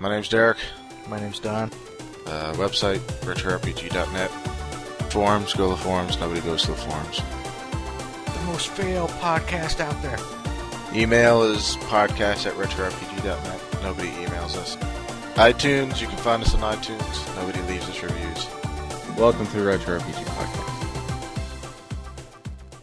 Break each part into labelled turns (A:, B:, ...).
A: My name's Derek.
B: My name's Don.
A: Uh, website, retrorpg.net. Forums, go to the forums. Nobody goes to the forums.
B: The most failed podcast out there.
A: Email is podcast at retrorpg.net. Nobody emails us. iTunes, you can find us on iTunes. Nobody leaves us reviews. Welcome to the Retro RPG Podcast.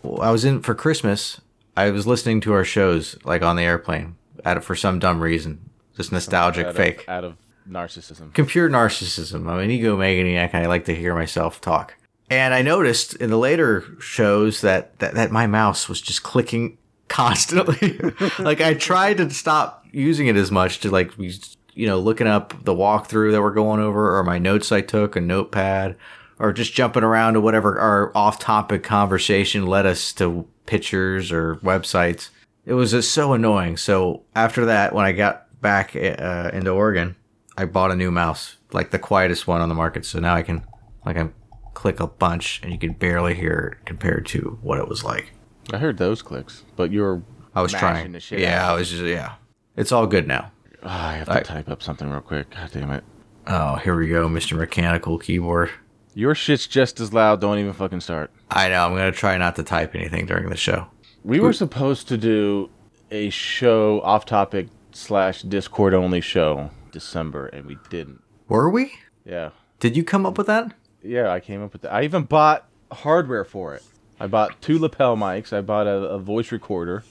C: Well, I was in for Christmas. I was listening to our shows like on the airplane, at for some dumb reason, just nostalgic
D: out of-
C: fake,
D: out of narcissism.
C: computer narcissism. I'm an egomaniac, and I like to hear myself talk. And I noticed in the later shows that that, that my mouse was just clicking constantly. like I tried to stop using it as much to like you know looking up the walkthrough that we're going over, or my notes I took, a notepad, or just jumping around to whatever our off-topic conversation led us to pictures or websites. It was just so annoying. So after that, when I got back uh, into Oregon, I bought a new mouse, like the quietest one on the market. So now I can, like, I click a bunch and you can barely hear it compared to what it was like.
D: I heard those clicks, but you were.
C: I was
D: Mashing
C: trying.
D: the shit
C: yeah,
D: out.
C: I was just, yeah. It's all good now.
D: Ah, I have to
C: I-
D: type up something real quick. God damn it.
C: Oh, here we go, Mr. Mechanical Keyboard.
D: Your shit's just as loud. Don't even fucking start.
C: I know, I'm going to try not to type anything during the show.
D: We were supposed to do a show off topic slash Discord only show December, and we didn't.
C: Were we?
D: Yeah.
C: Did you come up with that?
D: Yeah, I came up with that. I even bought hardware for it. I bought two lapel mics. I bought a, a voice recorder.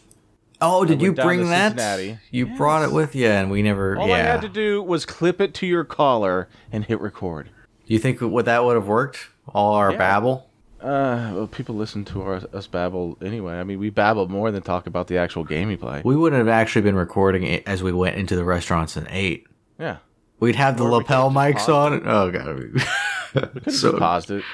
C: Oh, did you
D: went down
C: bring
D: to
C: that?
D: Cincinnati.
C: You brought it with you, and we never.
D: All
C: yeah.
D: I had to do was clip it to your collar and hit record.
C: You think what that would have worked? All our
D: Yeah.
C: babble.
D: Uh, well, people listen to our, us babble anyway. I mean, we babble more than talk about the actual game we play.
C: We wouldn't have actually been recording it as we went into the restaurants and ate.
D: yeah,
C: We'd have the
D: Or we
C: lapel
D: could've
C: mics
D: just
C: on. Oh god.
D: could have
C: so,
D: paused it.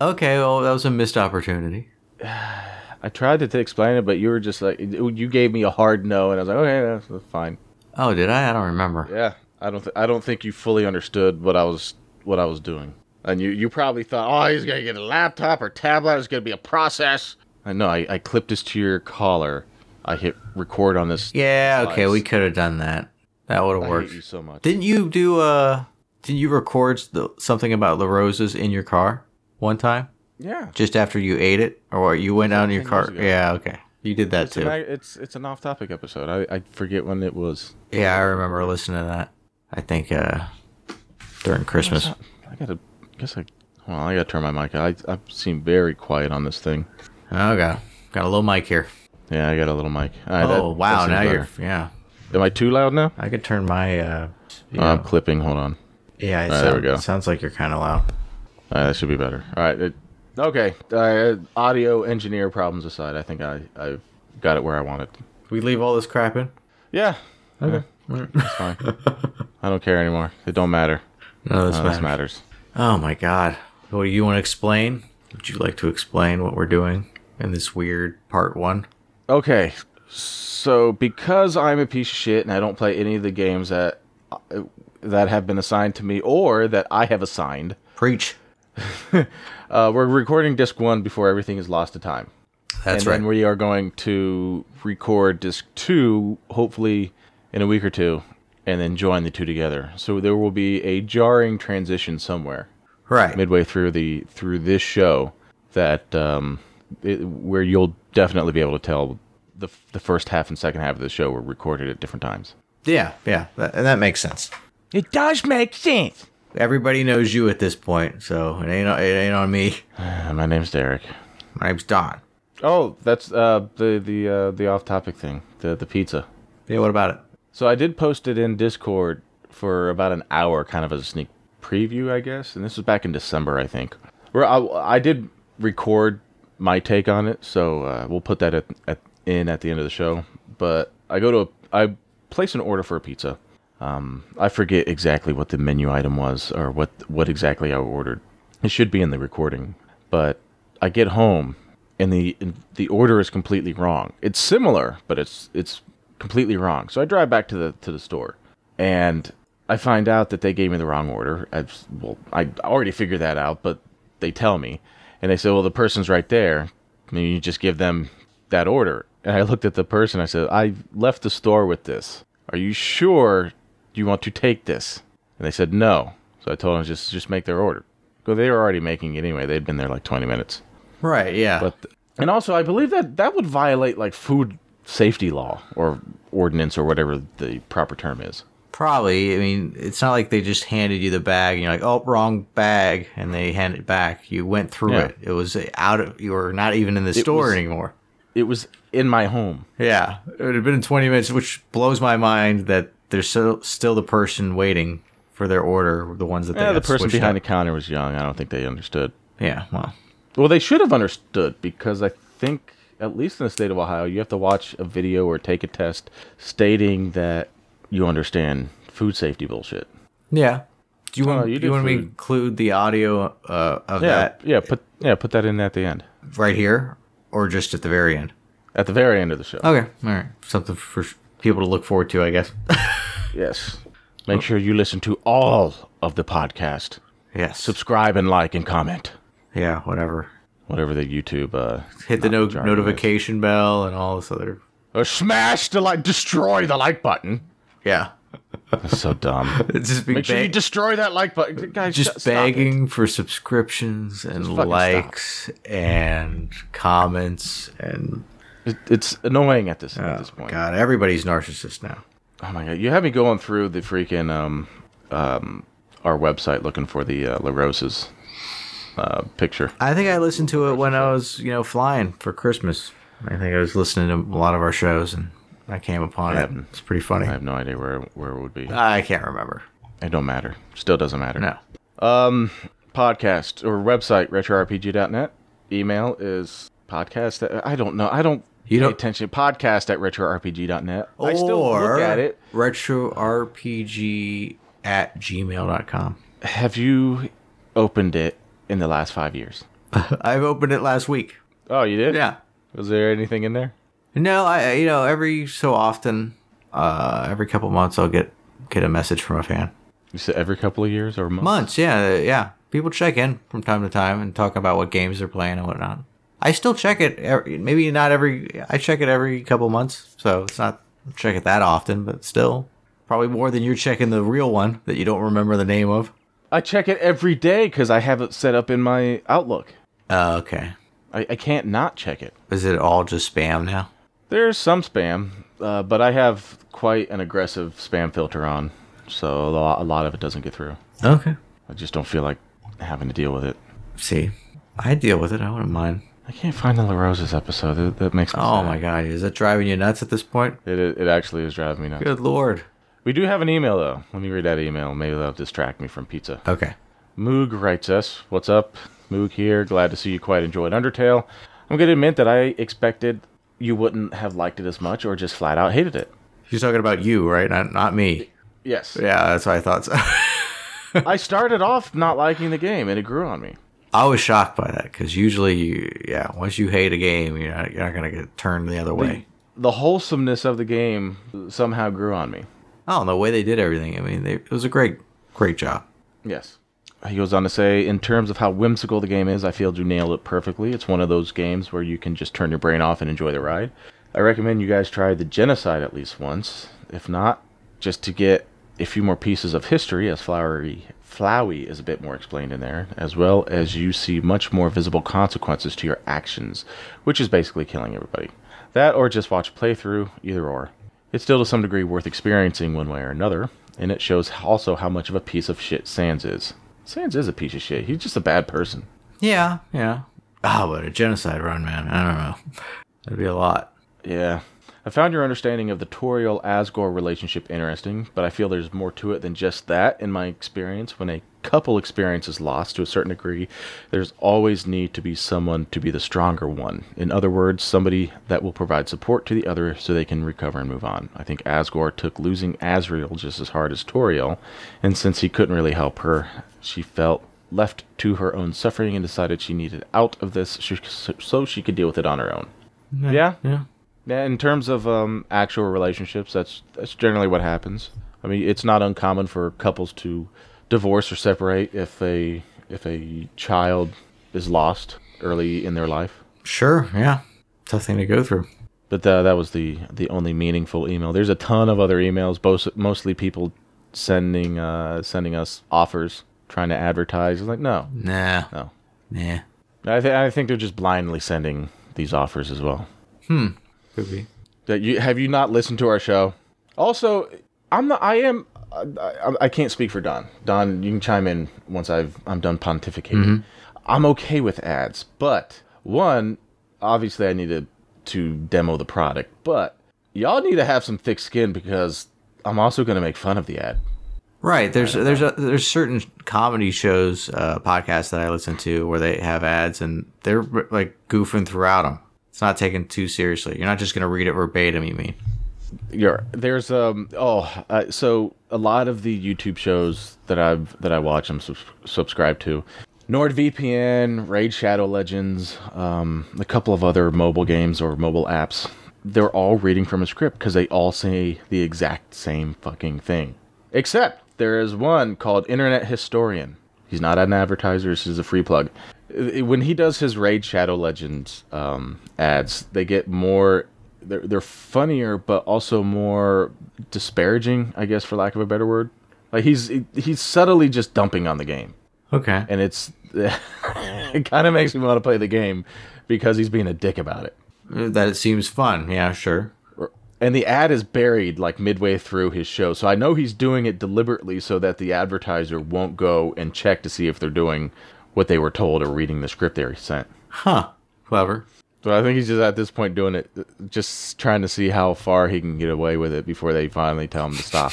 C: okay, well that was a missed opportunity.
D: I tried to, t- explain it, but you were just like, you gave me a hard no, and I was like, okay, that's, that's fine.
C: Oh, did I? I don't remember.
D: Yeah, I don't, th- I don't think you fully understood what I was, what I was doing, and you, you probably thought, oh, he's gonna get a laptop or tablet. It's gonna be a process. I know. I, I clipped this to your collar. I hit record on this.
C: Yeah, okay,
D: Slice.
C: we could have done that. That would
D: I
C: have
D: hate
C: worked.
D: you so much.
C: Didn't you do uh didn't you record the, something about the roses in your car one time?
D: yeah.
C: Just after you ate it or you went out in your
D: 10 years
C: car?
D: ago.
C: Yeah, okay. You did that
D: It's, a
C: too.
D: mag- it's it's an off-topic episode. I, I forget when it was.
C: yeah, I remember listening to that. I think uh during Christmas.
D: I gotta guess I. Well, I gotta turn my mic. on. I I seem very quiet on this thing.
C: Oh god. Got a little mic here.
D: Yeah, I got a little mic. All right, that-
C: oh
D: that
C: wow!
D: seems
C: Now
D: better.
C: you're yeah.
D: Am I too loud now?
C: I could turn my uh. you
D: Oh, I'm
C: know-
D: clipping. Hold on.
C: yeah, it
D: there
C: sound-
D: we go.
C: it sounds like you're kind of loud.
D: All right, that should be better. All right. It, okay. Uh, audio engineer problems aside, I think I I've got it where I want it.
C: We leave all this crap in.
D: Yeah. Okay. That's fine. I don't care anymore. It don't matter.
C: No, this
D: None of
C: matters.
D: this matters.
C: Oh my god! What do you want to explain? Would you like to explain what we're doing in this weird part one?
D: Okay, so because I'm a piece of shit and I don't play any of the games that uh, that have been assigned to me or that I have assigned,
C: Preach.
D: uh, we're recording disc one before everything is lost to time,
C: That's
D: and
C: right.
D: then we are going to record disc two hopefully in a week or two, and then join the two together. So there will be a jarring transition somewhere
C: right.
D: midway through the through this show that um, it, where you'll definitely be able to tell the f- the first half and second half of the show were recorded at different times.
C: yeah, yeah, that, and that makes sense.
D: It does make sense.
C: Everybody knows you at this point, so it ain't it ain't on me.
D: Uh, my name's Derek.
C: My name's Don.
D: Oh, that's uh, the the uh, the off topic thing, the the pizza.
C: Yeah, what about it?
D: So I did post it in Discord for about an hour, kind of as a sneak preview, I guess. And this was back in December, I think. Where I, I did record my take on it, so uh, we'll put that at, at, in at the end of the show. But I go to a, I place an order for a pizza. Um, I forget exactly what the menu item was or what what exactly I ordered. It should be in the recording, but I get home and the and the order is completely wrong. It's similar, but it's it's completely wrong. So I drive back to the to the store, and I find out that they gave me the wrong order. i well, I already figured that out, but they tell me, and they say, "Well, the person's right there. And you just give them that order." And I looked at the person. I said, "I left the store with this. Are you sure "Do you want to take this?" And they said no. So I told them just just make their order. Well, they were already making it anyway. They'd been there like 20 minutes.
C: Right. Yeah.
D: But and also, I believe that that would violate like food safety law or ordinance or whatever the proper term is.
C: Probably. I mean, it's not like they just handed you the bag and you're like, "Oh, wrong bag," and they hand it back. You went through
D: Yeah.
C: it. It was out of. You were not even in the store
D: was-
C: anymore.
D: It was in my home.
C: Yeah, it would have been 20 minutes, which blows my mind that there's so, still the person waiting for their order, the ones that they
D: Yeah, the
C: got
D: person
C: switched
D: behind the
C: up.
D: counter was young. I don't think they understood.
C: Yeah, well,
D: Well, they should have understood because I think, at least in the state of Ohio, you have to watch a video or take a test stating that you understand food safety bullshit.
C: yeah. Do you
D: Oh,
C: want
D: you
C: you,
D: did
C: want me to
D: food.
C: include the audio uh, of
D: Yeah,
C: that
D: yeah. Put yeah, put that in at the end,
C: right here, or just at the very end?
D: at the very end of the show.
C: Okay, all right, something for people to look forward to, I guess.
D: Yes. Make sure you listen to all of the podcast.
C: yeah,
D: Subscribe and like and comment.
C: yeah, whatever.
D: Whatever the YouTube uh,
C: Hit the no-
D: jargon is.
C: notification bell and all this other.
D: or smash the like, destroy the like button.
C: Yeah,
D: That's so dumb.
C: it's just be
D: Make sure
C: ba-
D: you destroy that like button, guys.
C: just
D: sh- stop it.
C: begging for subscriptions and
D: fucking
C: likes and comments and
D: It, it's annoying at this at this
C: Oh,
D: point.
C: God, everybody's narcissist now.
D: Oh my god! You had me going through the freaking um, um, our website looking for the uh, La Rosa's uh, picture.
C: I think I listened to it when I was, you know, flying for Christmas. I think I was listening to a lot of our shows and I came upon it.
D: Yeah.
C: It's pretty funny.
D: I have no idea where where it would be.
C: I can't remember.
D: It don't matter. Still doesn't matter.
C: Uh, No.
D: Podcast or website retrorpg.net. Email is podcast. I don't know. I don't.
C: You
D: pay
C: don't-
D: attention. Podcast at retrorpg.net. I still look at it.
C: RetroRPG at gmail.com.
D: Have you opened it in the last five years?
C: I've opened it last week.
D: Oh, you did.
C: Yeah.
D: Was there anything in there?
C: No, I you know, every so often, uh every couple months I'll get get a message from a fan.
D: You said every couple of years or months.
C: months. Yeah, yeah. People check in from time to time and talk about what games they're playing and whatnot. I still check it. Every, maybe not every. I check it every couple months, so it's not check it that often, but still, probably more than you're checking the real one that you don't remember the name of.
D: I check it every day because I have it set up in my Outlook.
C: Uh, okay.
D: I, I can't not check it.
C: Is it all just spam now?
D: There's some spam, uh, but I have quite an aggressive spam filter on, so a lot, a lot of it doesn't get through.
C: Okay.
D: I just don't feel like having to deal with it.
C: See, I deal with it. I wouldn't mind.
D: I can't find the La Rosa's episode. That, that makes me
C: Oh
D: sad.
C: my god, is that driving you nuts at this point?
D: It, it actually is driving me nuts.
C: Good lord.
D: We do have an email, though. Let me read that email. Maybe that'll distract me from pizza.
C: Okay.
D: Moog writes us, What's up? Moog here. Glad to see you quite enjoyed Undertale. I'm going to admit that I expected you wouldn't have liked it as much or just flat out hated it.
C: She's talking about you, right? Not not me.
D: Yes.
C: Yeah, that's what I thought. So.
D: I started off not liking the game and it grew on me.
C: I was shocked by that because usually, you, yeah, once you hate a game, you're not, you're not going to get turned the other
D: Mm.
C: way.
D: The wholesomeness of the game somehow grew on me.
C: Oh, and the way they did everything. I mean, they, it was a great, great job.
D: Yes. He goes on to say, in terms of how whimsical the game is, I feel you nailed it perfectly. It's one of those games where you can just turn your brain off and enjoy the ride. I recommend you guys try the Genocide at least once, if not, just to get a few more pieces of history, as flowery Flowey is a bit more explained in there, as well as you see much more visible consequences to your actions, which is basically killing everybody. That or just watch playthrough, either or. It's still to some degree worth experiencing one way or another, and it shows also how much of a piece of shit Sans is. Sans is a piece of shit. He's just a bad person.
C: Yeah, yeah. Oh, but a genocide run, man. I don't know. That'd be a lot.
D: Yeah. I found your understanding of the Toriel Asgore relationship interesting, but I feel there's more to it than just that in my experience. When a couple experiences loss to a certain degree, there's always need to be someone to be the stronger one. In other words, somebody that will provide support to the other so they can recover and move on. I think Asgore took losing Asriel just as hard as Toriel, and since he couldn't really help her, she felt left to her own suffering and decided she needed out of this sh- so she could deal with it on her own. Yeah.
C: Yeah.
D: Yeah, in terms of um, actual relationships, that's that's generally what happens. I mean, it's not uncommon for couples to divorce or separate if a if a child is lost early in their life.
C: Sure. Yeah. Tough thing to go through.
D: But uh, that was the the only meaningful email. There's a ton of other emails, both, mostly people sending uh, sending us offers trying to advertise. It's like no,
C: Nah.
D: no.
C: Nah.
D: I, th- I think they're just blindly sending these offers as well.
C: Could be.
D: That you have you not listened to our show? Also, I'm not. I am. I, I, I can't speak for Don. Don, you can chime in once I've I'm done pontificating. I'm okay with ads, but one, obviously, I need to to demo the product, but y'all need to have some thick skin because I'm also going to make fun of the ad.
C: Right. There's there's a, there's certain comedy shows, uh, podcasts that I listen to where they have ads and they're like goofing throughout them. It's not taken too seriously. You're not just gonna read it verbatim. You mean?
D: Yeah, there's um oh uh, so a lot of the YouTube shows that I've that I watch I'm subs subscribed to, NordVPN, Raid Shadow Legends, um a couple of other mobile games or mobile apps. They're all reading from a script because they all say the exact same fucking thing. Except there is one called Internet Historian. He's not an advertiser. This is a free plug. Uh, When he does his Raid Shadow Legends um, ads, they get more. They're, they're funnier, but also more disparaging, I guess, for lack of a better word. Like he's he's subtly just dumping on the game,
C: Okay.
D: and it's it kind of makes me want to play the game because he's being a dick about it.
C: that it seems fun. Yeah. Sure.
D: and the ad is buried like midway through his show so i know he's doing it deliberately so that the advertiser won't go and check to see if they're doing what they were told or reading the script they already sent
C: Huh. Clever.
D: so i think he's just at this point doing it just trying to see how far he can get away with it before they finally tell him to stop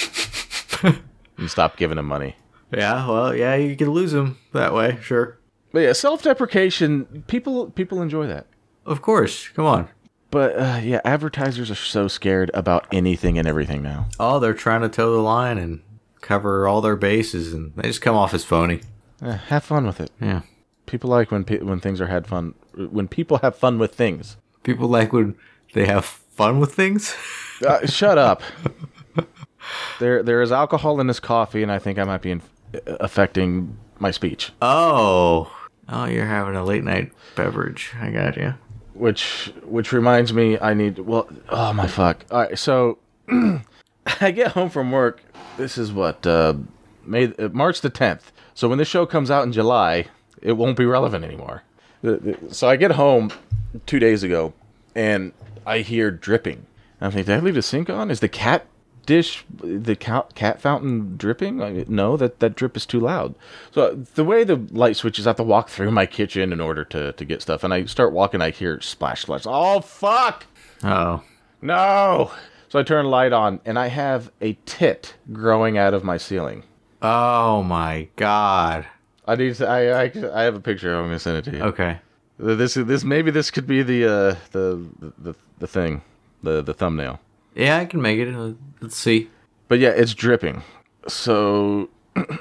D: and stop giving him money
C: Yeah. Well. Yeah. You can lose them that way. Sure.
D: but yeah self-deprecation people people enjoy that
C: Of course. Come on.
D: but uh, yeah advertisers are so scared about anything and everything now
C: Oh, they're trying to toe the line and cover all their bases, and they just come off as phony.
D: Eh, have fun with it
C: Yeah.
D: People like when pe- when things are had fun when people have fun with things.
C: People like when they have fun with things.
D: Uh, shut up. There there is alcohol in this coffee, and I think I might be in- uh, affecting my speech,
C: Oh. Oh, you're having a late night beverage. I got you.
D: which which reminds me I need well oh my fuck. All right, so I get home from work. This is what uh, May uh, March the tenth. So when this show comes out in July, it won't be relevant anymore. The- the- So I get home two days ago, and I hear dripping. And I'm thinking, did I leave the sink on? Is the cat dish, the cat, cat fountain dripping? Like, no, that that drip is too loud. So the way the light switches, I have to walk through my kitchen in order to to get stuff. And I start walking, I hear splash, splash. Oh fuck!
C: Oh.
D: No. So I turn the light on, and I have a tit growing out of my ceiling.
C: Oh my God.
D: I need. To, I, I I have a picture. I'm gonna send it to you.
C: Okay.
D: This this maybe this could be the uh the the the thing, the the thumbnail.
C: Yeah, I can make it. Uh, Let's see.
D: But yeah, it's dripping. So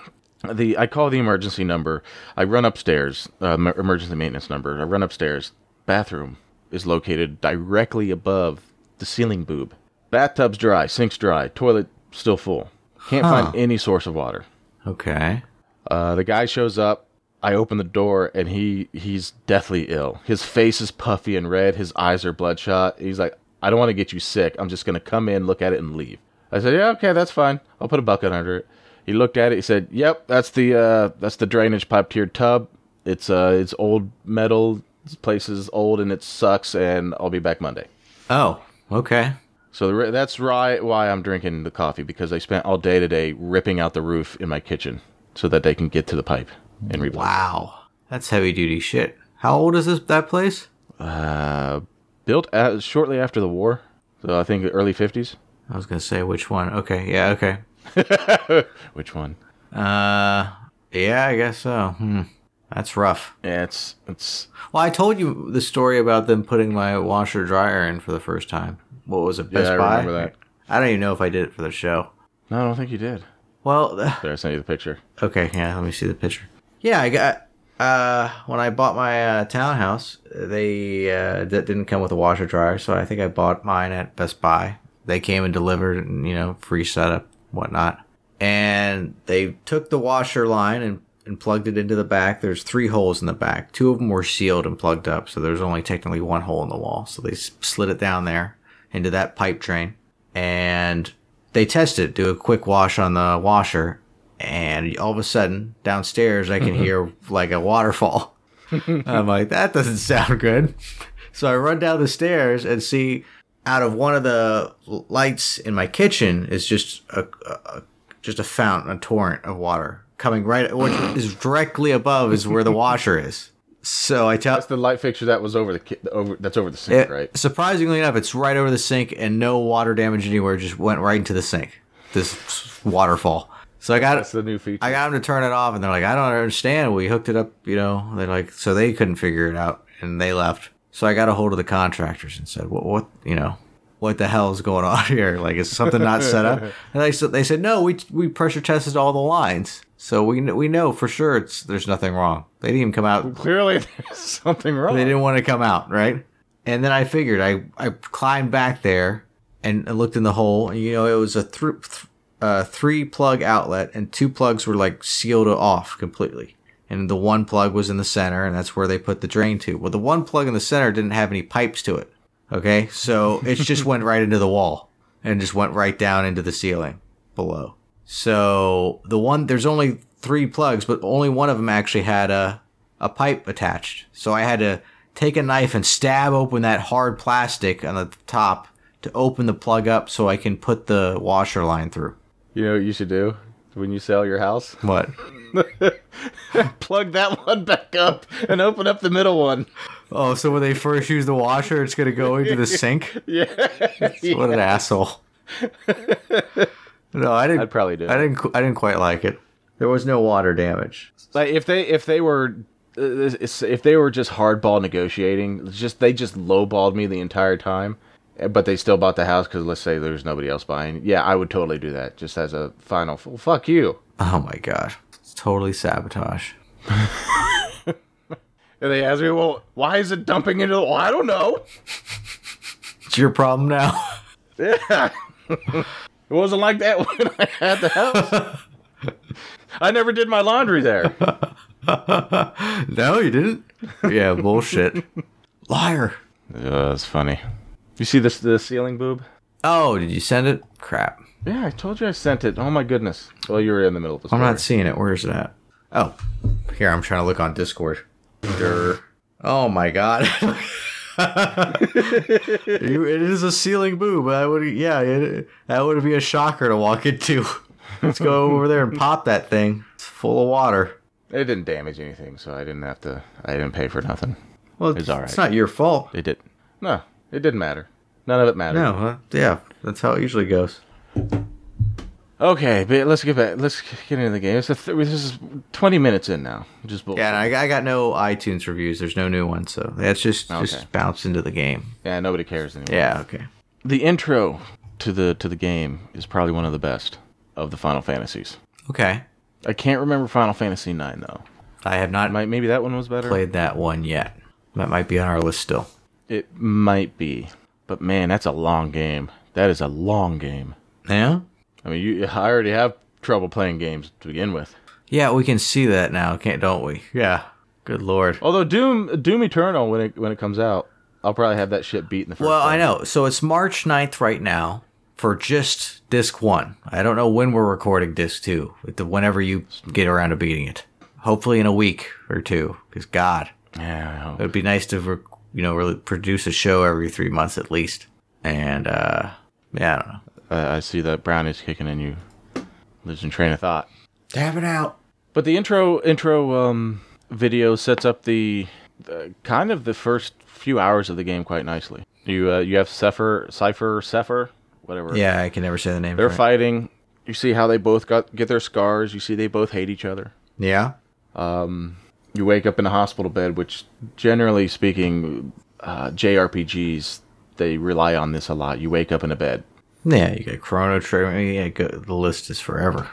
D: the I call the emergency number. I run upstairs, uh, em- emergency maintenance number. I run upstairs. Bathroom is located directly above the ceiling boob. Bathtub's dry, sink's dry, toilet still full. Can't
C: Huh.
D: find any source of water.
C: Okay.
D: Uh, the guy shows up. I open the door and he he's deathly ill. His face is puffy and red. His eyes are bloodshot. He's like, I don't want to get you sick. I'm just gonna come in, look at it, and leave. I said, Yeah, okay, that's fine. I'll put a bucket under it. He looked at it. He said, Yep, that's the uh, that's the drainage pipe to your tub. It's uh, it's old metal. This place is old and it sucks. And I'll be back Monday.
C: Oh. Okay.
D: So the, re- that's why why I'm drinking the coffee because I spent all day today ripping out the roof in my kitchen so that they can get to the pipe and replace. it.
C: Wow. That's heavy duty shit. How old is this that place?
D: uh, built a shortly after the war. So I think the early 50s.
C: I was gonna say which one. Okay. Yeah. Okay.
D: Which one?
C: Uh. Yeah. I guess so. Hmm. That's rough.
D: Yeah, it's it's
C: Well, I told you the story about them putting my washer dryer in for the first time. What was it? Best
D: I
C: Buy.
D: remember that.
C: I don't even know if I did it for the show.
D: No, I don't think you did.
C: Well,
D: There, I sent you the picture.
C: okay, yeah. Let me see the picture. Yeah, I got uh, when I bought my uh, townhouse, they uh, that didn't come with a washer dryer, so I think I bought mine at Best Buy. They came and delivered, and you know, free setup, whatnot. And they took the washer line and, and plugged it into the back. There's three holes in the back. Two of them were sealed and plugged up, so there's only technically one hole in the wall. So they s- slid it down there into that pipe drain, and they test it, do a quick wash on the washer, and all of a sudden downstairs I can hear like a waterfall. I'm like, that doesn't sound good. So I run down the stairs and see out of one of the l- lights in my kitchen is just a, a a- just a fountain, a torrent of water coming right, which is directly above is where the washer is. So I tell
D: That's the light fixture that was over the ki- over. That's over the sink,
C: it-
D: right?
C: Surprisingly enough, it's right over the sink, and no water damage anywhere. Just went right into the sink. This waterfall. So I got
D: That's the new feature.
C: I got them to turn it off, and they're like, "I don't understand. We hooked it up, you know." They're like, so they couldn't figure it out, and they left. So I got a hold of the contractors and said, "What, what, you know, what the hell is going on here? Like, is something not set up?" And they said, "They said no. We we pressure tested all the lines, so we kn- we know for sure it's there's nothing wrong. They didn't even come out
D: Clearly, there's something wrong.
C: they didn't want to come out, right? And then I figured I I climbed back there and I looked in the hole, and you know it was a thr th- uh, three plug outlet, and two plugs were like sealed off completely, and the one plug was in the center, and that's where they put the drain to. Well, the one plug in the center didn't have any pipes to it. Okay, so it just went right into the wall and just went right down into the ceiling below. So the one there's only three plugs, but only one of them actually had a a pipe attached. So I had to take a knife and stab open that hard plastic on the top to open the plug up so I can put the washer line through.
D: You know what you should do when you sell your house?
C: What?
D: Plug that one back up and open up the middle one.
C: Oh, so when they first use the washer, it's gonna go into the sink?
D: Yeah.
C: What an asshole! No, I didn't.
D: I'd probably do
C: I
D: it.
C: didn't. qu- I didn't quite like it. There was no water damage.
D: Like if they if they were uh, it's- if they were just hardball negotiating, it's just they just lowballed me the entire time, uh, but they still bought the house because let's say there's nobody else buying. Yeah, I would totally do that just as a final. f- Fuck you.
C: Oh my god, it's totally sabotage.
D: And they asked me, well, why is it dumping into? The- well, I don't know.
C: It's your problem now.
D: It wasn't like that when I had the house. I never did my laundry there.
C: no, you didn't. Yeah, bullshit. Liar.
D: that's funny. You see this the ceiling boob?
C: Oh, did you send it? Crap.
D: Yeah, I told you I sent it. Oh my goodness. Well, you were in the middle of the
C: I'm
D: story.
C: not seeing it. Where is it at? Oh, here. I'm trying to look on Discord. Durr. Oh my god. You- it is a ceiling boob. I would, yeah, it, that would be a shocker to walk into. Let's go over there and pop that thing. It's full of water.
D: It didn't damage anything, so I didn't have to. I didn't pay for nothing.
C: Well,
D: It's
C: it's,
D: all
C: it's
D: right.
C: not your fault.
D: It did. No, it didn't matter. None of it mattered.
C: No, uh, yeah, that's how it usually goes.
D: Okay, but let's get back. Let's get into the game. It's a th- this is 20 minutes in now. Just bull-
C: Yeah, and I, I got no iTunes reviews. There's no new one, so that's just
D: Okay.
C: just bounce into the game.
D: yeah. Nobody cares anymore.
C: Yeah, okay.
D: The intro to the to the game is probably one of the best of the Final Fantasies.
C: Okay.
D: I can't remember Final Fantasy IX though.
C: I have not
D: Might maybe that one was better.
C: played that one yet. That might be on our list still.
D: It might be, but man, that's a long game. That is a long game.
C: Yeah?
D: I mean, you I already have trouble playing games to begin with.
C: Yeah, we can see that now, can't don't we? Yeah. Oh, Good lord.
D: Although Doom Doom Eternal when it when it comes out, I'll probably have that shit beat in the first.
C: Well, I
D: day.
C: know. So it's March 9th right now for just disc 1. I don't know when we're recording disc 2. with the- Whenever you get around to beating it. Hopefully in a week or two, cuz god,
D: Yeah, I hope.
C: It would be nice to, rec- you know, really produce a show every three months at least. And uh, yeah, I don't know.
D: I I see that brownie's kicking in you. Losing train of thought.
C: Tap it out.
D: But the intro intro um, video sets up the, the kind of the first few hours of the game quite nicely. You uh, you have Sephiroth, Cipher, Sephiroth, whatever.
C: Yeah, I can never say the name.
D: They're
C: right.
D: fighting. You see how they both got get their scars. You see they both hate each other.
C: Yeah.
D: You wake up in a hospital bed, which generally speaking, uh, JRPGs they rely on this a lot. You wake up in a bed.
C: Yeah, you got Chrono Trigger. Yeah, go, the list is forever.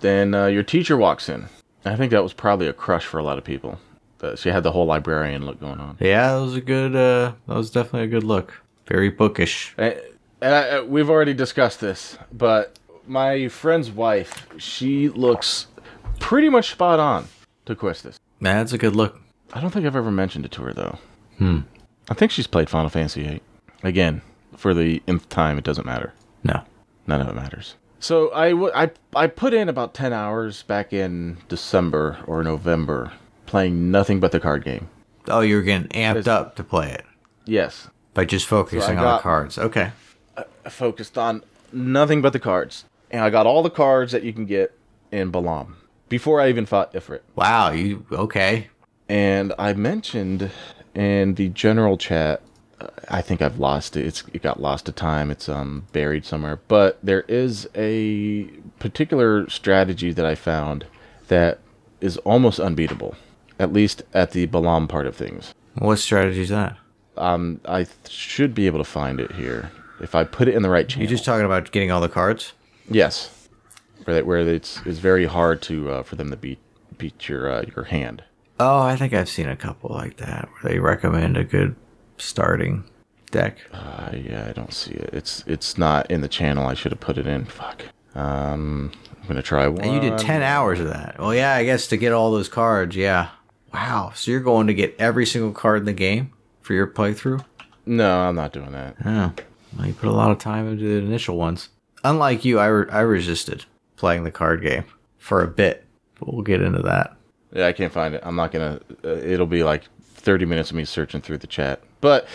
D: Then uh, your teacher walks in. I think that was probably a crush for a lot of people. Uh, she had the whole librarian look going on.
C: Yeah, that was a good. Uh, that was definitely a good look. Very bookish.
D: And, and I, uh, we've already discussed this, but my friend's wife, she looks pretty much spot on to Questus.
C: Yeah, That's a good look.
D: I don't think I've ever mentioned it to her though. Hmm. I think she's played Final Fantasy VIII. Again, for the nth time, it doesn't matter.
C: No.
D: None of it matters. So I, w- I, I put in about 10 hours back in December or November playing nothing but the card game.
C: Oh, you were getting amped
D: It's-
C: up to play it
D: Yes.
C: by just focusing on
D: got-
C: the cards. Okay.
D: I focused on nothing but the cards. And I got all the cards that you can get in Balam before I even fought Ifrit.
C: Wow. You okay?
D: and I mentioned in the general chat. I think I've lost it. It's it got lost to time. It's um buried somewhere. But there is a particular strategy that I found that is almost unbeatable, at least at the Balam part of things.
C: What strategy is that?
D: Um, I th- should be able to find it here if I put it in the right channel.
C: You're just talking about getting all the cards.
D: yes, where that where it's it's very hard to uh, for them to beat beat your uh, your hand.
C: Oh, I think I've seen a couple like that where they recommend a good starting deck.
D: Uh, yeah, I don't see it. It's it's not in the channel. I should have put it in. Fuck. Um, I'm gonna try one.
C: And you did 10 hours of that. Well, yeah, I guess to get all those cards, yeah. Wow. So you're going to get every single card in the game for your playthrough?
D: No, I'm not doing that.
C: Oh. Well, you put a lot of time into the initial ones. Unlike you, I, re- I resisted playing the card game for a bit, but we'll get into that.
D: Yeah, I can't find it. I'm not gonna. Uh, it'll be like 30 minutes of me searching through the chat. But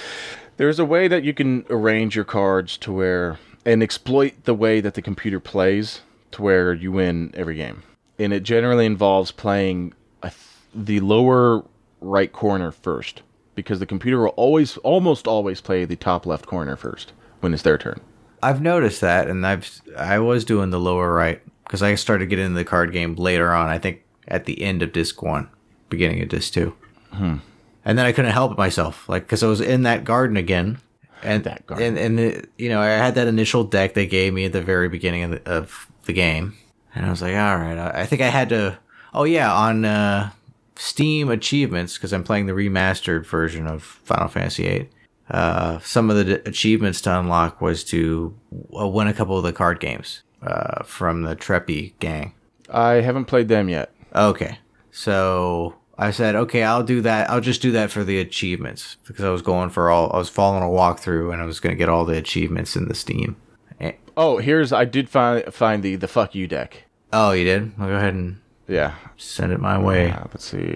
D: there's a way that you can arrange your cards to where and exploit the way that the computer plays to where you win every game. And it generally involves playing a th- the lower right corner first because the computer will always, almost always, play the top left corner first when it's their turn.
C: I've noticed that, and I've I was doing the lower right because I started getting into the card game later on. I think at the end of disc one, beginning of disc two,
D: Hmm.
C: and then I couldn't help myself, like because I was in that garden again, and
D: That garden.
C: and and it, you know I had that initial deck they gave me at the very beginning of the, of the game, and I was like, all right, I, I think I had to. Oh yeah, on uh, Steam achievements because I'm playing the remastered version of Final Fantasy VIII uh, some of the d- achievements to unlock was to uh, win a couple of the card games uh, from the Treppy gang.
D: I haven't played them yet.
C: Okay. So I said, okay, I'll do that. I'll just do that for the achievements because I was going for all, I was following a walkthrough and I was going to get all the achievements in the Steam. Eh,
D: Oh, here's I did find find the the fuck you deck.
C: Oh, you did? I'll go ahead and
D: Yeah,
C: send it my way.
D: Uh, let's see.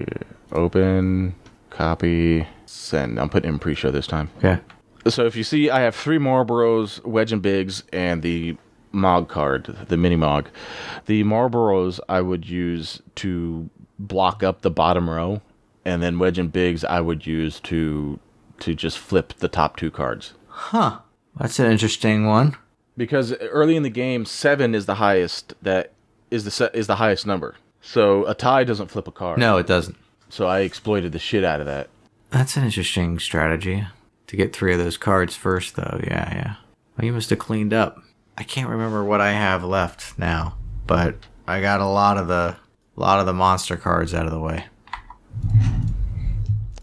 D: Open, copy, send. I'm putting in pre-show this time.
C: Okay.
D: So if you see, I have three Marlboros, Wedge and Biggs, and the Mog card, the mini Mog. The Marlboros I would use to block up the bottom row, and then Wedge and Biggs I would use to to just flip the top two cards.
C: That's an interesting one.
D: because early in the game, seven is the highest that is the se- is the highest number. So a tie doesn't flip a card.
C: No, it doesn't.
D: So I exploited the shit out of that.
C: That's an interesting strategy to get three of those cards first, though. Yeah, yeah. Well, you must have cleaned up. I can't remember what I have left now, but I got a lot of the lot of the monster cards out of the way.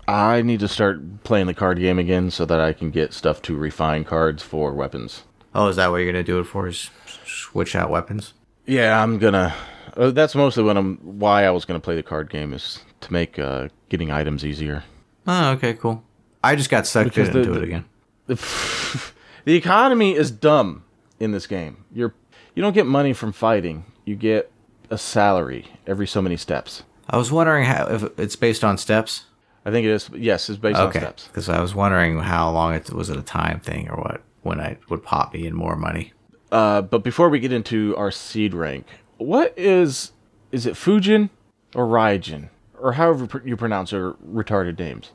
D: I need to start playing the card game again so that I can get stuff to refine cards for weapons.
C: Oh, is that what you're gonna do it for? Is switch out weapons?
D: Yeah, I'm gonna. Uh, that's mostly what I'm. Why I was gonna play the card game is to make uh, getting items easier.
C: Oh, okay, cool. I just got sucked
D: Because the-
C: into
D: the-
C: it again.
D: the economy is dumb in this game. You're you don't get money from fighting. You get a salary every so many steps.
C: I was wondering how if it's based on steps.
D: I think it is. Yes, it's based on
C: Okay,
D: steps.
C: because I was wondering how long it was it a time thing or what when I would pop me in more money.
D: Uh, but before we get into our seed rank, what is is it Fujin or Raijin or however pr- you pronounce their retarded names?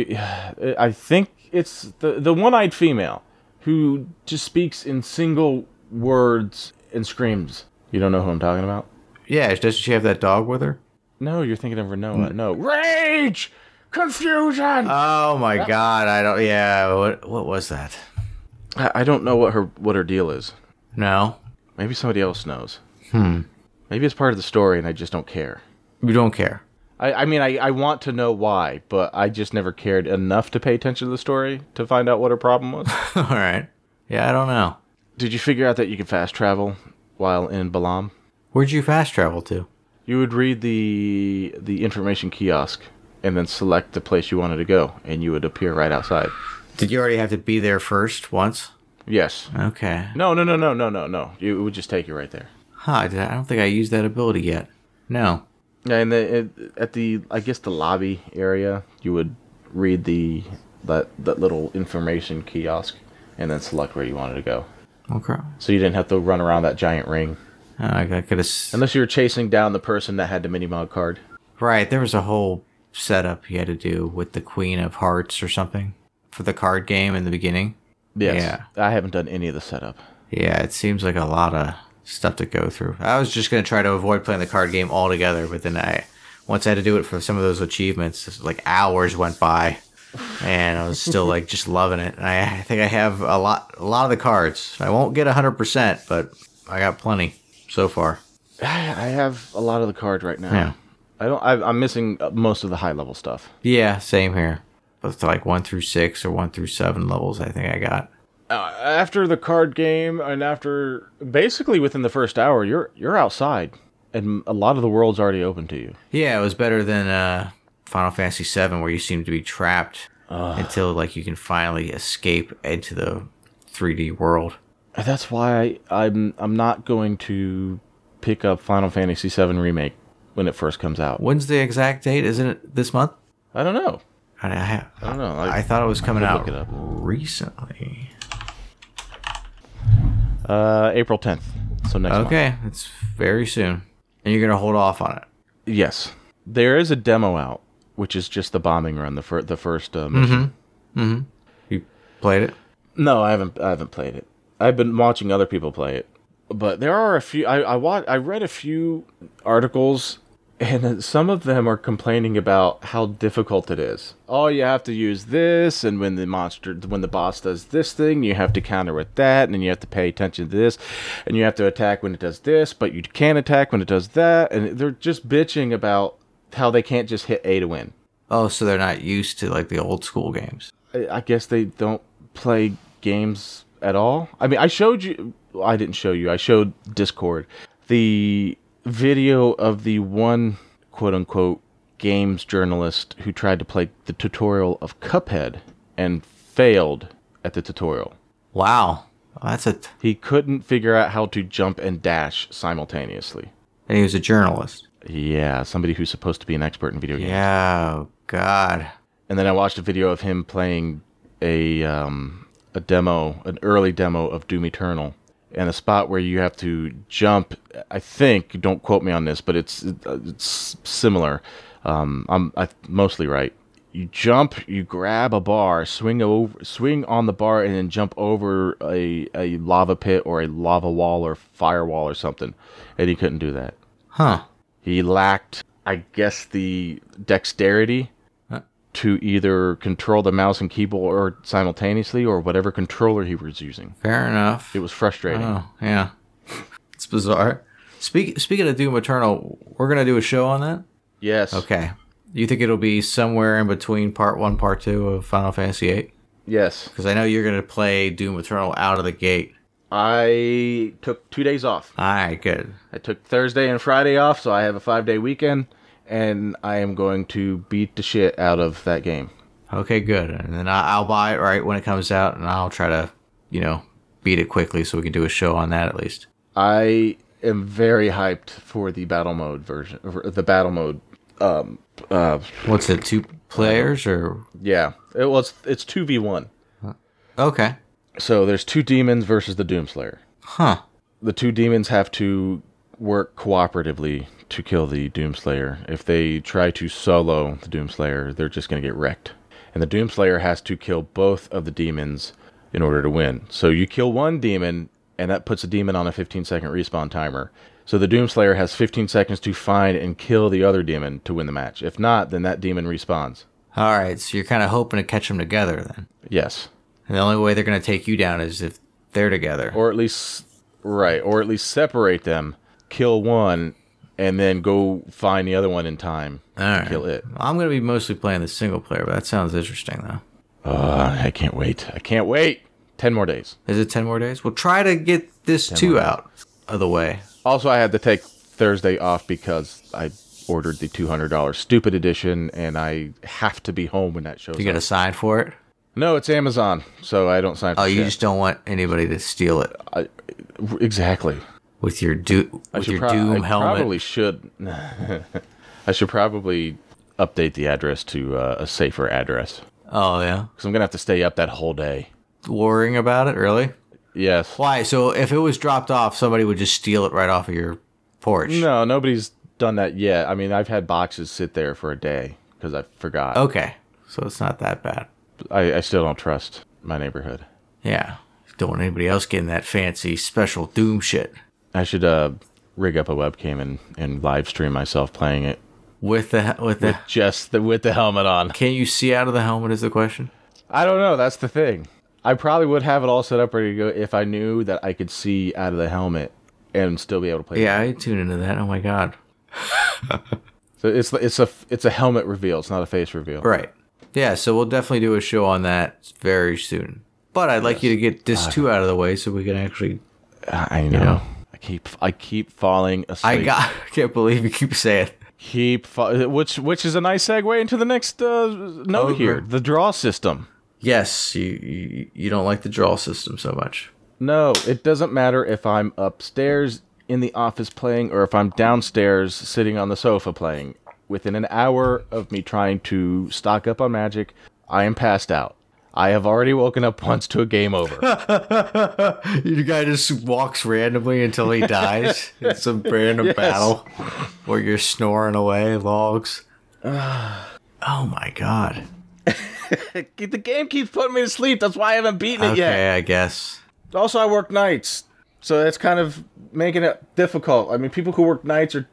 D: I I think it's the the one-eyed female who just speaks in single words and screams. You don't know who I'm talking about?
C: Yeah, doesn't she have that dog with her?
D: No, you're thinking of Renoa. No, rage, confusion.
C: Oh my god, I don't yeah, what what was that?
D: I, I don't know what her what her deal is.
C: No.
D: Maybe somebody else knows. Hmm. Maybe it's part of the story, and I just don't care.
C: You don't care.
D: I, I mean, I, I want to know why, but I just never cared enough to pay attention to the story to find out what her problem was.
C: All right. Yeah, I don't know.
D: Did you figure out that you could fast travel while in Balam?
C: Where'd you fast travel to?
D: You would read the the information kiosk and then select the place you wanted to go, and you would appear right outside.
C: Did you already have to be there first once?
D: Yes.
C: Okay.
D: No, no, no, no, no, no, no. It would just take you right there.
C: Huh, did I, I don't think I used that ability yet. No.
D: Yeah, and the, it, at the I guess the lobby area, you would read the that that little information kiosk, and then select where you wanted to go.
C: Okay.
D: So you didn't have to run around that giant ring,
C: Uh, I could have.
D: unless you were chasing down the person that had the mini mod card.
C: Right, there was a whole setup he had to do with the Queen of Hearts or something for the card game in the beginning.
D: Yes. Yeah. I haven't done any of the setup.
C: Yeah, it seems like a lot of stuff to go through. I was just gonna try to avoid playing the card game altogether, but then I once I had to do it for some of those achievements, it's like hours went by, and I was still like just loving it. And I, I think I have a lot, a lot of the cards. I won't get hundred percent, but I got plenty so far.
D: I have a lot of the card right now.
C: Yeah.
D: I don't. I, I'm missing uh, most of the high level stuff.
C: Yeah, same here. Both like one through six or one through seven levels, I think I got.
D: Uh, after the card game, and after basically within the first hour, you're you're outside, and a lot of the world's already open to you.
C: Yeah, it was better than uh, Final Fantasy VII, where you seem to be trapped until like you can finally escape into the 3D world.
D: That's why I, I'm I'm not going to pick up Final Fantasy VII remake when it first comes out.
C: When's the exact date? Isn't it this month?
D: I don't know.
C: I, I,
D: I don't know.
C: I thought it was coming
D: could
C: out
D: look it up.
C: recently.
D: uh, April 10th. So next month.
C: Okay, it's very soon, and you're gonna hold off on it.
D: Yes, there is a demo out, which is just the bombing run, the fir- the first uh, mission.
C: You played it?
D: No, I haven't. I haven't played it. I've been watching other people play it, but there are a few. I I, wa- I read a few articles, and uh, some of them are complaining about how difficult it is. Oh, you have to use this, and when the monster, when the boss does this thing, you have to counter with that, and then you have to pay attention to this, and you have to attack when it does this, but you can't attack when it does that, and they're just bitching about how they can't just hit A to win.
C: Oh, so they're not used to like the old school games.
D: I I guess they don't play games at all. I mean, I showed you. well, I didn't show you. I showed Discord the video of the one quote unquote games journalist who tried to play the tutorial of Cuphead and failed at the tutorial.
C: Wow, that's a. T-
D: He couldn't figure out how to jump and dash simultaneously.
C: and he was a journalist.
D: Yeah, somebody who's supposed to be an expert in video games.
C: Yeah, oh, God.
D: and then I watched a video of him playing a um, a demo, an early demo of Doom Eternal, and a spot where you have to jump. I think, don't quote me on this, but it's it's similar. Um, I'm I, mostly right. You jump, you grab a bar, swing over, swing on the bar, and then jump over a, a lava pit or a lava wall or firewall or something. And he couldn't do that.
C: Huh.
D: He lacked, I guess, the dexterity
C: Huh.
D: to either control the mouse and keyboard simultaneously or whatever controller he was using.
C: Fair enough.
D: It was frustrating.
C: Oh, yeah. It's bizarre. Speak, speaking of Doom Eternal, we're going to do a show on that?
D: Yes.
C: Okay. You think it'll be somewhere in between part 1 part 2 of Final Fantasy 8
D: Yes.
C: cuz I know you're going to play Doom Eternal out of the gate.
D: I took two days off.
C: All right, good.
D: I took Thursday and Friday off, so I have a five day weekend, and I am going to beat the shit out of that game.
C: Okay, good. And then I- I'll buy it right when it comes out and I'll try to, you know, beat it quickly so we can do a show on that at least.
D: I am very hyped for the battle mode version, or the battle mode. Um, uh,
C: What's it? Two players or
D: yeah. It, well, it's, it's 2v1.
C: Okay.
D: So there's two demons versus the Doomslayer.
C: Huh.
D: The two demons have to work cooperatively to kill the Doomslayer. If they try to solo the Doomslayer, they're just going to get wrecked. And the Doomslayer has to kill both of the demons in order to win. So you kill one demon, and that puts a demon on a 15 second respawn timer. So the Doomslayer has 15 seconds to find and kill the other demon to win the match. If not, then that demon respawns.
C: All right, so you're kind of hoping to catch them together then.
D: Yes.
C: And the only way they're going to take you down is if they're together.
D: or at least right or at least separate them kill one and then go find the other one in time
C: All right.
D: kill it
C: I'm going to be mostly playing the single player, but that sounds interesting though.
D: uh, i can't wait i can't wait 10 more days
C: Is it 10 more days? We'll try to get this 2 out of the way.
D: also i had to take thursday off because i ordered the $200 stupid edition and i have to be home when that shows
C: You got
D: up
C: to sign for it?
D: No, it's Amazon, so I don't sign. For
C: Oh, you
D: shit.
C: just don't want anybody to steal it
D: I, exactly.
C: with your do
D: I
C: with
D: should
C: your
D: prob-
C: doom
D: I
C: helmet.
D: probably should. I should probably update the address to uh, a safer address
C: Oh yeah,
D: because I'm gonna have to stay up that whole day.
C: worrying about it really?
D: Yes.
C: Why? So if it was dropped off, somebody would just steal it right off of your porch.
D: No, nobody's done that yet. I mean, I've had boxes sit there for a day because I forgot.
C: Okay, so it's not that bad.
D: I, I still don't trust my neighborhood.
C: Yeah, don't want anybody else getting that fancy special doom shit
D: I should uh, rig up a webcam and, and live stream myself playing it
C: with the with the.
D: just the, with the helmet on.
C: Can you see out of the helmet? Is the question.
D: I don't know. That's the thing. I probably would have it all set up ready to go if I knew that I could see out of the helmet and still be able to play.
C: Yeah, I tune into that. Oh my god.
D: So it's it's a it's a helmet reveal. It's not a face reveal.
C: Right. Yeah, so we'll definitely do a show on that very soon. But I'd like you to get this too out of the way so we can actually.
D: I know. I keep I keep falling asleep.
C: I got. I can't believe you keep saying.
D: keep fa- which which is a nice segue into the next uh, note
C: Over.
D: here the draw system
C: Yes, you, you you don't like the draw system so much.
D: no it doesn't matter if i'm upstairs in the office playing or if i'm downstairs sitting on the sofa playing within an hour of me trying to stock up on magic i am passed out i have already woken up once to a game over
C: The guy just walks randomly until he dies. It's a random battle where you're snoring away logs. oh my god.
D: the game keeps putting me to sleep that's why i haven't beaten it
C: Okay,
D: yet
C: I guess.
D: Also, I work nights, so that's kind of making it difficult. I mean, people who work nights are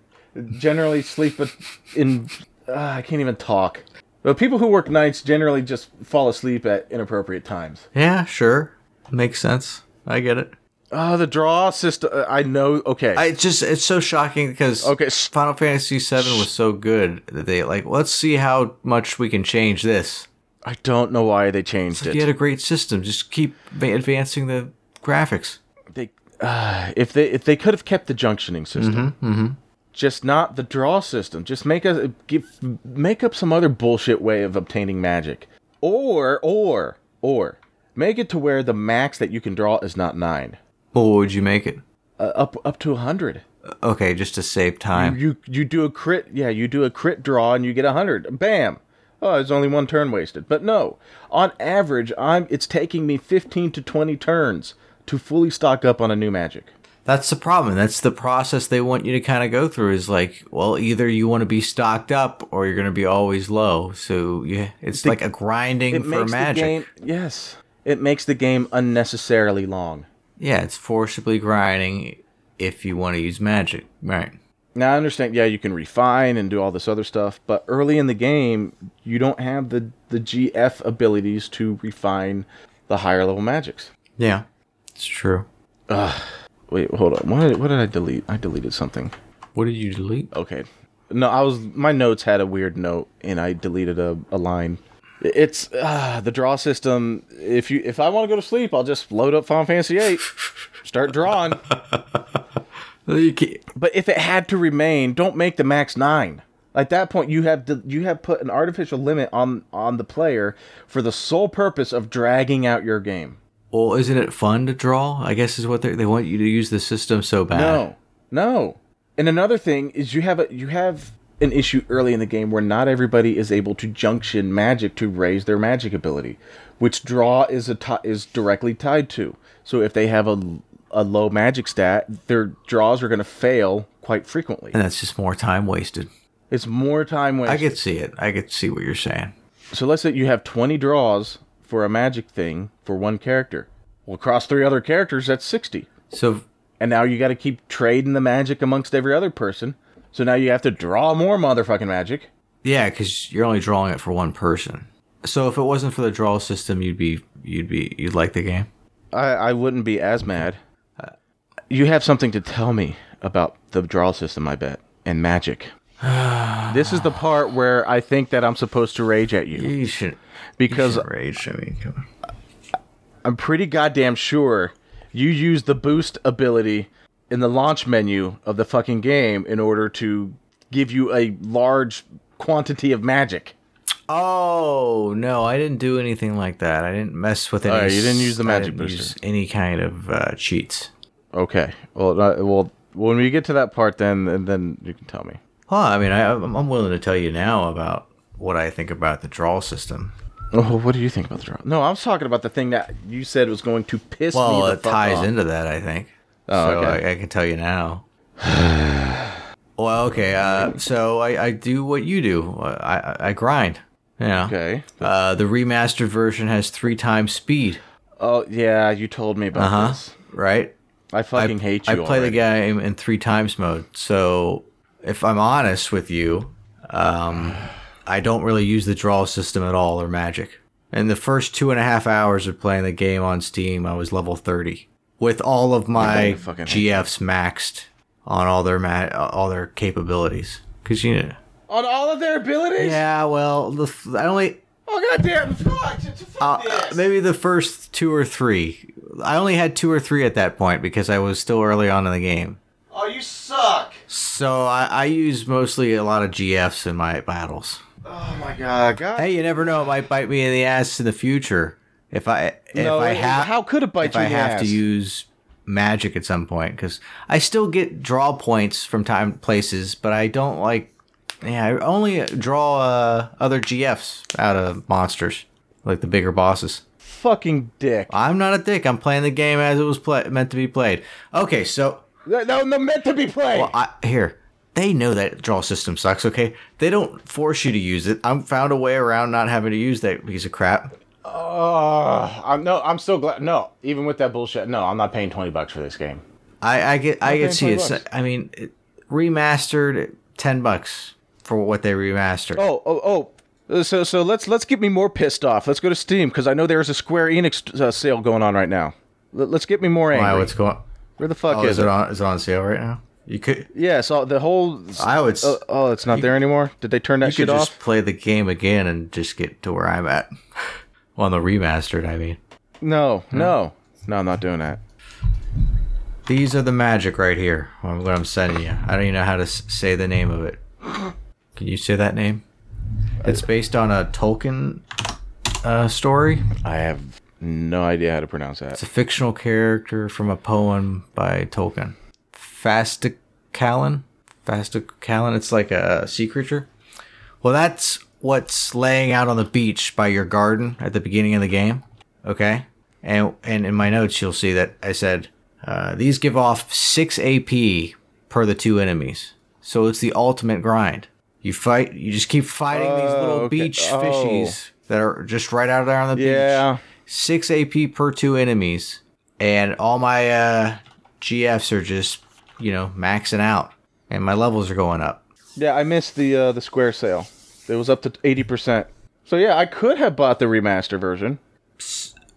D: generally sleep, but in uh, I can't even talk. But people who work nights generally just fall asleep at inappropriate times.
C: Yeah, sure. Makes sense. I get it.
D: Oh, the draw system. uh, I know. Okay.
C: I it's just it's so shocking because
D: Okay, s-
C: Final Fantasy VII was so good that they like let's see how much we can change this.
D: I don't know why they changed
C: You had a great system, just keep va- advancing the graphics.
D: They, uh, if they if they could have kept the junctioning system, just not the draw system. Just make a give, make up some other bullshit way of obtaining magic, or or or make it to where the max that you can draw is not nine,
C: Well, what would you make it?
D: uh, up up to a hundred.
C: Okay, just to save time.
D: You you do a crit, yeah, you do a crit draw and you get a hundred. Bam. Oh, it's only one turn wasted. But no, on average, I'm it's taking me fifteen to twenty turns to fully stock up on a new magic.
C: That's the problem. That's the process they want you to kind of go through. Is like, well, either you want to be stocked up or you're going to be always low. So yeah, it's like a grinding for magic.
D: the game yes it makes the game unnecessarily long
C: yeah, it's forcibly grinding if you want to use magic, right?
D: now i understand yeah you can refine and do all this other stuff but early in the game you don't have the the gf abilities to refine the higher level magics
C: Yeah, it's true.
D: wait hold on what did, what did i delete i deleted something
C: What did you delete?
D: okay no i was my notes had a weird note and i deleted a, a line it's uh, the draw system if you if i want to go to sleep i'll just load up final fantasy 8 start drawing
C: You can't-
D: But if it had to remain, don't make the max nine. At that point, you have to, you have put an artificial limit on on the player for the sole purpose of dragging out your game.
C: Well, isn't it fun to draw? I guess is what they they want you to use the system so bad.
D: No, no. And another thing is you have a you have an issue early in the game where not everybody is able to junction magic to raise their magic ability, which draw is a ti is directly tied to. So if they have a a low magic stat, their draws are going to fail quite frequently.
C: and that's just more time wasted.
D: It's more time wasted.
C: I could see it. I could see what you're saying.
D: So let's say you have 20 draws for a magic thing for one character. Well, across three other characters, that's 60.
C: So
D: And now you got to keep trading the magic amongst every other person. So now you have to draw more motherfucking magic.
C: yeah, because you're only drawing it for one person. So if it wasn't for the draw system, you'd be you'd be you'd like the game.
D: I, I wouldn't be as mad. Uh, You have something to tell me about the draw system, I bet, and magic. this is the part where I think that I'm supposed to rage at you
C: You should
D: because
C: rage. I mean, come on.
D: I'm pretty goddamn sure you use the boost ability in the launch menu of the fucking game in order to give you a large quantity of magic.
C: Oh no, I didn't do anything like that. I didn't mess with any.
D: Oh, you didn't
C: s-
D: use the
C: I
D: magic
C: didn't
D: booster.
C: use any kind of uh, cheats.
D: Okay. Well, uh, well, when we get to that part, then and then you can tell me.
C: Well, I mean, I, I'm I'm willing to tell you now about what I think about the draw system.
D: Oh, what do you think about the draw? No, I was talking about the thing that you said was going to piss me.
C: Well,
D: the
C: it
D: fuck
C: ties
D: off.
C: into that, I think.
D: Oh,
C: so
D: okay.
C: I, I can tell you now. well, okay. Uh, so I, I do what you do. I I, I grind. Yeah.
D: Okay.
C: Uh, the remastered version has three times speed,
D: Oh yeah, you told me about
C: Uh-huh.
D: this.
C: right?
D: I fucking hate you.
C: I play the
D: already.
C: game in three times mode. So if I'm honest with you, um, I don't really use the draw system at all or magic. In the first two and a half hours of playing the game on Steam, I was level 30 with all of
D: I
C: my
D: fucking hate
C: GFs maxed on all their ma- all their capabilities. Cause you know,
D: on all of their abilities.
C: yeah, well, the f- I only
D: Oh goddamn! Fuck! fuck
C: uh, maybe the first two or three. I only had two or three at that point because I was still early on in the game.
A: Oh, you suck!
C: So I, I use mostly a lot of GFs in my battles.
A: Oh my god, god.
C: Hey, you never know; it might bite me in the ass in the future if I if I have
D: how could it bite
C: if
D: you
C: I
D: in the
C: have to
D: ass?
C: use magic at some point because I still get draw points from time places, but I don't like. Yeah, I only draw uh, other GFs out of monsters, like the bigger bosses.
D: fucking dick.
C: I'm not a dick. I'm playing the game as it was play- meant to be played. Okay, so
D: Uh, No, no, meant to be played.
C: Well, I, here, they know that draw system sucks. Okay, they don't force you to use it. I found a way around not having to use that piece of crap.
D: Uh, I'm no, I'm so glad. No, even with that bullshit, no, I'm not paying twenty bucks for this game.
C: I, I get, I
D: Okay,
C: get see it's.
D: 20 bucks.
C: I mean, it, remastered, ten bucks for what they remastered.
D: Oh, oh, oh. So, so let's let's get me more pissed off. Let's go to Steam because I know there's a Square Enix uh, sale going on right now. Let- let's get me more angry.
C: Why? What's going?
D: Where the fuck
C: Oh,
D: is,
C: is it
D: it?
C: on? Is it on sale right now? You could.
D: Yeah, so the whole.
C: I would. s-
D: oh, oh, it's not there anymore. Did they turn that
C: you could
D: shit off?
C: just play the game again and just get to where I'm at. on the remastered, I mean.
D: No, no, no, I'm not doing that.
C: These are the magic right here. What I'm- what I'm sending you. I don't even know how to s- say the name of it. Can you say that name? It's based on a Tolkien uh, story.
D: I have no idea how to pronounce that.
C: It's a fictional character from a poem by Tolkien. Fasticallan? Fasticallan? It's like a sea creature. Well, that's what's laying out on the beach by your garden at the beginning of the game. Okay? And, and in my notes, you'll see that I said uh, these give off 6 AP per the two enemies. So it's the ultimate grind. You fight, you just keep fighting these
D: Oh,
C: little
D: okay.
C: beach
D: Oh.
C: fishies that are just right out there on the beach
D: Yeah,
C: six AP per two enemies, and all my uh, GFs are just you know maxing out, and my levels are going up.
D: yeah, I missed the uh, the Square sale. It was up to eighty percent. So yeah, I could have bought the remaster version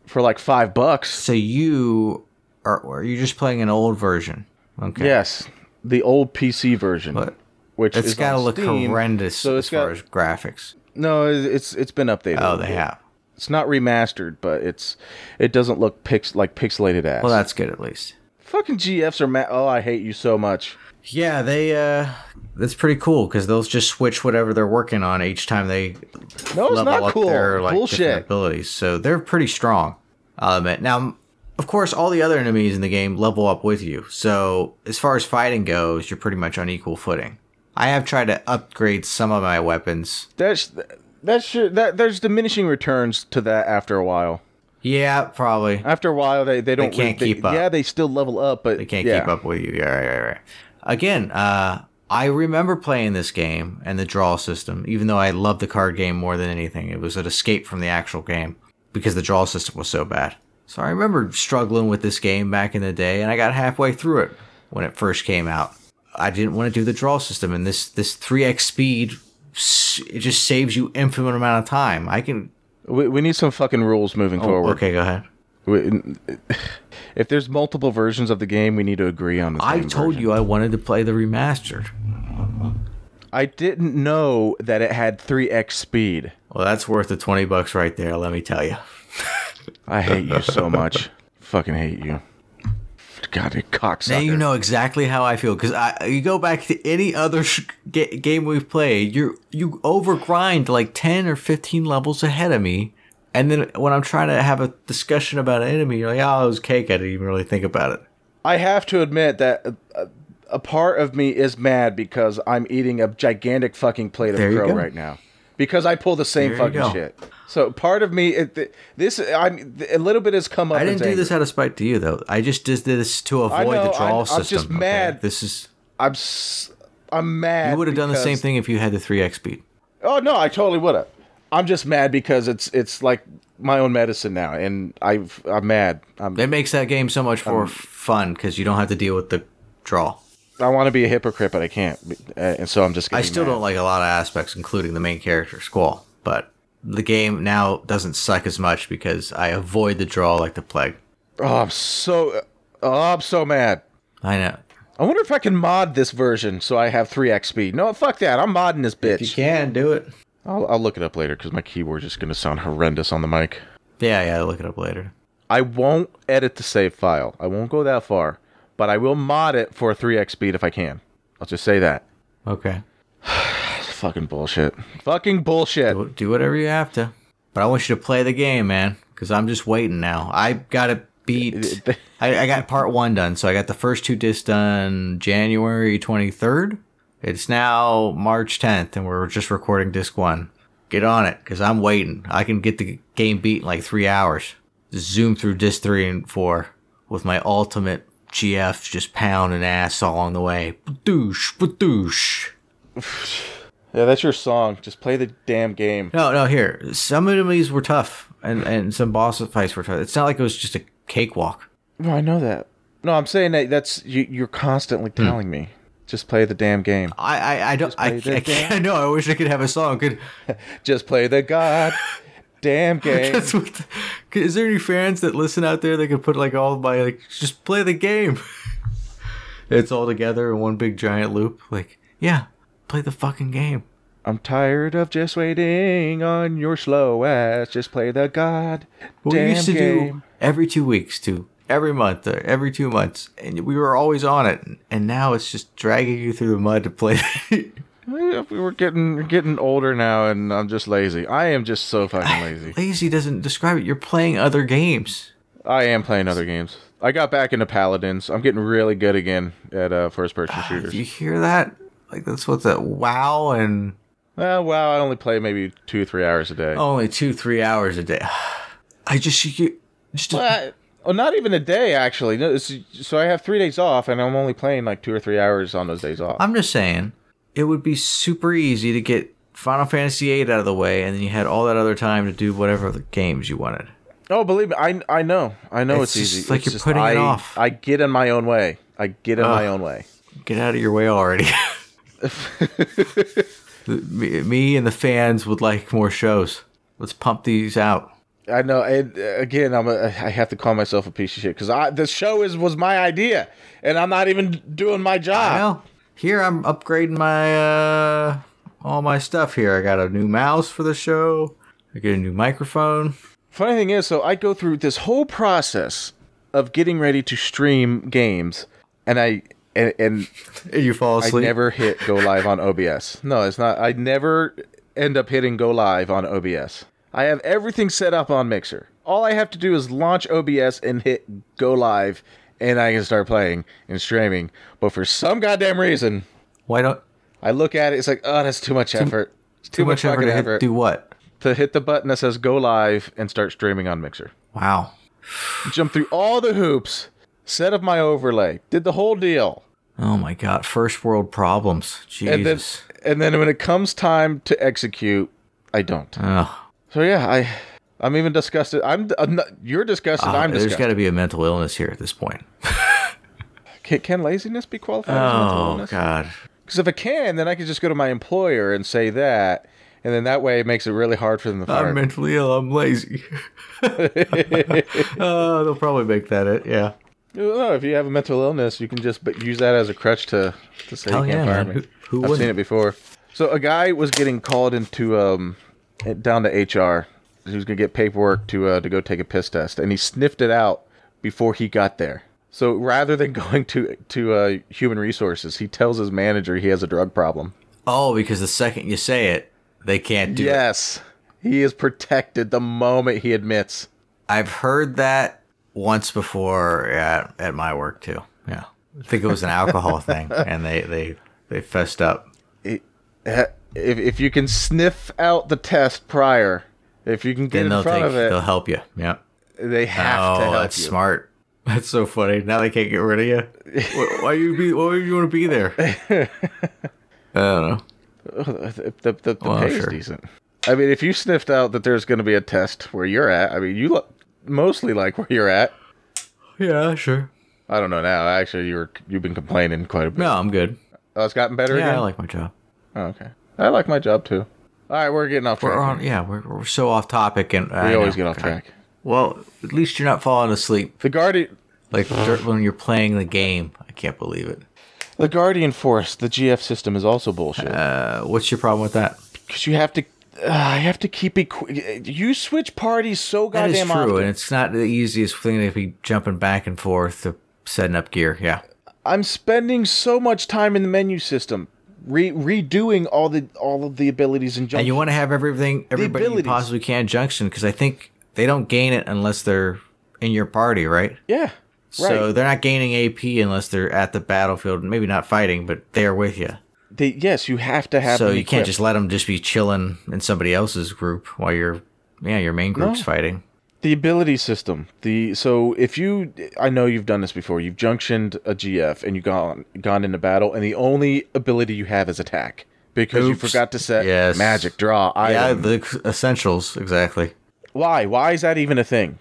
D: for like five bucks.
C: So you are are you just playing an old version? Okay.
D: Yes, the old PC version,
C: But
D: which
C: it's
D: is
C: got to
D: on
C: look
D: Steam.
C: horrendous
D: So it's
C: as far
D: got
C: as graphics.
D: no, it- it's it's been updated.
C: Oh,
D: a
C: they
D: bit.
C: have.
D: It's not remastered, but it's it doesn't look pix like pixelated ass.
C: Well, that's good at least.
D: fucking GFs are ma- oh, I hate you so much.
C: Yeah, they. uh That's pretty cool because they'll just switch whatever they're working on each time they
D: No, it's
C: level
D: not
C: up
D: cool.
C: their like different
D: Bullshit.
C: abilities. So they're pretty strong. Um, now, of course, all the other enemies in the game level up with you. So as far as fighting goes, you're pretty much on equal footing. I have tried to upgrade some of my weapons.
D: That's that shit. That there's diminishing returns to that after a while.
C: Yeah, probably.
D: After a while, they they don't
C: can't keep up.
D: Yeah, they still level up, but
C: They can't
D: yeah.
C: keep up with you. Yeah, right, right, right. Again, uh, I remember playing this game and the draw system, even though I loved the card game more than anything. It was an escape from the actual game because the draw system was so bad. So I remember struggling with this game back in the day, and I got halfway through it when it first came out. I didn't want to do the draw system, and this this three x speed s- it just saves you infinite amount of time. I can.
D: We, we need some fucking rules moving forward.
C: Oh, Okay, go ahead.
D: We- if there's multiple versions of the game, we need to agree on. The
C: I
D: same
C: told
D: version.
C: you I wanted to play the remastered.
D: I didn't know that it had three x speed.
C: Well, that's worth the twenty bucks right there. Let me tell you.
D: I hate you so much. Fucking hate you. God, you cocksucker.
C: Now you know exactly how I feel because I you go back to any other sh- ga- game we've played, you you overgrind like ten or fifteen levels ahead of me, and then when I'm trying to have a discussion about an enemy, you're like, oh, it was cake. I didn't even really think about it.
D: I have to admit that a, a part of me is mad because I'm eating a gigantic fucking plate
C: There
D: of
C: you
D: crow
C: go.
D: right now because I pull the same
C: There you
D: fucking
C: go.
D: shit. So part of me, it, th- this I'm th- a little bit has come up.
C: I didn't
D: as
C: do
D: anger.
C: this out of spite to you though. I just did this to avoid
D: know,
C: the draw
D: I'm- I'm
C: system.
D: just mad.
C: This is
D: I'm s- I'm mad.
C: you would have done the
D: because-
C: same thing if you had the three X speed.
D: Oh no, I totally would have. I'm just mad because it's it's like my own medicine now, and I've I'm mad. I'm,
C: That makes that game so much more fun because you don't have to deal with the draw.
D: I want to be a hypocrite, but I can't, uh, and so I'm just.
C: I
D: getting
C: still
D: mad.
C: don't like a lot of aspects, including the main character Squall. But the game now doesn't suck as much because I avoid the draw like the plague.
D: Oh, I'm so. Oh, I'm so mad.
C: I know.
D: I wonder if I can mod this version so I have 3x speed. No, fuck that. I'm modding this bitch.
C: can do it.
D: I'll, I'll look it up later because my keyboard's just going to sound horrendous on the mic.
C: Yeah, yeah. I'll look it up later.
D: I won't edit the save file. I won't go that far, but I will mod it for 3x speed if I can. I'll just say that.
C: Okay.
D: It's fucking bullshit. Fucking bullshit.
C: Do do whatever you have to. But I want you to play the game, man, because I'm just waiting now. I got to beat. I, I got part one done, so I got the first two discs done January 23rd. It's now March 10th, and we're just recording disc one. Get on it, because I'm waiting. I can get the game beat in like three hours. Just zoom through disc three and four with my ultimate GF just pounding ass all along the way. Badoosh, badoosh.
D: Yeah, that's your song. Just play the damn game.
C: No, no. Here, some enemies were tough, and and some boss fights were tough. It's not like it was just a cakewalk.
D: No, I know that. No, I'm saying that that's you, you're constantly
C: Hmm.
D: telling me. Just play the damn game.
C: I, I, I don't. I,
D: play the
C: I can't. No, I wish I could have a song. Could
D: Just play the god damn game.
C: that's what the- could- is there any fans that listen out there that could put like all my like just play the game? it's all together in one big giant loop. Like yeah, play the fucking game.
D: I'm tired of just waiting on your slow ass. Just play the god.
C: What
D: damn
C: we used to
D: game.
C: do every two weeks to every month or every two months, and we were always on it. And now it's just dragging you through the mud to play.
D: Eh, We were getting we're getting older now, and I'm just lazy. I am just so fucking lazy.
C: lazy doesn't describe it. You're playing other games.
D: I am playing other games. I got back into Paladins. I'm getting really good again at uh,
C: Ah,
D: first-person shooters.
C: You hear that? Like that's what's that? Wow, and
D: Eh, Well, wow, I only play maybe two, three hours a day.
C: only two, three hours a day. I just you just
D: Well, I- well, oh, not even a day actually. No, it's, so I have three days off, and I'm only playing like two or three hours on those days off.
C: I'm just saying, it would be super easy to get Final Fantasy VIII out of the way, and then you had all that other time to do whatever the games you wanted.
D: oh, believe me, I I know, I know
C: It's
D: it's,
C: just
D: easy.
C: like
D: It's
C: you're putting it
D: I,
C: off.
D: I get in my own way. I get in my own way.
C: Get out of your way already. me, me and the fans would like more shows. Let's pump these out.
D: I know. And uh, again, I'm a, I have to call myself a piece of shit because I this show is was my idea, and I'm not even doing my job.
C: Well, here I'm upgrading my uh all my stuff here. I got a new mouse for the show. I get a new microphone.
D: Funny thing is, so I go through this whole process of getting ready to stream games, and I and, and
C: And you fall
D: I
C: asleep.
D: never hit go live on OBS. No, it's not. I never end up hitting go live on OBS. I have everything set up on Mixer. All I have to do is launch OBS and hit go live, and I can start playing and streaming. But for some goddamn reason,
C: Why don't
D: I look at it. It's like, oh, that's too much effort. It's
C: too much effort
D: fucking
C: to hit- do what?
D: to hit the button that says go live and start streaming on Mixer.
C: Wow.
D: Jump through all the hoops, set up my overlay, did the whole deal.
C: Oh my god, first world problems.
D: and then
C: Jesus.
D: and then when it comes time to execute, I don't.
C: Ugh.
D: So yeah, I I'm even disgusted. I'm, I'm not, you're disgusted.
C: Uh,
D: I'm
C: there's
D: disgusted.
C: got to be a mental illness here at this point.
D: Can, can laziness be qualified
C: Oh
D: as mental
C: god.
D: Because if it can, then I could just go to my employer and say that, and then that way it makes it really hard for them to fire.
C: I'm
D: me.
C: mentally ill. I'm lazy. uh, they'll probably make that it. Yeah.
D: no, if you have a mental illness, you can just b- use that as a crutch to to say
C: Hell
D: you can't
C: yeah,
D: fire
C: man.
D: me.
C: Who- who
D: I've seen
C: wouldn't?
D: it before. So a guy was getting called into um down to HR. He was gonna get paperwork to uh, to go take a piss test, and he sniffed it out before he got there. So rather than going to to uh, human resources, he tells his manager he has a drug problem.
C: Oh, because the second you say it, they can't do it.
D: yes, he is protected the moment he admits.
C: I've heard that once before at, at my work too. Yeah. I think it was an alcohol thing and they, they, they fessed up.
D: It- eh, if if you can sniff out the test prior, if you can get
C: Then
D: in
C: they'll
D: front
C: take
D: of it,
C: they'll help you. Yeah.
D: they have
C: oh,
D: to help
C: that's
D: you.
C: smart. That's so funny. Now they can't get rid of you. Why- Why you be? Why you want to be there? I don't know.
D: The, the, the, the
C: Well,
D: pay is
C: sure.
D: decent. I mean, if you sniffed out that there's going to be a test where you're at, I mean, you look mostly like where you're at.
C: Yeah, sure.
D: I don't know now. Actually, you were you've been complaining quite a bit.
C: No, I'm good.
D: Oh, it's gotten better
C: Yeah,
D: again.
C: I like my job.
D: Oh, okay. I like my job too. All right, we're getting off track.
C: We're
D: here.
C: on. Yeah, we're, we're so off topic, and
D: we always get off track.
C: Well, at least you're not falling asleep
D: The Guardian,
C: like dur- when you're playing the game. I can't believe it.
D: the Guardian Force, the GF system is also bullshit
C: Uh, what's your problem with that?
D: because you have to. Uh, I have to keep it. Qu- you switch parties so
C: That
D: goddamn
C: is true,
D: often.
C: and it's not the easiest thing to be jumping back and forth to setting up gear. Yeah.
D: I'm spending so much time in the menu system, re- redoing all the all of the abilities and jump.
C: And you want to have everything, everybody you
D: abilities.
C: possibly can junction because I think they don't gain it unless they're in your party, right?
D: yeah,
C: So
D: right.
C: they're not gaining AP unless they're at the battlefield, maybe not fighting, but they're with you.
D: They, yes, you have to have.
C: so
D: them
C: you can't
D: equipped.
C: just let them just be chilling in somebody else's group while your yeah your main group's fighting.
D: The ability system. The so if you I know you've done this before. You've junctioned a GF and you've gone gone into battle and the only ability you have is attack because you
C: Oops.
D: forgot to set
C: Yes.
D: magic draw. I
C: yeah, the essentials exactly.
D: why why is that even a thing?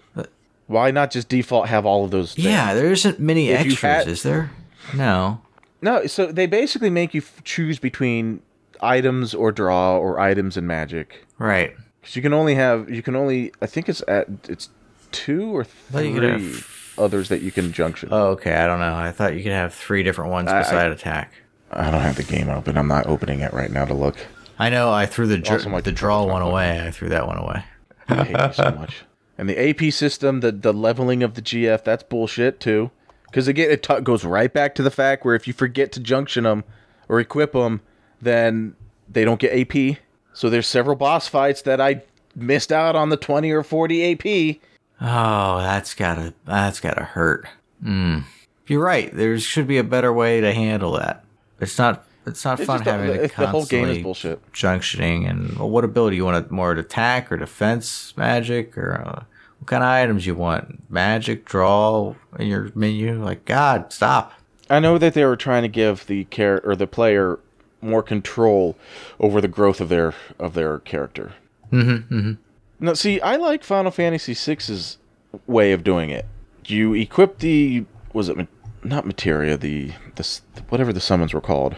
D: Why not just default have all of those things?
C: Uh, Yeah, there isn't many
D: If you
C: extras,
D: had-
C: is there? No.
D: No, so they basically make you f- choose between items or draw or items and magic.
C: Right.
D: Cuz you can only have you can only I think it's at it's two or
C: thought
D: three
C: you could have-
D: others that you can junction.
C: Oh, okay. I don't know. I thought you could have three different ones
D: I-
C: beside attack.
D: I don't have the game open. I'm not opening it right now to look.
C: I know. I threw the dr-
D: Also, my
C: the draw one away. I threw that one away.
D: I hate you so much. And the AP system, the the leveling of the GF, that's bullshit too. Because again, it t- goes right back to the fact where if you forget to junction them or equip them, then they don't get AP. So there's several boss fights that I missed out on the 20 or 40 AP.
C: Oh, that's gotta that's gotta hurt. Mm. You're right. There should be a better way to handle that. It's not it's not
D: It's
C: fun
D: just the-
C: having to
D: the- the whole
C: constantly
D: game is bullshit.
C: junctioning and well, what ability you want? More attack or defense magic or uh, what kind of items you want? Magic draw in your menu? Like God, stop.
D: I know that they were trying to give the care or the player more control over the growth of their of their character.
C: Mm-hmm, mm-hmm.
D: No, see, I like Final Fantasy VI's way of doing it. You equip the was it ma- not materia the this whatever the summons were called,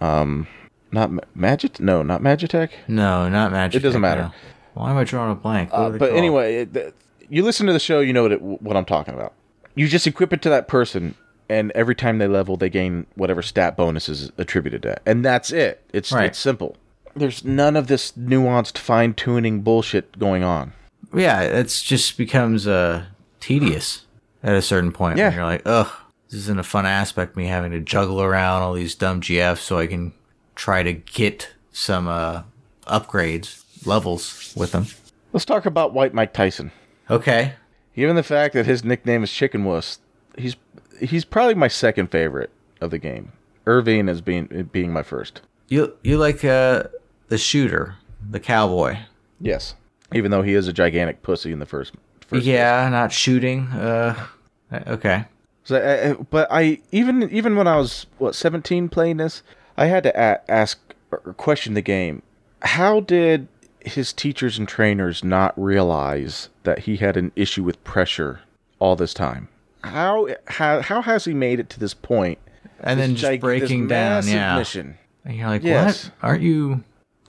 D: um, not ma- magit no not magitech.
C: No, not magic.
D: It doesn't matter.
C: no. Why am I drawing a blank? What
D: Uh,
C: are they
D: but
C: called?
D: anyway, it, th- you listen to the show, you know what it, what I'm talking about. You just equip it to that person, and every time they level, they gain whatever stat bonus is attributed to that, and that's it. It's
C: Right.
D: it's simple. There's none of this nuanced fine tuning bullshit going on.
C: yeah, it's just becomes uh, tedious at a certain point. when
D: Yeah.
C: you're like, ugh, this isn't a fun aspect. Me having to juggle around all these dumb GFs so I can try to get some uh, upgrades levels with them.
D: Let's talk about White Mike Tyson.
C: Okay,
D: Even the fact that his nickname is Chicken Wuss, he's he's probably my second favorite of the game. Irving is being being my first.
C: you you like uh, the shooter, the cowboy?
D: Yes, even though he is a gigantic pussy in the first. first
C: yeah, not shooting. Uh, okay.
D: So I, I- but I even even when I was what seventeen playing this, I had to a- ask or question the game. How did his teachers and trainers not realize that he had an issue with pressure all this time? How how, how has he made it to this point?
C: And then
D: This
C: just
D: gig- this
C: breaking down.
D: massive
C: Yeah.
D: Mission.
C: And you're like,
D: Yes.
C: what? Aren't you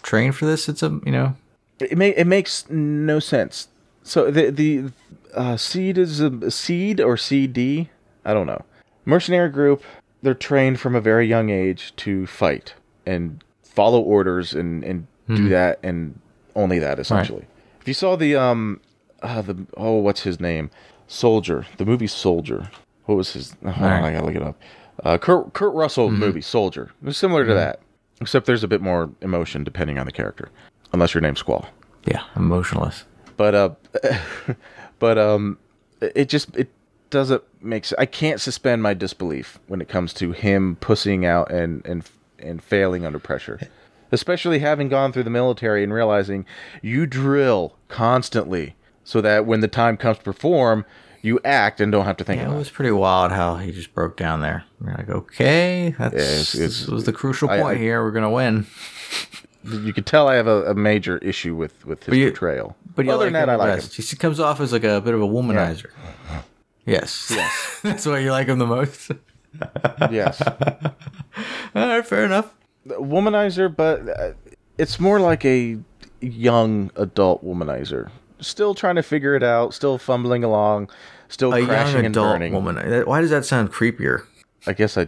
C: trained for this? It's a you know.
D: It, ma- it makes no sense. So the the uh, seed is a seed or CD. I don't know. Mercenary group. They're trained from a very young age to fight and follow orders and and do that and only that essentially. If you saw the um uh, the oh what's his name soldier the movie Soldier What was his? Oh,
C: right.
D: I gotta look it up. Uh, Kurt Kurt Russell movie Soldier. It was similar to that, except there's a bit more emotion depending on the character, unless your name's Squall.
C: Yeah, emotionless.
D: But uh, but um, it just it doesn't make sense. I can't suspend my disbelief when it comes to him pussying out and and and failing under pressure. Especially having gone through the military and realizing you drill constantly so that when the time comes to perform, you act and don't have to think
C: Yeah,
D: about
C: it
D: it.
C: was pretty wild how he just broke down there. You're like, okay, that's
D: it's- it's-
C: this was the crucial
D: I-
C: point
D: I-
C: here. We're gonna win.
D: you could tell I have a, a major issue with with his
C: you-
D: portrayal.
C: But you
D: other
C: like
D: than that,
C: him the
D: I like him.
C: best. He comes off as like a bit of a womanizer. Yes, yes, that's why you like him the most.
D: yes,
C: All right, fair enough.
D: The womanizer, but uh, it's more like a young adult womanizer, still trying to figure it out, still fumbling along, still
C: A
D: crashing
C: young
D: and
C: adult
D: burning.
C: womanizer. That- Why does that sound creepier?
D: I guess I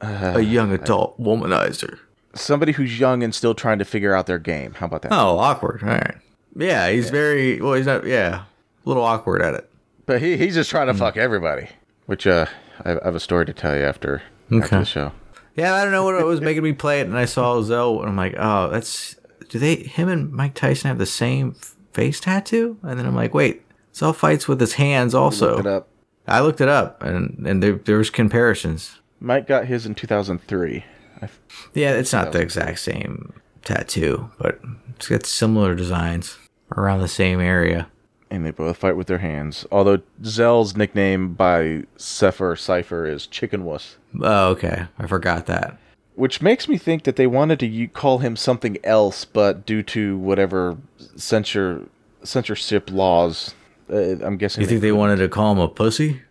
D: Uh,
C: a young adult womanizer.
D: somebody who's young and still trying to figure out their game. How about that?
C: Oh, awkward. All right. Yeah, he's very well. He's not. Yeah, a little awkward at it.
D: But he, he's just
C: Hmm.
D: trying to fuck everybody. Which uh, I I have a story to tell you after
C: Okay.
D: after the show.
C: Yeah, I don't know what it was making me play it, and I saw Zell, and I'm like, oh, that's do they him and Mike Tyson have the same f- face tattoo? And then I'm like, wait, Zell fights with his hands also.
D: Look it up.
C: I looked it up, and and there, there was comparisons.
D: Mike got his in 2003. I
C: Yeah, it's not the exact same tattoo, but it's got similar designs around the same area.
D: and they both fight with their hands. Although Zell's nickname by Sephiroth Cipher is Chicken Wuss,
C: Oh, okay, I forgot that.
D: which makes me think that they wanted to u- call him something else, but due to whatever censure censorship laws, uh, I'm guessing
C: You think they wanted to call him a pussy?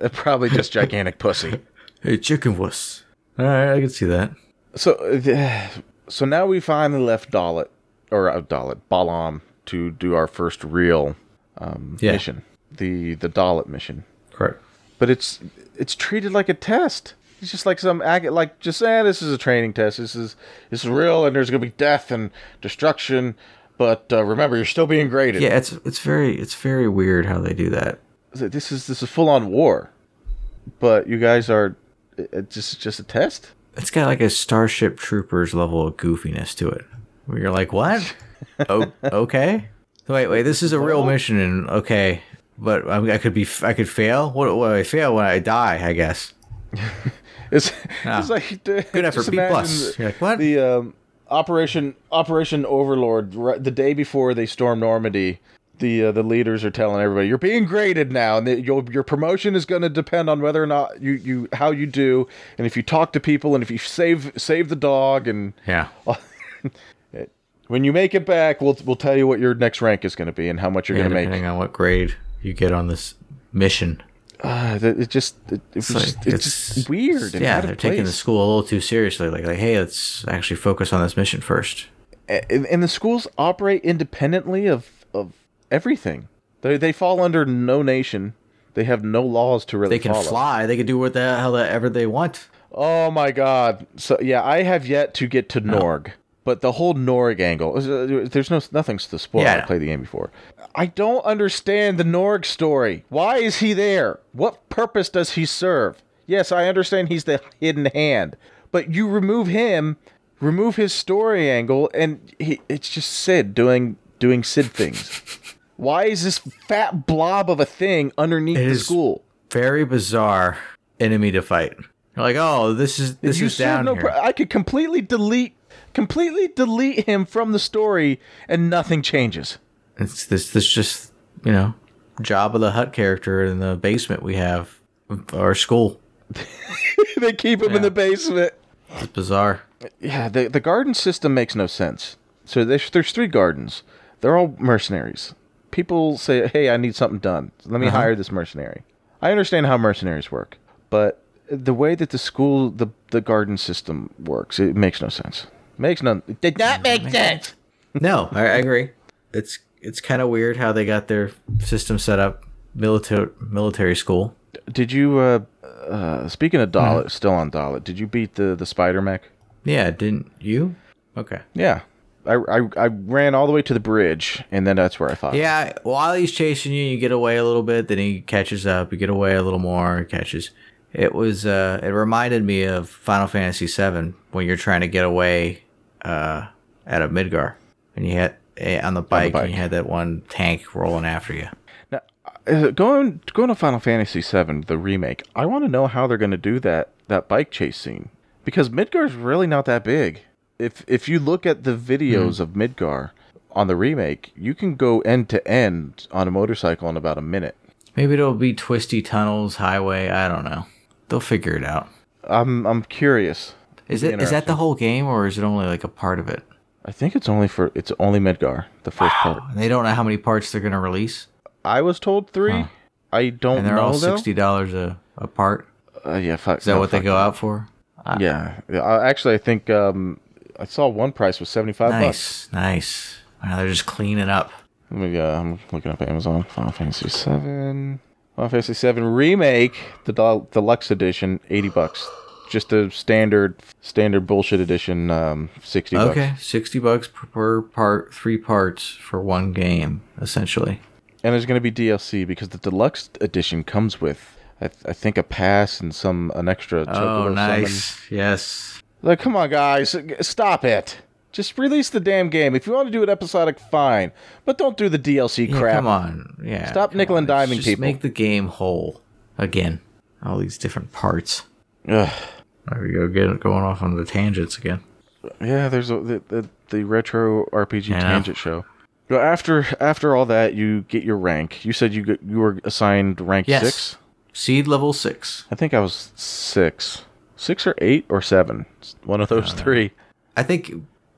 D: they- probably just gigantic pussy.
C: Hey, chicken wuss. All right, I can see that.
D: So, uh, the- so now we finally left Dalit or uh, Dalit Balam to do our first real um,
C: Yeah.
D: mission, the the Dalit mission.
C: Correct.
D: but it's it's treated like a test. It's just like some ag- like just eh, this is a training test. This is this is real, and there's gonna be death and destruction. But uh, remember, you're still being graded.
C: Yeah, it's it's very it's very weird how they do that.
D: So This is this is full on war, but you guys are it- it's just just a test.
C: It's got like a Starship Troopers level of goofiness to it. Where you're like, what? oh, okay. Wait, wait. This is a real mission, and okay, but I, I could be I could fail. What? What? I fail when I die, I guess.
D: It's,
C: Ah.
D: it's like
C: Good effort,
D: just
C: B
D: imagine
C: plus.
D: the-
C: You're like, what?
D: The um, operation Operation Overlord. Right, the day before they storm Normandy, the uh, the leaders are telling everybody you're being graded now, and that your your promotion is going to depend on whether or not you you how you do, and if you talk to people, and if you save save the dog, and
C: yeah.
D: when you make it back, we'll we'll tell you what your next rank is going to be and how much you're
C: Yeah,
D: going to
C: depending
D: make.
C: on what grade you get on this mission.
D: Uh, it just it, it was
C: like,
D: just, it's, just weird. and
C: Yeah,
D: out of
C: they're taking the
D: place.
C: school a little too seriously. Like, like, hey, let's actually focus on this mission first.
D: and, and the schools operate independently of of everything. They they fall under no nation. They have no laws to really.
C: They can
D: follow.
C: fly. They can do what the hell ever they want.
D: Oh my god! So yeah, I have yet to get to Norg, but the whole Norg angle. is, uh, There's no nothing to spoil.
C: Yeah, I
D: I
C: know.
D: played the game before. I don't understand the Norg story. Why is he there? What purpose does he serve? Yes, I understand he's the hidden hand, but you remove him, remove his story angle, and he, it's just Sid doing doing Sid things. Why is this fat blob of a thing underneath
C: It
D: the
C: is-
D: school?
C: very bizarre enemy to fight. You're like, oh, this is this
D: you
C: is
D: said
C: down
D: no
C: here.
D: pro- I could completely delete completely delete him from the story and nothing changes.
C: it's this this just you know, job of the hut character in the basement we have of our school.
D: they keep him in the basement.
C: It's bizarre.
D: Yeah, the the garden system makes no sense. So there's there's three gardens. They're all mercenaries. People say, "Hey, I need something done. Let
C: Uh-huh.
D: me hire this mercenary." I understand how mercenaries work, but the way that the school the the garden system works, it makes no sense. Makes none. It did not make sense.
C: No, I, I agree. It's it's kind of weird how they got their system set up. Military military school.
D: Did you uh, uh speaking of Dalit, still on Dalit, did you beat the the spider mech?
C: Yeah, didn't you? Okay.
D: Yeah. I, I, I ran all the way to the bridge, and then that's where I fought.
C: Yeah, while he's chasing you, you get away a little bit, then he catches up. You get away a little more, he catches. It was uh, it reminded me of Final Fantasy VII when you're trying to get away uh, out of Midgar, and you had eh, on the bike,
D: bike.
C: and you had that one tank rolling after you.
D: Now, uh, going going to Final Fantasy VII, the remake. I want to know how they're going to do that that bike chase scene because Midgar's really not that big. If if you look at the videos of Midgar on the remake, you can go end to end on a motorcycle in about a minute.
C: Maybe it'll be twisty tunnels, highway. I don't know. They'll figure it out.
D: I'm I'm curious.
C: Is it
D: Be
C: is that
D: interesting.
C: the whole game, or is it only like a part of it?
D: I think it's only for it's only Midgar, the first part.
C: And they don't know how many parts they're gonna release,
D: I was told three. I don't
C: and they're
D: know
C: all
D: though.
C: sixty dollars a a part.
D: Uh, yeah, fuck,
C: Is that what they go out for?
D: Yeah, Yeah, I, actually, I think um, I saw one price was seventy five bucks.
C: Nice, nice. Wow, they're just cleaning up.
D: Let me, uh, I'm looking up Amazon. Final Fantasy Seven. Final Fantasy Seven remake, the del- deluxe edition, eighty bucks. Just the standard, standard bullshit edition, um, sixty bucks.
C: Okay, sixty bucks per, per part, three parts for one game, essentially.
D: And there's gonna be DLC because the deluxe edition comes with, I, th- I think, a pass and some an extra.
C: Oh,
D: Chocobo
C: nice.
D: summon.
C: Yes.
D: Like, come on, guys, stop it. Just release the damn game. If you want to do it episodic, fine, but don't do the DLC
C: Yeah,
D: crap.
C: Come on. Yeah.
D: Stop
C: come
D: nickel
C: on.
D: and diming
C: Just
D: people.
C: Make the game whole again. All these different parts.
D: Ugh.
C: There we go. Get going off on the tangents again.
D: Yeah, there's a, the, the the retro RPG
C: Yeah.
D: tangent show. But after after all that, you get your rank. You said you got, you were assigned rank
C: Yes.
D: six.
C: Seed level six.
D: I think I was six, six or eight or seven. It's One of those three.
C: I think.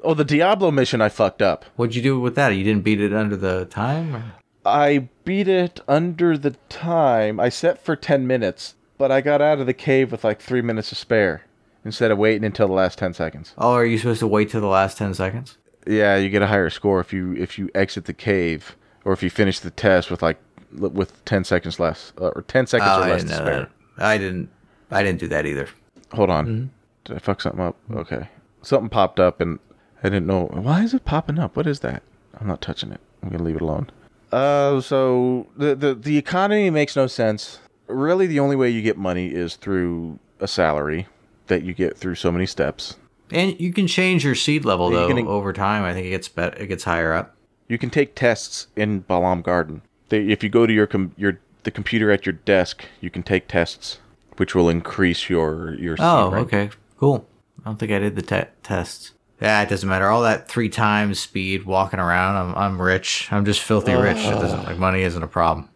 D: Oh, the Diablo mission I fucked up.
C: What'd you do with that? You didn't beat it under the time. Or?
D: I beat it under the time I set for ten minutes, but I got out of the cave with like three minutes to spare instead of waiting until the last ten seconds.
C: Oh, are you supposed to wait till the last ten seconds?
D: Yeah, you get a higher score if you if you exit the cave or if you finish the test with like l- with ten seconds less uh, or ten seconds
C: Oh,
D: or
C: I
D: less
C: didn't
D: to
C: know
D: spare.
C: that. I didn't. I didn't do that either.
D: Hold on, did I fuck something up? Okay, something popped up and I didn't know why is it popping up. What is that? I'm not touching it. I'm gonna leave it alone. Uh, so the the the economy makes no sense. Really, the only way you get money is through a salary that you get through so many steps.
C: And you can change your seed level
D: Yeah,
C: though
D: you can-
C: over time. I think it gets better. It gets higher up.
D: You can take tests in Balam Garden. They, if you go to your com- your the computer at your desk, you can take tests, which will increase your your.
C: Oh,
D: speed rank.
C: okay, cool. I don't think I did the te- tests. Yeah, it doesn't matter. All that three times speed walking around. I'm I'm rich. I'm just filthy rich. It doesn't like money isn't a problem.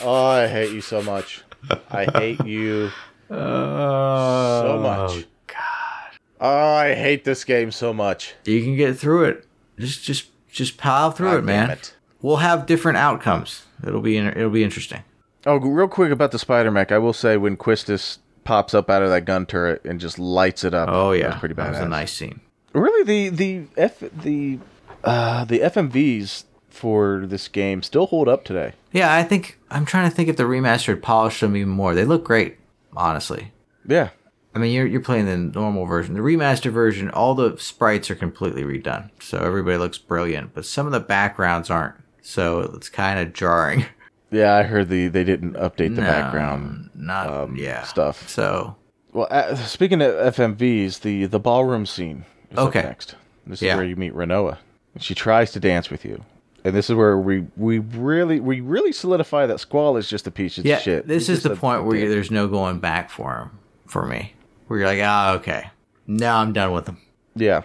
D: Oh, I hate you so much. I hate you
C: Oh,
D: so much. God. Oh, I hate this game so much.
C: You can get through it. Just just just pile through
D: God
C: it, man.
D: damn it.
C: We'll have different outcomes. It'll be inter- it'll be interesting.
D: Oh, real quick about the Spider Mech. I will say when Quistis pops up out of that gun turret and just lights it up.
C: Oh yeah,
D: that's pretty badass.
C: That was a nice scene.
D: really the the f the uh the fmvs for this game still hold up today
C: Yeah, I think I'm trying to think if the remastered polished them even more. They look great, honestly.
D: yeah
C: I mean, you're you're playing the normal version. The remastered version, all the sprites are completely redone, so everybody looks brilliant. But some of the backgrounds aren't, so it's kind of jarring.
D: yeah i heard the they didn't update the
C: No,
D: background
C: not
D: um,
C: yeah
D: stuff.
C: So
D: well uh, speaking of fmvs the the ballroom scene is
C: Okay.
D: up next this
C: Yeah.
D: is where you meet renoa she tries to dance with you and this is where we we really we really solidify that squall is just a piece of
C: yeah,
D: shit
C: this
D: He's
C: is
D: just
C: the
D: a-
C: point where
D: dick.
C: you, there's no going back for him for me. Where you're like, ah, okay, now I'm done with him.
D: yeah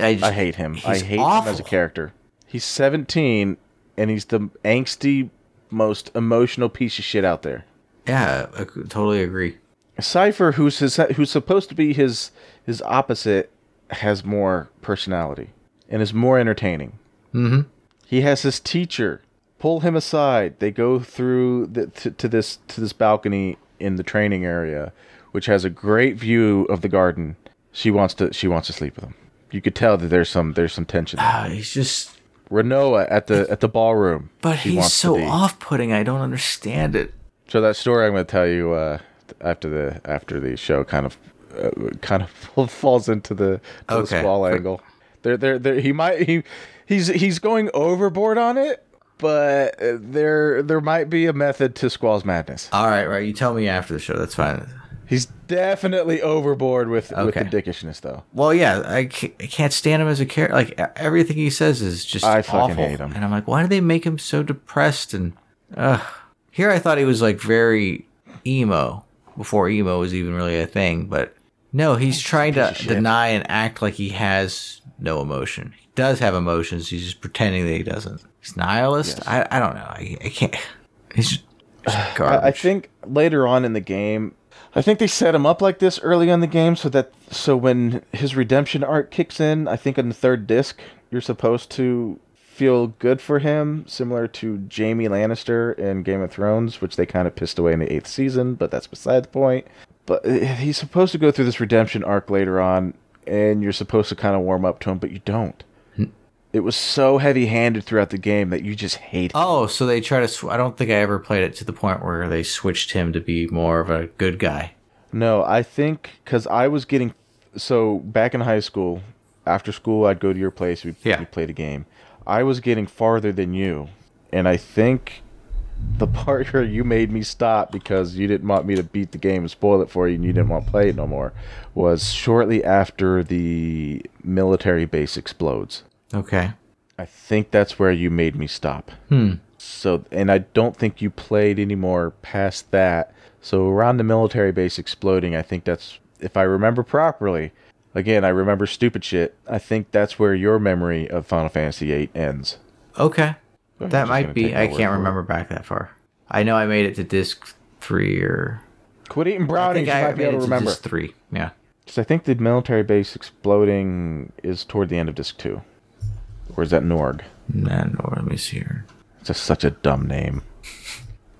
C: I, just,
D: I hate him. I
C: He's
D: hate him as a
C: awful.
D: character. He's 17 and he's the angsty, most emotional piece of shit out there.
C: Yeah, I c- totally agree.
D: Cipher, who's his, who's supposed to be his his opposite, has more personality and is more entertaining. Mm-hmm. He has his teacher pull him aside. They go through the, to, to this to this balcony in the training area, which has a great view of the garden. She wants to she wants to sleep with him. You could tell that there's some there's some tension. there.
C: Ah, he's just,
D: Renoa at the at the ballroom.
C: but
D: she
C: he's
D: wants to
C: so
D: be.
C: off-putting. I don't understand it.
D: So that story I'm going to tell you uh, after the after the show kind of uh, kind of falls into the, to the
C: Okay.
D: squall
C: For-
D: angle. They're, they're, they're, he might he he's he's going overboard on it, but uh, there there might be a method to Squall's madness.
C: All right, right. You tell me after the show. That's fine.
D: He's definitely overboard with with the
C: Okay.
D: dickishness though.
C: Well, yeah, I ca- I can't stand him as a character. Like e- everything he says is just
D: I fucking
C: awful.
D: hate him.
C: And I'm like, why do they make him so depressed? And ugh. here I thought he was like very emo before emo was even really a thing. But no, he's trying to deny and act like he has no emotion. He does have emotions. He's just pretending that he doesn't. He's nihilist. I I don't know. I, I can't. He's just, just garbage.
D: I, I think later on in the game, I think they set him up like this early on the game so that so when his redemption arc kicks in, I think on the third disc, you're supposed to feel good for him, similar to Jamie Lannister in Game of Thrones, which they kind of pissed away in the eighth season, but that's beside the point. But uh, he's supposed to go through this redemption arc later on, and you're supposed to kind of warm up to him, but you don't. It was so heavy-handed throughout the game that you just hate. him.
C: Oh, so they try to. Sw- I don't think I ever played it to the point where they switched him to be more of a good guy.
D: No, I think because I was getting so back in high school. After school, I'd go to your place. We
C: Yeah.
D: we played a game. I was getting farther than you, and I think the part where you made me stop because you didn't want me to beat the game and spoil it for you, and you didn't want to play it no more, was shortly after the military base explodes.
C: Okay.
D: I think that's where you made me stop. Hmm. So, and I don't think you played anymore past that. So around the military base exploding, I think that's if I remember properly. Again, I remember stupid shit. I think that's where your memory of Final Fantasy VIII ends.
C: Okay. that
D: I'm just gonna
C: might
D: take
C: be.
D: my
C: I
D: word
C: can't
D: for it.
C: remember back that far. I know I made it to disc three or.
D: Quit eating
C: I
D: brownies.
C: think
D: You
C: I
D: might be
C: made
D: able
C: it to
D: to remember.
C: disc three. Yeah.
D: 'Cause I think the military base exploding is toward the end of disc two, or is that Norg?
C: And then, or let me see here.
D: It's just such a dumb name.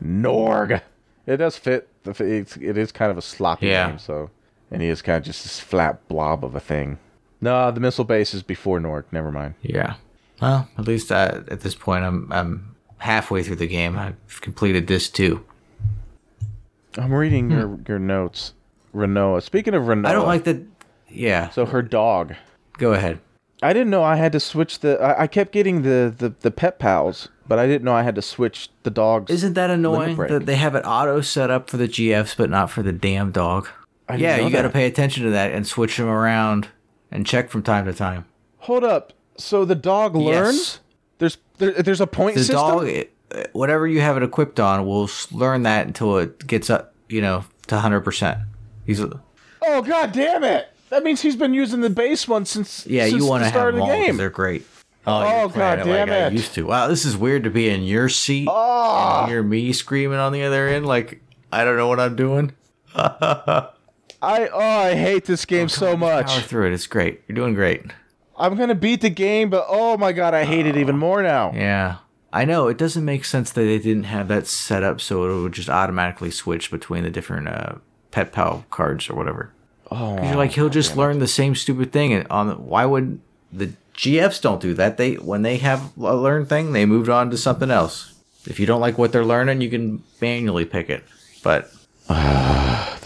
D: Norg. It does fit. the f- It's, it is kind of a sloppy
C: Yeah.
D: name, so. And he is kind of just this flat blob of a thing. No, the missile base is before Norg. Never mind.
C: Yeah. Well, at least I, at this point, I'm I'm halfway through the game. I've completed this too.
D: I'm reading your, your notes. Renoa. Speaking of Renoa.
C: Hmm. I don't like that. Yeah.
D: So her dog.
C: Go ahead.
D: I didn't know I had to switch the. I, I kept getting the, the, the pet pals, but I didn't know I had to switch the dogs.
C: Isn't that annoying
D: break.
C: that they have it auto set up for the GFs but not for the damn dog?
D: I didn't
C: Yeah,
D: know
C: you got to
D: that.
C: pay attention to that and switch them around and check from time to time.
D: Hold up. So the dog learns?
C: Yes.
D: There's there, there's a point
C: The
D: system?
C: dog, it- uh, whatever you have it equipped on, will s- learn that until it gets up, you know, to hundred percent. He's
D: Oh god damn it! That means he's been using the base one since
C: yeah,
D: since
C: you want
D: the
C: to have
D: start
C: them
D: of the
C: all 'cause
D: game.
C: they're great.
D: Oh,
C: you're playing
D: God
C: like
D: damn
C: I
D: it.
C: used to. Wow, this is weird to be in your seat
D: Ah.
C: and hear me screaming on the other end like I don't know what I'm doing.
D: I oh I hate this game so
C: Power
D: much.
C: through it. It's great. You're doing great.
D: I'm gonna beat the game, but oh my god, I hate it even more now.
C: Yeah. I know it doesn't make sense that they didn't have that set up so it would just automatically switch between the different uh, pet pal cards or whatever.
D: Oh,
C: 'Cause You're like he'll just learn the same stupid thing and on the, why would the GFs don't do that? They when they have a learned thing, they moved on to something else. If you don't like what they're learning, you can manually pick it. But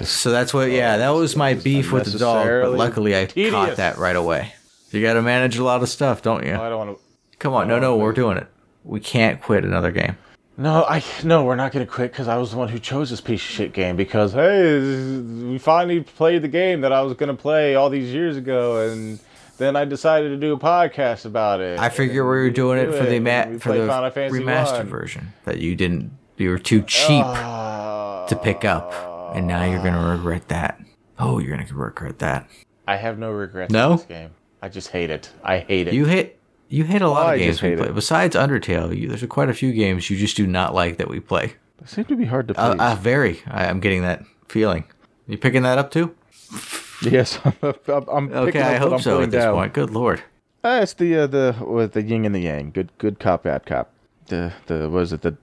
C: so that's what yeah, that was my beef with the dog, but
D: unnecessarily
C: luckily I
D: tedious.
C: caught that right away. You got to manage a lot of stuff, don't you?
D: I don't want to.
C: Come on, no, no, we're doing it. We can't quit another game.
D: No, I no, we're not gonna quit because I was the one who chose this piece of shit game. Because hey, this is- we finally played the game that I was gonna play all these years ago, and then I decided to do a podcast about it.
C: I figure we were doing it for the
D: We
C: mat for
D: played
C: the
D: Final Fantasy
C: remastered
D: one.
C: version that you didn't. You were too cheap
D: Ah.
C: to pick up, and now you're gonna regret that. Oh, you're gonna regret that.
D: I have no regrets
C: No?
D: in this game. I just hate it. I hate it.
C: You hit. You hit a lot
D: I
C: of games
D: just
C: we
D: hate
C: play.
D: it.
C: Besides Undertale, you, there's quite a few games you just do not like that we play.
D: They seem to be hard to
C: Uh,
D: please.
C: uh, very. I, I'm getting that feeling. You picking that up too?
D: yes, I'm, I'm, I'm picking
C: Okay,
D: up
C: I
D: what
C: hope
D: I'm
C: so.
D: putting
C: At this
D: down.
C: point, good lord.
D: Uh, it's the uh, the with the yin and the yang. Good good cop bad cop. The the what is it the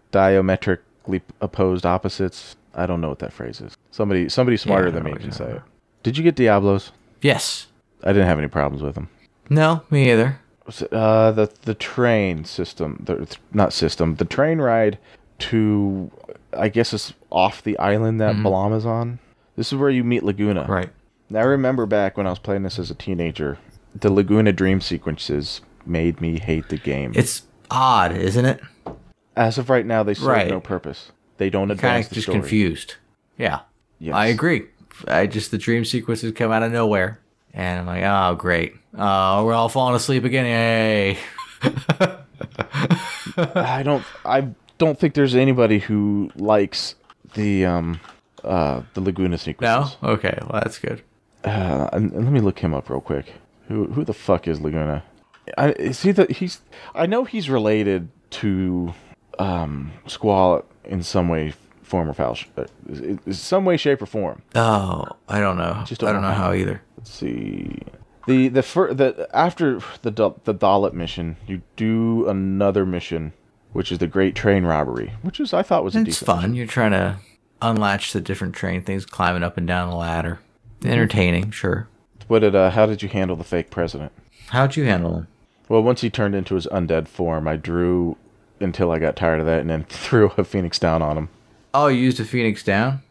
D: diametrically opposed opposites? I don't know what that phrase is. Somebody somebody smarter
C: I
D: than
C: know
D: me
C: what
D: can
C: you're
D: say
C: talking
D: it. Did you get Diablos?
C: Yes.
D: I didn't have any problems with them.
C: No, me either.
D: was it, uh, the the train system, the th- not system, the train ride to, I guess it's off the island that Balam is on. This is where you meet Laguna.
C: Mm-hmm. Right.
D: Now I remember back when I was playing this as a teenager, the Laguna Dream sequences made me hate the game.
C: It's odd, isn't it?
D: As of right now, they serve
C: Right.
D: no purpose. They don't
C: Kind
D: advance
C: of
D: the
C: just
D: story.
C: confused. Yeah.
D: Yes.
C: I agree. I just the dream sequences come out of nowhere, and I'm like, oh great, oh we're all falling asleep again. Yay!
D: I don't. I don't think there's anybody who likes the um uh the Laguna
C: No,
D: sequences.
C: okay, well that's good.
D: Uh, and, and let me look him up real quick. Who who the fuck is Laguna? I, is he the he's? I know he's related to um Squall in some way, form or fashion, some way, shape or form.
C: Oh, I don't know.
D: Just
C: I
D: don't
C: don't know
D: know.
C: how either.
D: Let's see. The the fir- the after the Dal- the Dalit mission, you do another mission, which is the Great Train Robbery, which is I thought was a
C: It's
D: decent
C: fun. You're trying to unlatch the different train things, climbing up and down the ladder. Entertaining, sure.
D: What did uh, how did you handle the fake president?
C: How'd you handle them?
D: Well, once he turned into his undead form, I drew until I got tired of that, and then threw a phoenix down on him.
C: Oh, you used a phoenix down.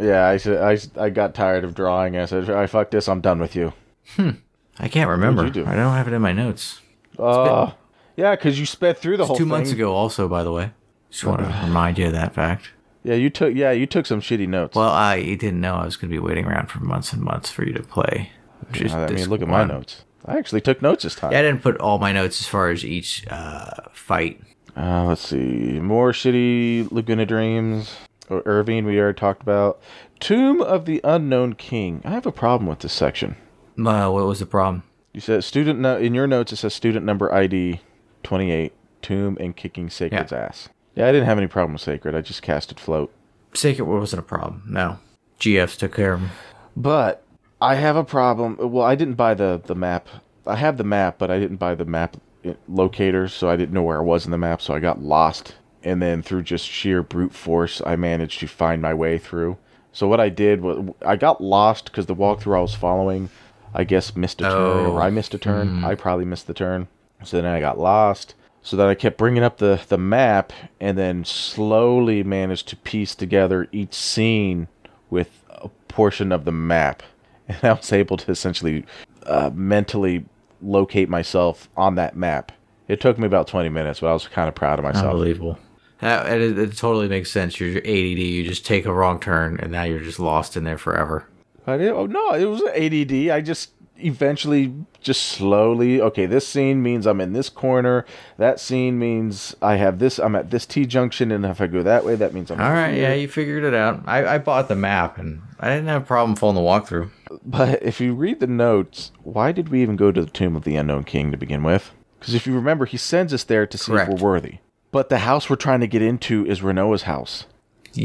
D: Yeah, I said I, s- I got tired of drawing. I said, "I fuck this. I'm done with you."
C: I can't remember.
D: you do?
C: I don't have it in my notes.
D: Uh, yeah, because you sped through the whole
C: Two
D: thing.
C: months ago, also, by the way. Just want to remind you of that fact.
D: Yeah, you took yeah you took some shitty notes.
C: Well, I didn't know I was going to be waiting around for months and months for you to play. Just
D: I mean,
C: this
D: look at my
C: one.
D: notes. I actually took notes this time.
C: Yeah, I didn't put all my notes as far as each uh, fight.
D: Uh, let's see. More shitty Laguna Dreams. Or Irving, we already talked about. Tomb of the Unknown King. I have a problem with this section.
C: Uh, what was the problem?
D: You said student no- in your notes. It says student number ID twenty eight. Tomb and kicking Sacred's
C: Yeah.
D: ass. Yeah, I didn't have any problem with Sacred. I just cast it float.
C: Sacred wasn't a problem. No, GFs took care of him.
D: But I have a problem. Well, I didn't buy the the map. I have the map, but I didn't buy the map i- locator, so I didn't know where I was in the map. So I got lost, and then through just sheer brute force, I managed to find my way through. So what I did was I got lost because the walkthrough I was following, I guess missed a turn,
C: Oh.
D: or I missed a turn. I probably missed the turn. So then I got lost. So then I kept bringing up the the map, and then slowly managed to piece together each scene with a portion of the map, and I was able to essentially uh, mentally locate myself on that map. It took me about 20 minutes, but I was kind of proud of myself.
C: Unbelievable. That, and it, it totally makes sense. You're ADD. You just take a wrong turn, and now you're just lost in there forever.
D: I did, oh no, it was ADD. I just eventually just slowly okay this scene means i'm in this corner that scene means i have this i'm at this t junction and if i go that way that means i'm
C: All right, yeah, you figured it out. I, I bought the map, and I didn't have a problem following the walkthrough.
D: But if you read the notes, why did we even go to the tomb of the unknown king to begin with? Because if you remember, he sends us there to see
C: Correct.
D: if we're worthy. But the house we're trying to get into is Renoa's house.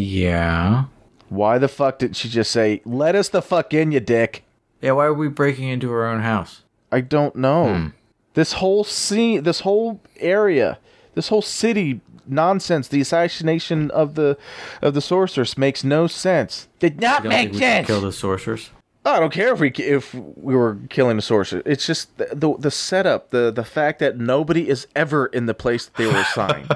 C: Yeah.
D: Why the fuck didn't she just say, "Let us the fuck in, you dick"?
C: Yeah. Why are we breaking into our own house?
D: I don't know.
C: Hmm.
D: This whole scene, this whole area, this whole city nonsense. The assassination of the of the sorceress makes no sense. Did not
C: You don't
D: make
C: think we should
D: sense.
C: kill the sorcerers.
D: I don't care if we if we were killing a sorcerer. It's just the, the the setup, the the fact that nobody is ever in the place that they were assigned.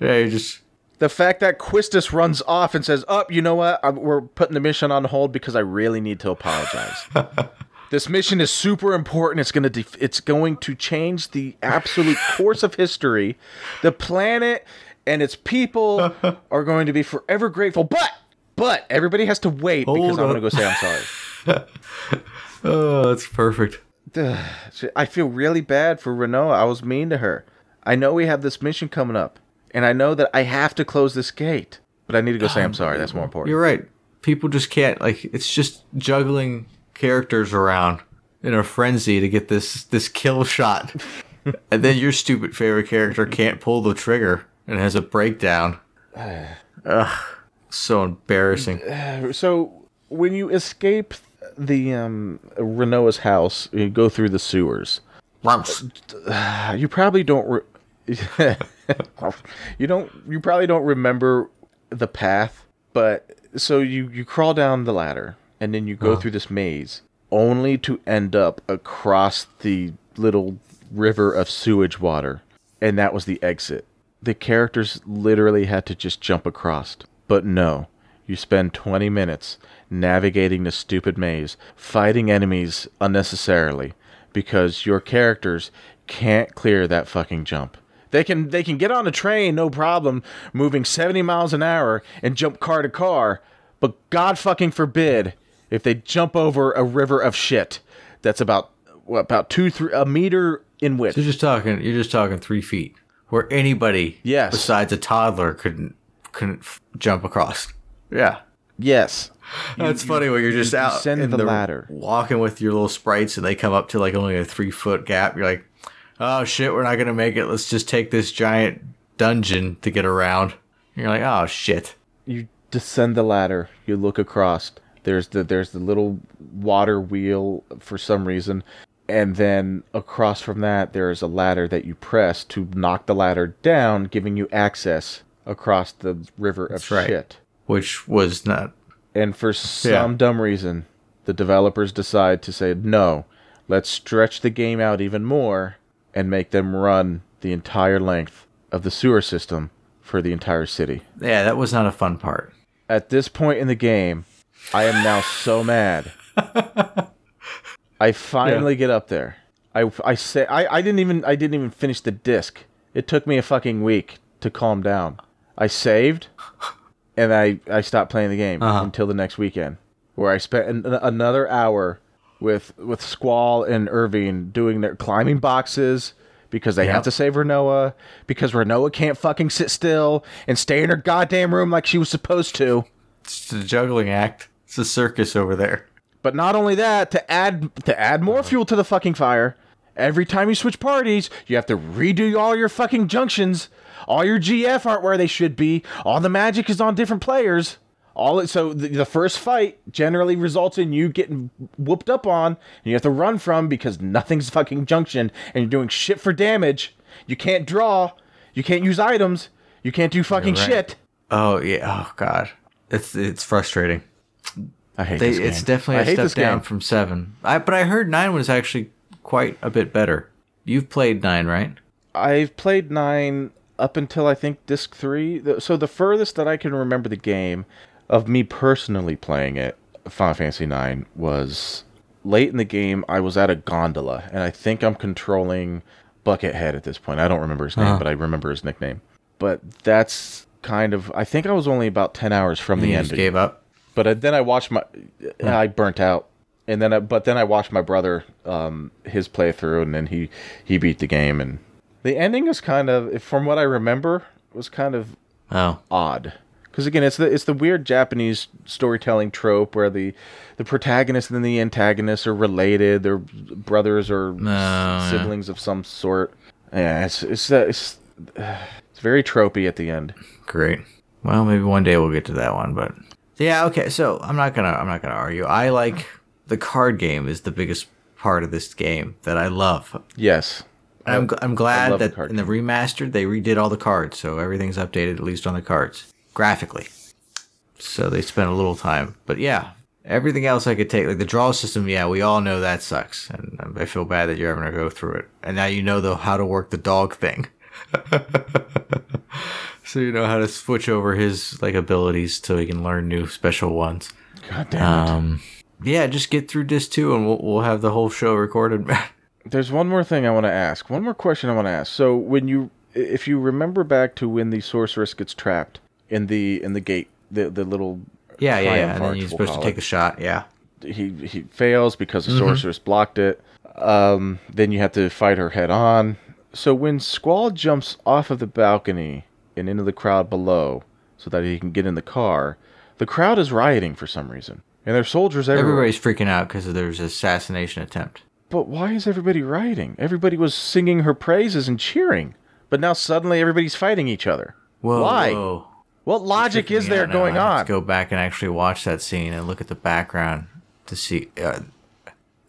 C: Yeah, you just
D: the fact that Quistis runs off and says, "Up, you know what? i we're putting the mission on hold because I really need to apologize. this mission is super important. It's gonna def- it's going to change the absolute course of history. The planet and its people are going to be forever grateful. But but everybody has to wait because
C: Hold
D: I'm gonna
C: up.
D: go say I'm sorry."
C: Oh, that's perfect.
D: Ugh, she- I feel really bad for Renoa. I was mean to her. I know we have this mission coming up, and I know that I have to close this gate, but I need to go say I'm sorry. That's more important.
C: You're right. People just can't like it's just juggling characters around in a frenzy to get this this kill shot. and then your stupid favorite character can't pull the trigger and has a breakdown. Ugh. So embarrassing.
D: So when you escape the um, Renoa's house, you go through the sewers. Uh, You probably don't. Re- you don't. You probably don't remember the path, but so you you crawl down the ladder and then you go through this maze, only to end up across the little river of sewage water, and that was the exit. The characters literally had to just jump across, but no, You spend 20 minutes navigating the stupid maze, fighting enemies unnecessarily because your characters can't clear that fucking jump. They can they can get on a train no problem, moving 70 miles an hour and jump car to car, but god fucking forbid if they jump over a river of shit that's about what, about 2 3 a meter in width.
C: You're just talking. You're just talking three feet, where anybody,
D: Yes.
C: besides a toddler, couldn't couldn't f- jump across. Yeah,
D: Yes.
C: that's funny. Where you're just
D: you
C: out
D: send
C: in
D: the ladder.
C: walking with your little sprites, and they come up to like only a three foot gap. You're like, oh shit, we're not gonna make it. Let's just take this giant dungeon to get around. And you're like, oh shit.
D: you descend the ladder you look across there's the there's the little water wheel for some reason and then across from that there is a ladder that you press to knock the ladder down giving you access across the river of
C: right.
D: shit
C: Which was not
D: and for some dumb reason the developers decide to say no let's stretch the game out even more and make them run the entire length of the sewer system for the entire city
C: yeah, that was not a fun part.
D: at this point in the game, I am now so mad. I finally get up there. I, I say I, I didn't even I didn't even finish the disc. It took me a fucking week to calm down. I saved, and I I stopped playing the game until the next weekend, where I spent an, another hour with with Squall and Irving doing their climbing boxes because they have
C: Yep.
D: to save Renoa because Renoa can't fucking sit still and stay in her goddamn room like she was supposed to.
C: It's a juggling act. It's a circus over there.
D: But not only that, to add to add more fuel to the fucking fire, every time you switch parties, you have to redo all your fucking junctions. All your GF aren't where they should be. All the magic is on different players. All it, so the, the first fight generally results in you getting whooped up on, and you have to run from because nothing's fucking junctioned, and you're doing shit for damage. You can't draw. You can't use items. You can't do fucking
C: You're right.
D: shit.
C: Oh yeah. Oh god. It's it's frustrating.
D: I hate
C: They,
D: this game.
C: it's definitely
D: I
C: a
D: hate
C: step
D: this
C: down
D: game.
C: from seven. I but I heard nine was actually quite a bit better. You've played nine, right?
D: I've played nine up until I think disc three. The- So the furthest that I can remember the game of me personally playing it, Final Fantasy nine, was late in the game. I was at a gondola, and I think I'm controlling Buckethead at this point. I don't remember his name, but I remember his nickname. But that's kind of. I think I was only about ten hours from the
C: you
D: end.
C: just gave up.
D: But I, then I watched my, I burnt out, and then I, but then I watched my brother, um, his playthrough, and then he he beat the game, and the ending is kind of, from what I remember, was kind of
C: Oh,
D: odd. Because again, it's the it's the weird Japanese storytelling trope where the the protagonist and the antagonist are related, they're brothers or s-
C: yeah.
D: siblings of some sort. Yeah, it's it's uh, it's, it's very tropey at the end.
C: great. Well, maybe one day we'll get to that one, but yeah, okay. So I'm not gonna I'm not gonna argue. I like the card game is the biggest part of this game that I love.
D: Yes,
C: And I'm gl- I'm
D: I
C: glad
D: love the
C: that
D: card
C: in the remastered they redid all the cards, so everything's updated at least on the cards graphically. So they spent a little time, but yeah, everything else I could take, like the draw system. Yeah, we all know that sucks, and um, I feel bad that you're having to go through it. And now you know though how to work the dog thing, so you know how to switch over his like abilities so he can learn new special ones.
D: God damn it.
C: Um, yeah, just get through disc two, and we'll we'll have the whole show recorded.
D: There's one more thing I want to ask. One more question I want to ask. So when you, if you remember back to when the sorceress gets trapped in the in the gate, the the little
C: yeah, yeah, yeah.
D: triumph
C: And
D: arch,
C: then you're
D: we'll
C: supposed to
D: call
C: take
D: it.
C: the shot. Yeah.
D: he he fails because the sorceress blocked it. Um, then you have to fight her head on. So when Squall jumps off of the balcony and into the crowd below, so that he can get in the car, the crowd is rioting for some reason, and there's soldiers everywhere.
C: Everybody's freaking out because there's an assassination attempt.
D: But why is everybody rioting? Everybody was singing her praises and cheering, but now suddenly everybody's fighting each other.
C: Whoa,
D: why?
C: whoa.
D: What logic is there
C: Yeah, no,
D: going
C: I have
D: on?
C: to go back and actually watch that scene and look at the background to see. Uh,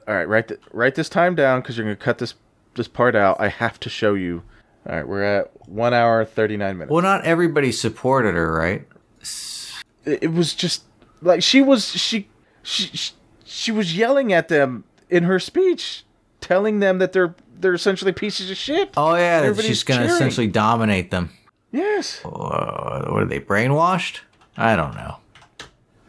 D: All right, write th- write this time down because you're gonna cut this this part out. I have to show you. All right, we're at one hour thirty nine minutes.
C: well, not everybody supported her, right?
D: It, it was just like she was she, she she she was yelling at them in her speech, telling them that they're they're essentially pieces of shit.
C: Oh yeah, that
D: Everybody's
C: she's gonna
D: cheering.
C: essentially dominate them. Uh,
D: Yes.
C: Whoa, what are they brainwashed? I don't know.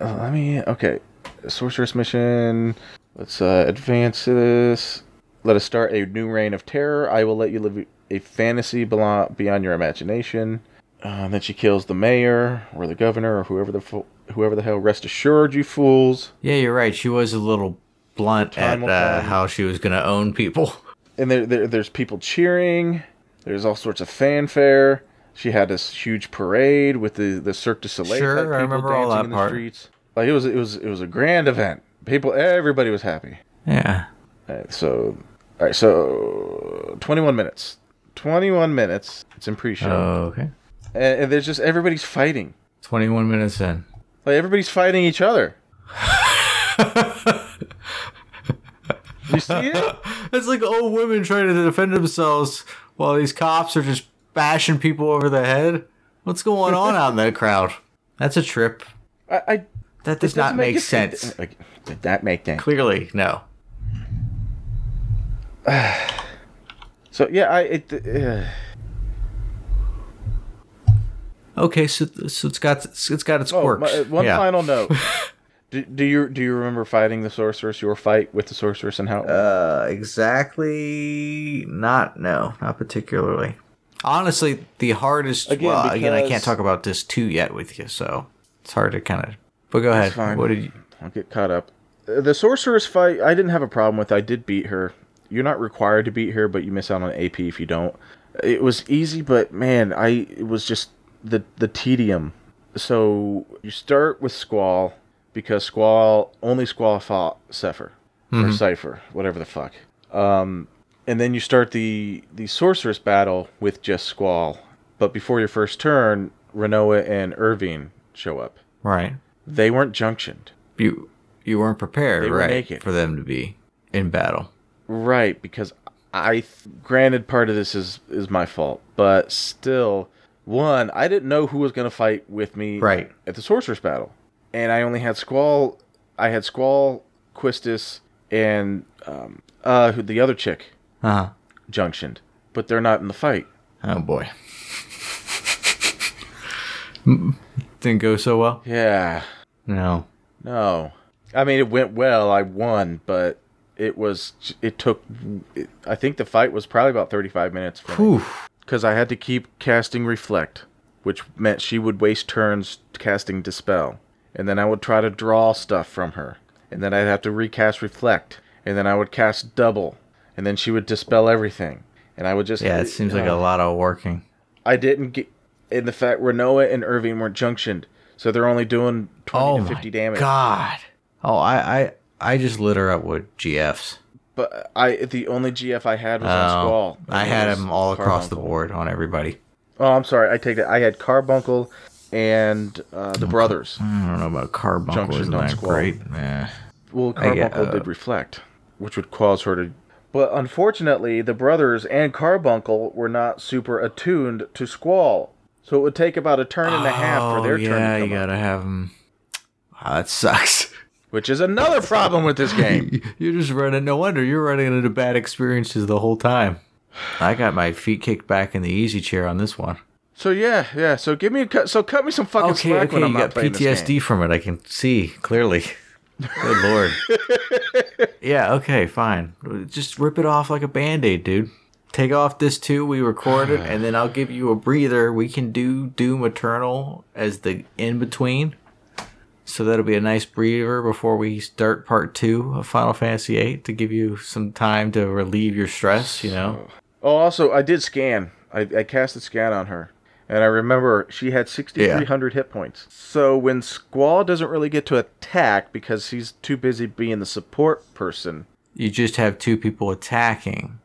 D: Uh, let me. Okay. Sorceress mission. Let's uh, advance this. Let us start a new reign of terror. I will let you live a fantasy belo- beyond your imagination. Uh, and then she kills the mayor or the governor or whoever the fo- whoever the hell. Rest assured, you fools.
C: Yeah, you're right. She was a little blunt
D: Time
C: at
D: will
C: uh,
D: come.
C: how she was going to own people.
D: and there, there there's people cheering. There's all sorts of fanfare. She had this huge parade with the the Cirque du Soleil.
C: Sure,
D: type
C: I
D: people
C: remember all
D: dancing
C: that
D: in
C: part.
D: The streets. Like it was it was it was a grand event. People, everybody was happy.
C: Yeah.
D: All right, so all right, so 21 minutes. 21 minutes. It's in pre-show,
C: okay.
D: and, and there's just everybody's fighting.
C: 21 minutes in.
D: Like everybody's fighting each other. you see it?
C: It's like old women trying to defend themselves while these cops are just bashing people over the head. What's going on out in that crowd? That's a trip.
D: I, I
C: That does not
D: doesn't
C: make
D: it-
C: sense.
D: Like, did that make sense?
C: Clearly, no.
D: So yeah, I it, uh,
C: Okay, so so it's got it's got its
D: oh,
C: quirks.
D: my, uh, one
C: Yeah.
D: final note. do, do you do you remember fighting the sorceress? Your fight with the sorceress and how?
C: Uh, exactly. Not no, not particularly. Honestly, the hardest.
D: Again,
C: well, again, I can't
D: because-
C: talk about this too yet with you, so it's hard to kind of. But go ahead.
D: fine.
C: What did you?
D: I'll get caught up. Uh, The sorceress fight, I didn't have a problem with. I did beat her. You're not required to beat her, but you miss out on AP if you don't. It was easy, but man, I it was just the the tedium. So you start with Squall because Squall only Squall fought Cypher or Cipher, whatever the fuck. Um, and then you start the the sorceress battle with just Squall. But before your first turn, Renoa and Irvine show up.
C: Right.
D: They weren't junctioned.
C: You you weren't prepared,
D: They were
C: right,
D: naked.
C: for them to be in battle.
D: Right, because I granted part of this is is my fault, but still, one, I didn't know who was going to fight with me
C: Right.
D: at the sorceress battle, and I only had Squall. I had Squall, Quistis, and um, uh, who the other chick
C: Uh
D: junctioned, but they're not in the fight.
C: huh. Oh boy. Didn't go so well.
D: Yeah,
C: No.
D: no, I mean it went well. I won, but it was it took. It, I think the fight was probably about thirty five minutes. For me.
C: Whew.
D: because I had to keep casting Reflect, which meant she would waste turns casting Dispel. And then I would try to draw stuff from her. And then I'd have to recast Reflect. And then I would cast Double. And then she would dispel everything. And I would just.
C: Yeah, it seems like a
D: Uh,
C: lot of working.
D: I didn't get. In the fact, Renoa and Irving weren't junctioned. So they're only doing 20
C: Oh
D: to
C: my
D: 50 damage.
C: God. Oh, I I I just lit her up with GFs.
D: But I the only GF I had was
C: Oh,
D: on Squall.
C: I
D: And it
C: had
D: was
C: them all across the
D: Carbuncle.
C: board on everybody.
D: Oh, I'm sorry. I take that. I had Carbuncle and uh, the brothers.
C: I don't know about Carbuncle.
D: Junction
C: Isn't
D: on
C: that
D: Squall.
C: great? Eh.
D: Well,
C: I
D: Carbuncle
C: get- uh,
D: did reflect, which would cause her to. But unfortunately, the brothers and Carbuncle were not super attuned to Squall, so it would take about a turn and a half for
C: Oh,
D: their
C: yeah,
D: turn to
C: you
D: come up,
C: gotta have them. Wow, that sucks.
D: which is another problem with this game.
C: you're just running. No wonder you're running into bad experiences the whole time. I got my feet kicked back in the easy chair on this one.
D: so yeah, yeah. So give me a cut. So cut me some fucking
C: Okay,
D: slack
C: okay,
D: when I'm
C: you
D: not
C: got
D: playing this game.
C: PTSD from it. I can see clearly. Good lord. yeah. Okay. Fine. Just rip it off like a band aid, dude. Take off this too. We record it, and then I'll give you a breather. We can do Doom Eternal as the in between. So that'll be a nice breather before we start part two of Final Fantasy VIII to give you some time to relieve your stress. You know.
D: Oh, also, I did scan. I, I cast a scan on her, and I remember she had 6,300 hit points. So when Squall doesn't really get to attack because he's too busy being the support person,
C: You just have two people attacking.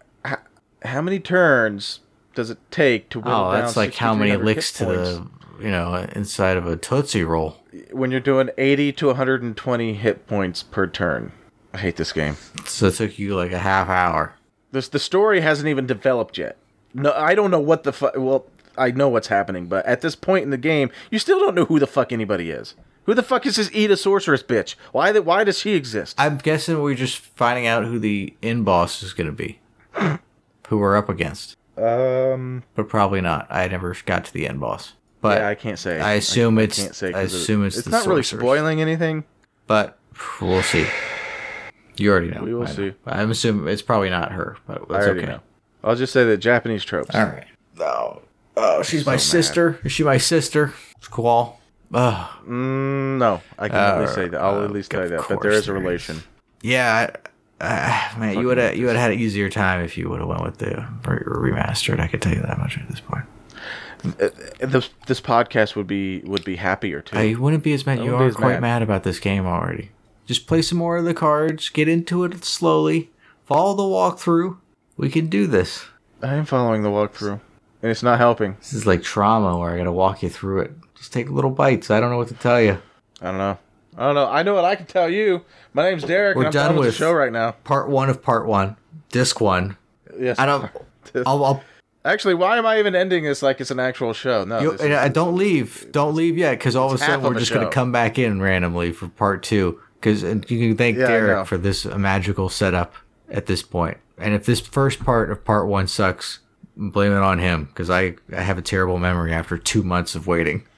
D: how many turns does it take to whittle
C: Oh,
D: down
C: that's like how many
D: 6,300
C: licks to
D: hit
C: the you know inside of a tootsie roll.
D: points when you're doing 80 to 120 hit points per turn. I hate this game.
C: So it took you like a half hour.
D: This the story hasn't even developed yet. No, I don't know what the fuck. Well, I know what's happening, but at this point in the game, you still don't know who the fuck anybody is. Who the fuck is this Eda sorceress bitch? Why the, Why does she exist?
C: I'm guessing we're just finding out who the in boss is going to be, who we're up against.
D: um,
C: But probably not. I never got to the end boss. But
D: yeah, I can't say.
C: I assume it's-
D: can't say
C: I
D: 'cause it-
C: assume it's
D: It's
C: the
D: not really
C: sorceress.
D: spoiling anything.
C: but we'll see. You already know.
D: We will
C: I know.
D: see.
C: I'm assuming it's probably not her, but
D: I
C: that's
D: already
C: okay.
D: know. I'll just say that Japanese tropes.
C: All right. Oh, oh, she's my
D: mad.
C: sister. Is she my sister? Squall. Ugh.
D: Mm, no, I can at least say that. I'll
C: Uh,
D: at least
C: of
D: say that. But there
C: course
D: is a
C: there is.
D: relation.
C: Yeah, I, uh, man, you
D: Fucking
C: would have you would have had an easier time if you would have went with the re- remastered. I could tell you that much at this point.
D: This, this podcast would be would be happier too.
C: I wouldn't be as mad. You
D: wouldn't be
C: are
D: as
C: quite
D: mad.
C: mad. about this game already. Just play some more of the cards. Get into it slowly. Follow the walkthrough. We can do this.
D: I am following the walkthrough, and it's not helping.
C: This is like trauma where I got to walk you through it. Just take little bites. I don't know what to tell you.
D: I don't know. I don't know. I know what I can tell you. My name's Derek.
C: We're
D: and I'm
C: done
D: done with
C: with-
D: the show right now.
C: Part one of part one, disc one.
D: Yes.
C: I don't. I'll, I'll
D: Actually, why am I even ending this like it's an actual show? No.
C: You,
D: this
C: and
D: is-
C: I don't leave. Don't leave yet, because all of a
D: half
C: sudden
D: of
C: we're
D: a
C: just
D: show.
C: going to come back in randomly for part two. Because you can thank
D: Yeah, I know.
C: Derek for this magical setup at this point. And if this first part of part one sucks, blame it on him, because I, I have a terrible memory after two months of waiting.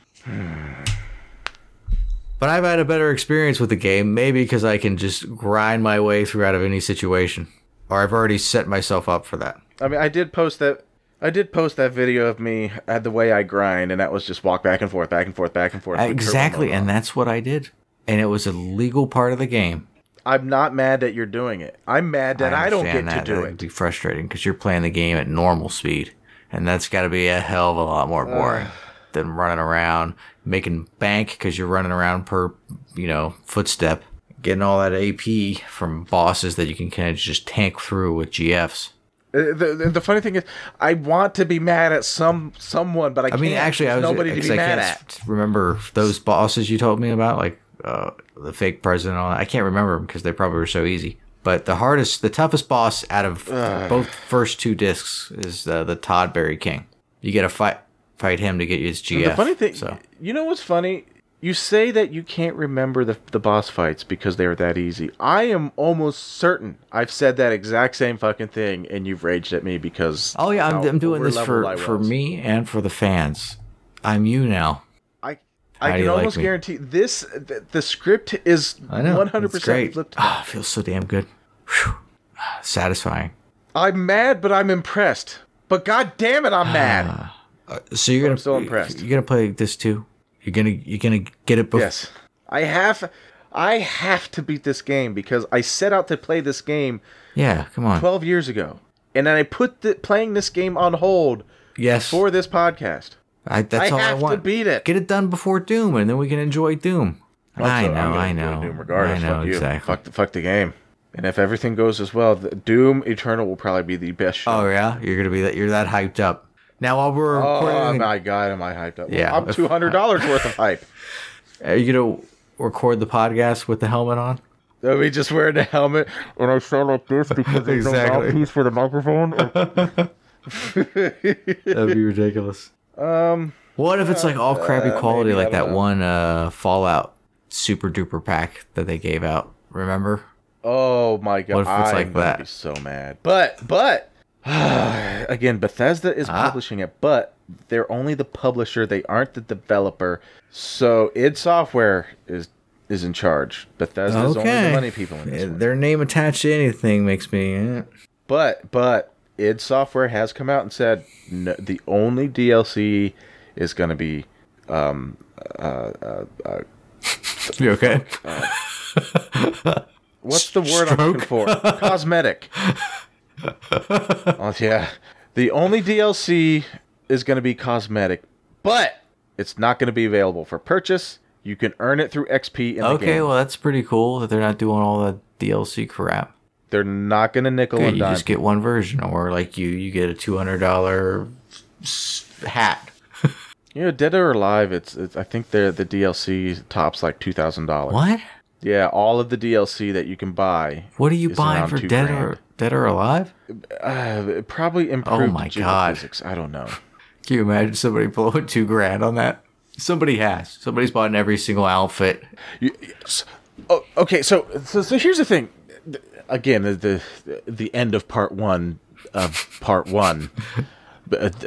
C: But I've had a better experience with the game, maybe because I can just grind my way through out of any situation. Or I've already set myself up for that.
D: I mean, I did post that. I did post that video of me at the way I grind, and that was just walk back and forth, back and forth, back and forth. with turbo
C: Exactly,
D: mode on.
C: and that's what I did. And it was a legal part of the game.
D: I'm not mad that you're doing it. I'm mad that I, don't get
C: understand
D: to
C: that.
D: do
C: That'd
D: it.
C: be frustrating because you're playing the game at normal speed, and that's got to be a hell of a lot more boring than running around making bank because you're running around per you know footstep, getting all that AP from bosses that you can kind of just tank through with GFs.
D: Uh, The, the, the funny thing is, I want to be mad at some someone, but I,
C: I
D: can't.
C: mean, actually, I
D: There's
C: was
D: nobody to
C: because
D: be
C: I
D: mad
C: can't
D: at.
C: s- remember those bosses you told me about, like uh, the fake president. And all that. I can't remember them because they probably were so easy. But the hardest, the toughest boss out of both first two discs is uh, the Todd Berry King. You got to fight fight him to get his GF.
D: the funny thing,
C: so
D: you know what's funny? You say that you can't remember the, the boss fights because they were that easy. I am almost certain I've said that exact same fucking thing, and you've raged at me because.
C: oh yeah,
D: how
C: I'm, I'm doing this
D: over-leveled
C: for
D: I
C: for
D: was.
C: me and for the fans. I'm you now.
D: I
C: How
D: I
C: do
D: can
C: you like
D: almost
C: me?
D: guarantee this. The, the script is
C: I know.
D: one hundred
C: It's
D: percent
C: great.
D: flipped.
C: Ah, it feels so damn good. Whew. Ah, Satisfying.
D: I'm mad, but I'm impressed. But god damn it, I'm mad.
C: So you're gonna
D: I'm still impressed.
C: You're gonna play this too. You're gonna you're gonna get it before.
D: Yes, I have. I have to beat this game because I set out to play this game
C: Yeah, come on.
D: 12 years ago. And then I put the, playing this game on hold
C: yes,
D: for this podcast.
C: I, that's
D: I
C: all I
D: have to
C: want.
D: beat it.
C: Get it done before Doom, and then we can enjoy Doom. I know,
D: Also, I'm gonna
C: I
D: play
C: know,
D: Doom regardless.
C: I know
D: fuck you.
C: exactly.
D: Fuck the, fuck the game. And if everything goes as well, the Doom Eternal will probably be the best show.
C: Oh yeah, you're gonna be that. You're that hyped up. Now while we're
D: Oh,
C: recording,
D: my god, am I hyped up?
C: Yeah.
D: I'm two hundred dollars worth of hype.
C: are you gonna record the podcast with the helmet on?
D: Let me just wear the helmet and I sound like this because there's no
C: Exactly.
D: mouthpiece for the microphone.
C: That'd be ridiculous.
D: um, uh,
C: What if it's like all crappy quality,
D: maybe, I
C: like
D: don't
C: that
D: know.
C: one uh, Fallout super duper pack that they gave out? Remember?
D: oh my god,
C: What if it's
D: I'm
C: like
D: gonna
C: that?
D: Be so mad, but but again, Bethesda is
C: Ah.
D: publishing it, but they're only the publisher. They aren't the developer. So id Software is is in charge. Bethesda is only the money people in this one.
C: Their name attached to anything makes me. eh.
D: But but id Software has come out and said no, the only DLC is going to be
C: You okay?
D: what's the word I'm looking for? Cosmetic. oh yeah, the only DLC is going to be cosmetic, but it's not going to be available for purchase. You can earn it through XP in the
C: Okay,
D: game.
C: well that's pretty cool that they're not doing all the DLC crap.
D: They're not going to nickel
C: Yeah,
D: and
C: you
D: dime.
C: just get one version, or like you, you get a two hundred dollar hat.
D: You know, Dead or Alive, it's, it's I think they're the DLC tops like two thousand dollars.
C: What?
D: Yeah, all of the DLC that you can buy.
C: What are you
D: It's
C: buying
D: around
C: for
D: two
C: dead
D: grand.
C: or dead or alive?
D: Uh, probably improved
C: Oh my God.
D: geophysics. I don't know.
C: Can you imagine somebody blowing two grand on that? Somebody has. Somebody's bought in every single outfit.
D: You- s- oh, okay, so, so so here's the thing. Again, the the, the end of part one of part one. But,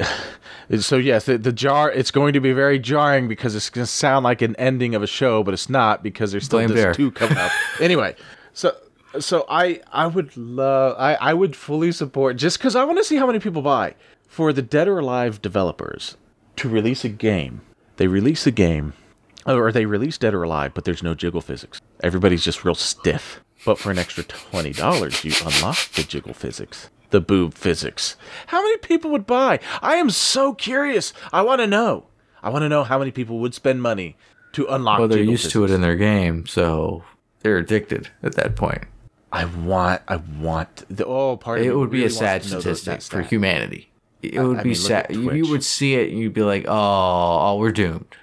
D: uh, so yes, the, the jar it's going to be very jarring because it's going to sound like an ending of a show, but it's not because there's still
C: Blame
D: this
C: Bear.
D: two coming up. anyway, so so I I would love I I would fully support just because I want to see how many people buy for the Dead or Alive developers to release a game. They release a game, Oh, or they release Dead or Alive, but there's no jiggle physics. Everybody's just real stiff. But for an extra twenty dollars, you unlock the jiggle physics, the boob physics. How many people would buy? I am so curious. I want to know. I want to know how many people would spend money to unlock.
C: Well, they're
D: jiggle
C: used
D: physics.
C: to it in their game, so they're addicted at that point.
D: I want. I want. The, oh, part of
C: It
D: me
C: would be a
D: really
C: sad
D: wants to know those
C: statistic
D: stats.
C: for humanity. It would
D: I
C: be
D: mean, look
C: sad.
D: at
C: You
D: Twitch.
C: would see it and you'd be like, oh, oh we're doomed.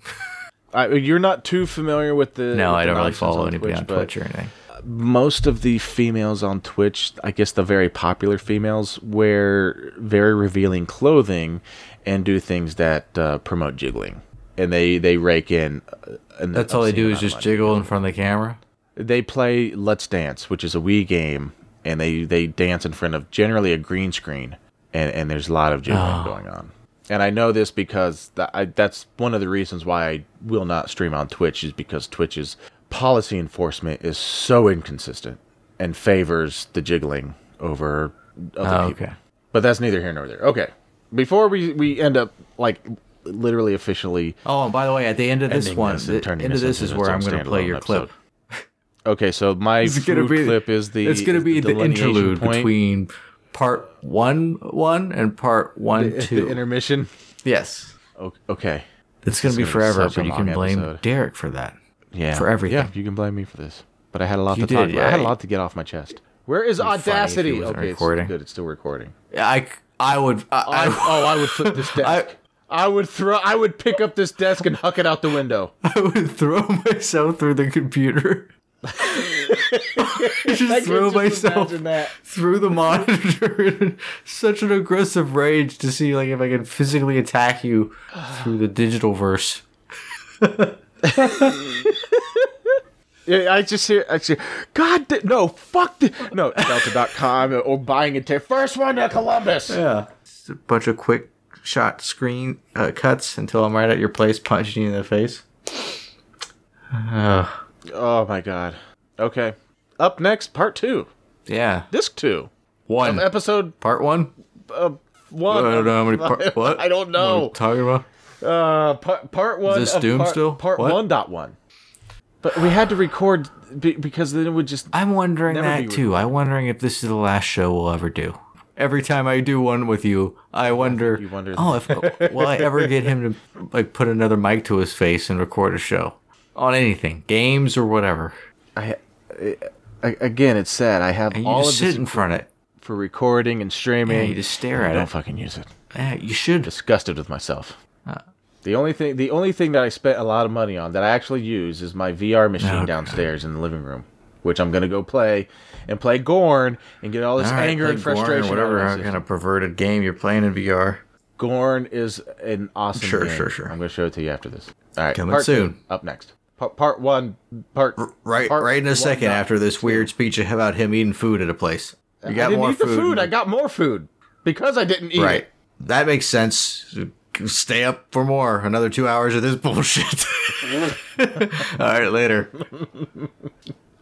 D: I, you're not too familiar with the.
C: No,
D: with
C: I
D: the
C: don't really
D: nonsense
C: follow
D: on
C: anybody on
D: but
C: Twitch or anything.
D: most of the females on Twitch, I guess the very popular females, wear very revealing clothing and do things that uh, promote jiggling, and they they rake in. uh, An
C: That's all they
D: obscene
C: do is
D: amount of
C: just
D: money.
C: jiggle in front of the camera.
D: They play Let's Dance, which is a Wii game, and they they dance in front of generally a green screen, and and there's a lot of jiggling
C: Oh.
D: going on. And I know this because th- I, that's one of the reasons why I will not stream on Twitch is because Twitch's policy enforcement is so inconsistent and favors the jiggling over other
C: Oh,
D: people.
C: okay.
D: But that's neither here nor there. Okay. Before we, we end up like literally officially
C: Oh, and by the way, at the end of this
D: ending
C: one,
D: this and
C: the
D: turning
C: end of
D: this
C: this is
D: into
C: where I'm
D: its own
C: going to play
D: standalone
C: your
D: episode.
C: clip.
D: Okay, so my
C: It's
D: food
C: going to be
D: clip is the
C: It's going
D: is
C: to be the,
D: delineation
C: interlude
D: point,
C: between part one one and part one
D: the
C: two.
D: intermission.
C: yes,
D: O- Okay,
C: it's going to be
D: gonna be
C: forever,
D: such a
C: but you
D: long
C: can blame
D: episode.
C: Derek for that.
D: yeah,
C: For everything.
D: Yeah, you can blame me for this, but I had a lot
C: You
D: to talk
C: did,
D: about. I had a
C: yeah.
D: lot to get off my chest. Where is
C: funny if it
D: audacity?
C: wasn't
D: Okay, it's
C: recording.
D: good. It's still recording.
C: I c- I would I, I,
D: I, oh, I would flip this desk. I, would throw. I would pick up this desk and huck it out the window.
C: I would throw myself through the computer. just
D: I can
C: throw
D: just
C: myself
D: imagine that.
C: through the monitor in such an aggressive rage to see like if I can physically attack you through the digital verse.
D: Yeah, I just hear, I just hear, God, da- no, fuck, the, no, Delta.com or buying a ticket. First one to Columbus.
C: Yeah. Just a bunch of quick shot screen uh, cuts until I'm right at your place punching you in the face. Ugh.
D: Oh my god. Okay. Up next, part two,
C: yeah.
D: disc two,
C: One.
D: episode
C: part one?
D: uh,
C: I
D: one.
C: don't know how many part what?
D: I don't know.
C: What are we talking about?
D: Uh, part, part one.
C: this
D: of
C: Doom
D: part,
C: still?
D: Part
C: What?
D: one dot one. But we had to record be, because then it would just.
C: I'm wondering
D: Never be
C: that too. I'm wondering if this is the last show we'll ever do. Every time I do one with you, I wonder,
D: you wonder
C: oh, if, will I ever get him to like put another mic to his face and record a show on anything, games or whatever?
D: I, I, again, it's sad. I have
C: And you
D: all of
C: just sit
D: this
C: in front of it.
D: for recording and streaming.
C: Yeah, you just stare
D: I
C: at
D: don't
C: it.
D: fucking use it.
C: Yeah, you should.
D: Disgusted with myself.
C: Uh.
D: The only thing, the only thing that I spent a lot of money on that I actually use is my VR machine
C: Oh,
D: downstairs in the living room, which I'm gonna go play and play Gorn and get all this
C: All right,
D: anger
C: play
D: and
C: Gorn or
D: frustration.
C: whatever
D: out of this.
C: kind of perverted game you're playing in VR.
D: Gorn is an awesome
C: Sure,
D: game.
C: sure, sure.
D: I'm gonna show it to you after this. All right,
C: Coming
D: part
C: soon.
D: two, up next. Part, part one, part
C: Right,
D: part
C: right in a
D: one
C: second
D: dot-
C: after this weird speech about him eating food at a place. You got
D: I didn't
C: more
D: eat the food.
C: food.
D: I got more food because I didn't eat.
C: Right.
D: it.
C: That makes sense. Stay up for more. Another two hours of this bullshit. All right, later.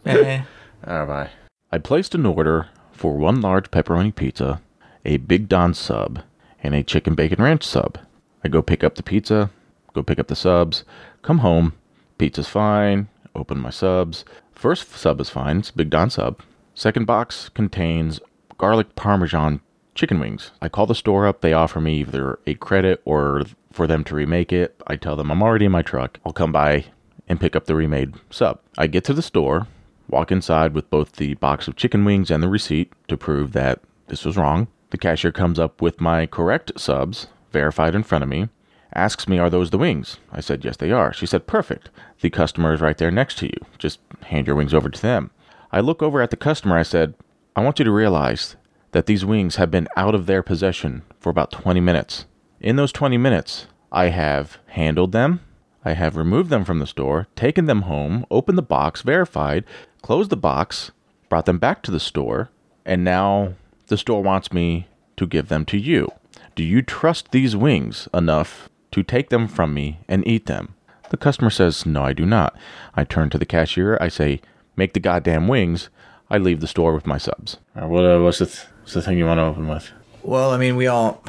D: Oh, bye. I placed an order for one large pepperoni pizza, a Big Don sub, and a chicken bacon ranch sub. I go pick up the pizza, go pick up the subs, come home, pizza's fine, open my subs. First sub is fine, it's Big Don sub. Second box contains garlic parmesan chicken wings. I call the store up, they offer me either a credit or for them to remake it. I tell them I'm already in my truck, I'll come by and pick up the remade sub. I get to the store, walk inside with both the box of chicken wings and the receipt to prove that this was wrong. The cashier comes up with my correct subs, verified in front of me, asks me, Are those the wings? I said, Yes, they are. She said, Perfect. The customer is right there next to you. Just hand your wings over to them. I look over at the customer. I said, I want you to realize that these wings have been out of their possession for about 20 minutes. In those 20 minutes, I have handled them, I have removed them from the store, taken them home, opened the box, verified, closed the box, brought them back to the store, and now the store wants me to give them to you. Do you trust these wings enough to take them from me and eat them? The customer says, No, I do not. I turn to the cashier. I say, Make the goddamn wings. I leave the store with my subs.
E: Uh, what, uh, what's, the th- what's the thing you want to open with?
C: Well, I mean, we all,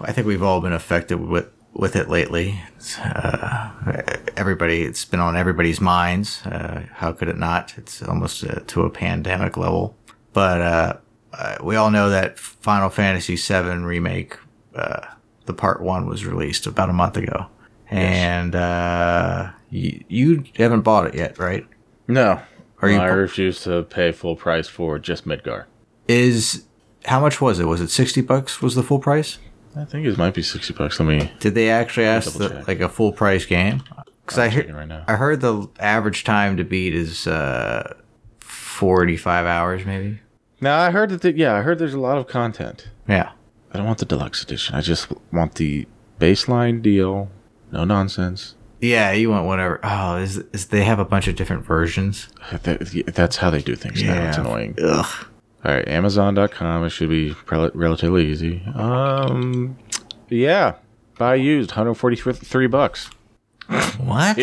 C: I think we've all been affected with with it lately. It's, Uh, everybody, it's been on everybody's minds. Uh, how could it not? It's almost uh, to a pandemic level. But uh, uh, we all know that Final Fantasy VII remake, uh, the part one was released about a month ago, and uh, you, you haven't bought it yet, right?
D: No.
C: Are you?
E: I refuse to pay full price for just Midgar.
C: is how much was it? Was it sixty bucks? Was the full price?
E: I think it might be 60 bucks. Let me.
C: Did they actually ask
E: double
C: the,
E: check.
C: like a full price game? Because I hear,
E: checking right now.
C: I heard the average time to beat is uh, forty five hours, maybe.
D: Now, I heard that, the, yeah, I heard there's a lot of content.
C: Yeah,
D: I don't want the deluxe edition. I just want the baseline deal. No nonsense.
C: yeah. You want whatever? Oh, is, is they have a bunch of different versions?
D: That- that's how they do things now. It's annoying.
C: Ugh.
D: All right, Amazon.com. It should be rel- relatively easy. Um, yeah, buy used, 143 bucks.
C: What?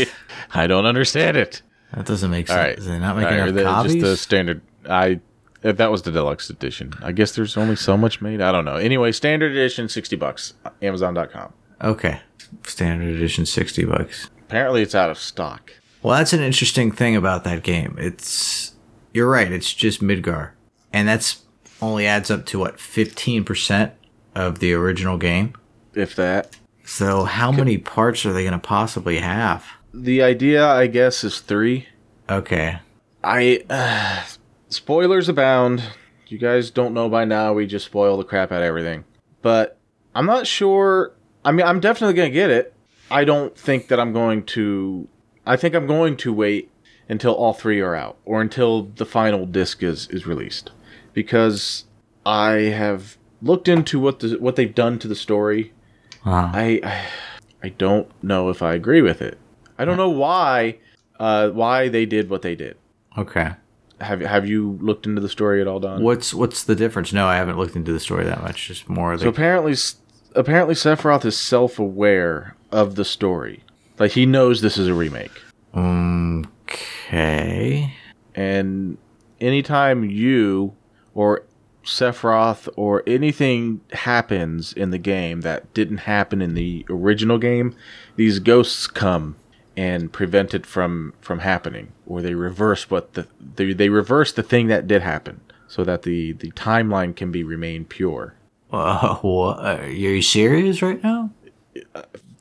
E: I don't understand it.
C: that doesn't make
D: All
C: sense.
D: right,
C: Is they not making
D: All right,
C: enough
D: the-
C: copies?
D: Just the standard. I uh, that was the deluxe edition. I guess there's only so much made. I don't know. Anyway, standard edition, 60 bucks. Amazon.com.
C: okay, standard edition sixty bucks.
D: Apparently, it's out of stock.
C: Well, that's an interesting thing about that game. It's you're right. It's just Midgar, and that's only adds up to what fifteen percent of the original game.
D: If that.
C: So how many parts are they going to possibly have?
D: The idea, I guess, is three.
C: Okay.
D: I uh, spoilers abound. You guys don't know by now. We just spoil the crap out of everything. But I'm not sure. I mean, I'm definitely gonna get it. I don't think that I'm going to. I think I'm going to wait until all three are out, or until the final disc is is released, because I have looked into what the, what they've done to the story.
C: Uh,
D: I, I I don't know if I agree with it. I don't know why uh, why they did what they did.
C: okay.
D: Have Have you looked into the story at all, Don?
C: What's what's the difference? No, I haven't looked into the story that much. Just more
D: So
C: like
D: apparently, s- apparently Sephiroth is self aware of the story. Like he knows this is a remake,
C: okay.
D: and anytime you or Sephiroth or anything happens in the game that didn't happen in the original game, these ghosts come and prevent it from from happening, or they reverse what the they, they reverse the thing that did happen, so that the the timeline can be remain pure.
C: Uh, what? Are you serious right now?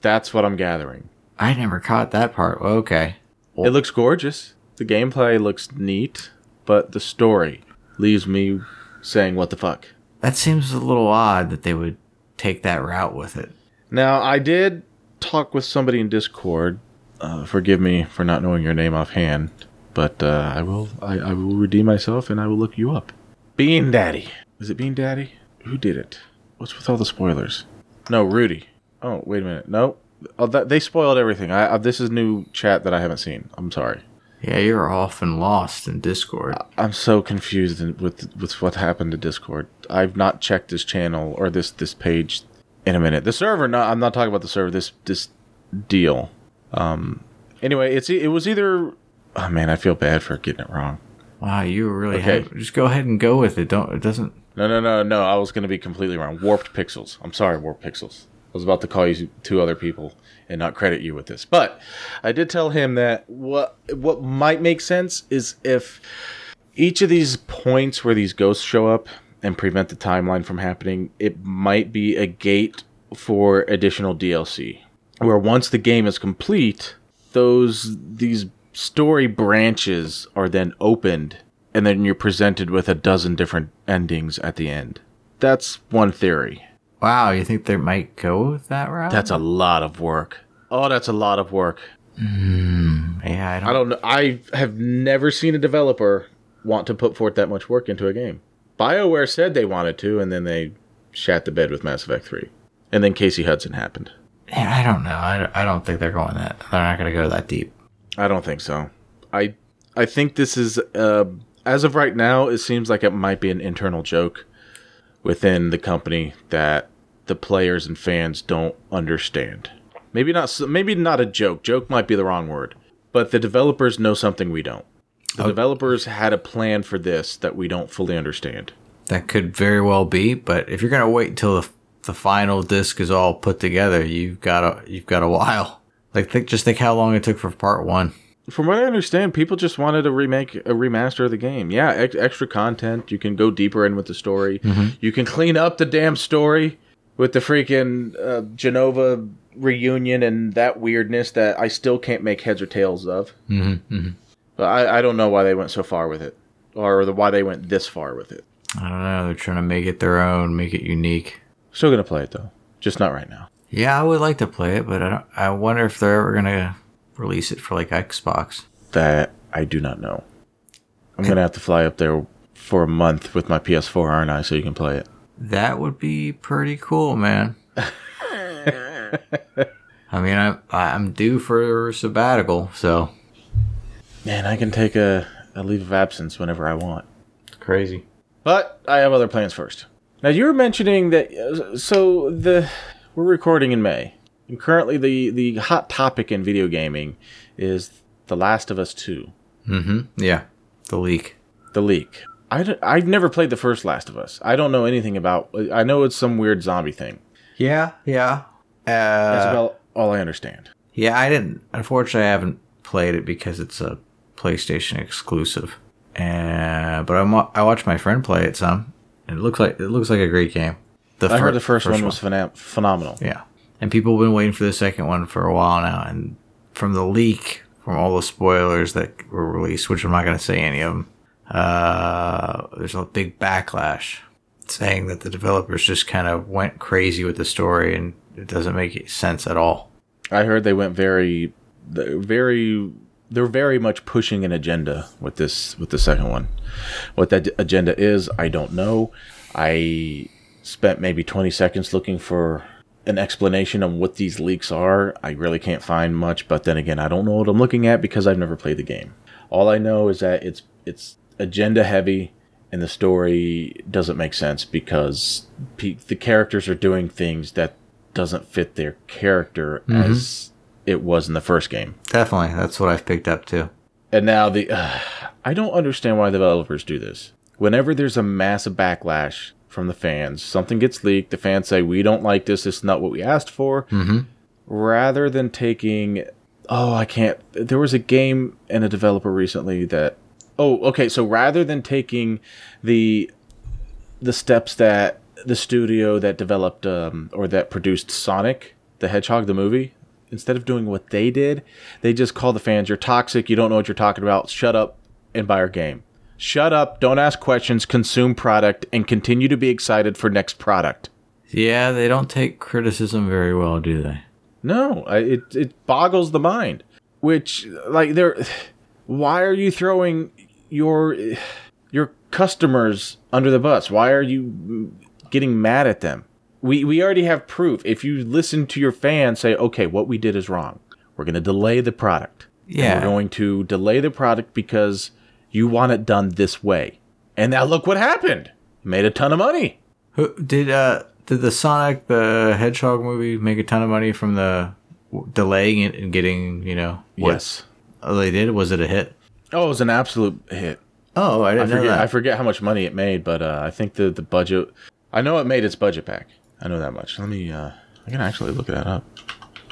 D: That's what I'm gathering.
C: I never caught that part. Okay.
D: It looks gorgeous. The gameplay looks neat, but the story leaves me saying, what the fuck?
C: That seems a little odd that they would take that route with it.
D: Now, I did talk with somebody in Discord. Uh, forgive me for not knowing your name offhand, but uh, I will I, I will redeem myself and I will look you up. Bean Daddy. Is it Bean Daddy? Who did it? What's with all the spoilers? No, Rudy. Oh, wait a minute. No. Oh, that, they spoiled everything. I, I, this is new chat that I haven't seen. I'm sorry.
C: Yeah, you're often lost in Discord.
D: I'm so confused in- with with what happened to Discord. I've not checked this channel or this this page in a minute. The server, no, I'm not talking about the server. This this deal. Um. Anyway, it's e- it was either. Oh man, I feel bad for getting it wrong.
C: Wow, you were really
D: Okay.
C: happy. just go ahead and go with it. Don't it doesn't
D: No, no, no, no. I was gonna be completely wrong. Warped pixels. I'm sorry, warped pixels. I was about to call you two other people and not credit you with this, but I did tell him that what what might make sense is if each of these points where these ghosts show up and prevent the timeline from happening, it might be a gate for additional DLC. Where once the game is complete, those these story branches are then opened and then you're presented with a dozen different endings at the end. That's one theory.
C: Wow, you think they might go with that route?
D: That's a lot of work. Oh, that's a lot of work.
C: yeah, I don't,
D: I don't know. I have never seen a developer want to put forth that much work into a game. BioWare said they wanted to, and then they shat the bed with Mass Effect 3. And then Casey Hudson happened.
C: yeah, I don't know. I don't, I don't think they're going that. They're not going to go that deep.
D: I don't think so. I I think this is uh, as of right now. It seems like it might be an internal joke within the company that the players and fans don't understand. Maybe not. s- Maybe not a joke. Joke might be the wrong word. But the developers know something we don't. The developers had a plan for this that we don't fully understand.
C: That could very well be, but if you're gonna wait until the the final disc is all put together, you've got a you've got a while. Like think just think how long it took for part one.
D: From what I understand, people just wanted a remake, a remaster of the game. Yeah, ex- extra content. You can go deeper in with the story. You can clean up the damn story with the freaking uh, Genova reunion and that weirdness that I still can't make heads or tails of. Mm-hmm. But I, I don't know why they went so far with it, or the, why they went this far with it.
C: I don't know. They're trying to make it their own, make it unique.
D: Still gonna play it though, just not right now.
C: Yeah, I would like to play it, but I don't. I wonder if they're ever gonna release it for like Xbox.
D: That I do not know. I'm gonna have to fly up there for a month with my PS4, aren't I? So you can play it.
C: That would be pretty cool, man. I mean, I I'm due for a sabbatical, so
D: Man, I can take a, a leave of absence whenever I want.
C: crazy.
D: But I have other plans first. Now you were mentioning that uh, so the we're recording in May. And currently the the hot topic in video gaming is The Last of Us 2,
C: Mm-hmm. Yeah, the leak.
D: the leak. I d- I've never played the first Last of Us. I don't know anything about I know it's some weird zombie thing.
C: Yeah, yeah.
D: That's
C: Uh,
D: about all I understand.
C: yeah, I didn't. Unfortunately, I haven't played it because it's a PlayStation exclusive. Uh, but I'm, wa- I watched my friend play it some. And it looks like it looks like a great game. The
D: I
C: fir-
D: heard the first, one was phena- phenomenal.
C: Yeah. And people have been waiting for the second one for a while now. And from the leak, from all the spoilers that were released, which I'm not going to say any of them, uh, there's a big backlash saying that the developers just kind of went crazy with the story and it doesn't make sense at all.
D: I heard they went very they're very they're very much pushing an agenda with this with the second one. What that agenda is, I don't know. I spent maybe 20 seconds looking for an explanation on what these leaks are. I really can't find much, but then again, I don't know what I'm looking at because I've never played the game. All I know is that it's it's agenda heavy and the story doesn't make sense because pe- the characters are doing things that doesn't fit their character as it was in the first game.
C: Definitely. That's what I've picked up too.
D: And now the I don't understand why developers do this. Whenever there's a massive backlash from the fans, something gets leaked, the fans say we don't like this, it's not what we asked for.
C: Mhm.
D: Rather than taking oh, I can't there was a game and a developer recently that oh, okay, so rather than taking the the steps that the studio that developed um, or that produced Sonic the Hedgehog the movie instead of doing what they did they just call the fans you're toxic you don't know what you're talking about shut up and buy our game shut up don't ask questions consume product and continue to be excited for next product
C: Yeah, they don't take criticism very well, do they?
D: no I, it it boggles the mind which like they're why are you throwing your your customers under the bus why are you getting mad at them we we already have proof if you listen to your fans say okay what we did is wrong we're going to delay the product
C: Yeah.
D: we're going to delay the product because you want it done this way and now look what happened made a ton of money
C: Who did uh did the Sonic the Hedgehog movie make a ton of money from the w- delaying it and getting you know what
D: yes
C: Oh, they did. Was it a hit?
D: oh it was an absolute hit
C: Oh, I
D: I
C: didn't know
D: forget,
C: that.
D: I forget how much money it made, but uh, I think the, the budget. I know it made its budget back. I know that much. Let me. Uh, I can actually look that up.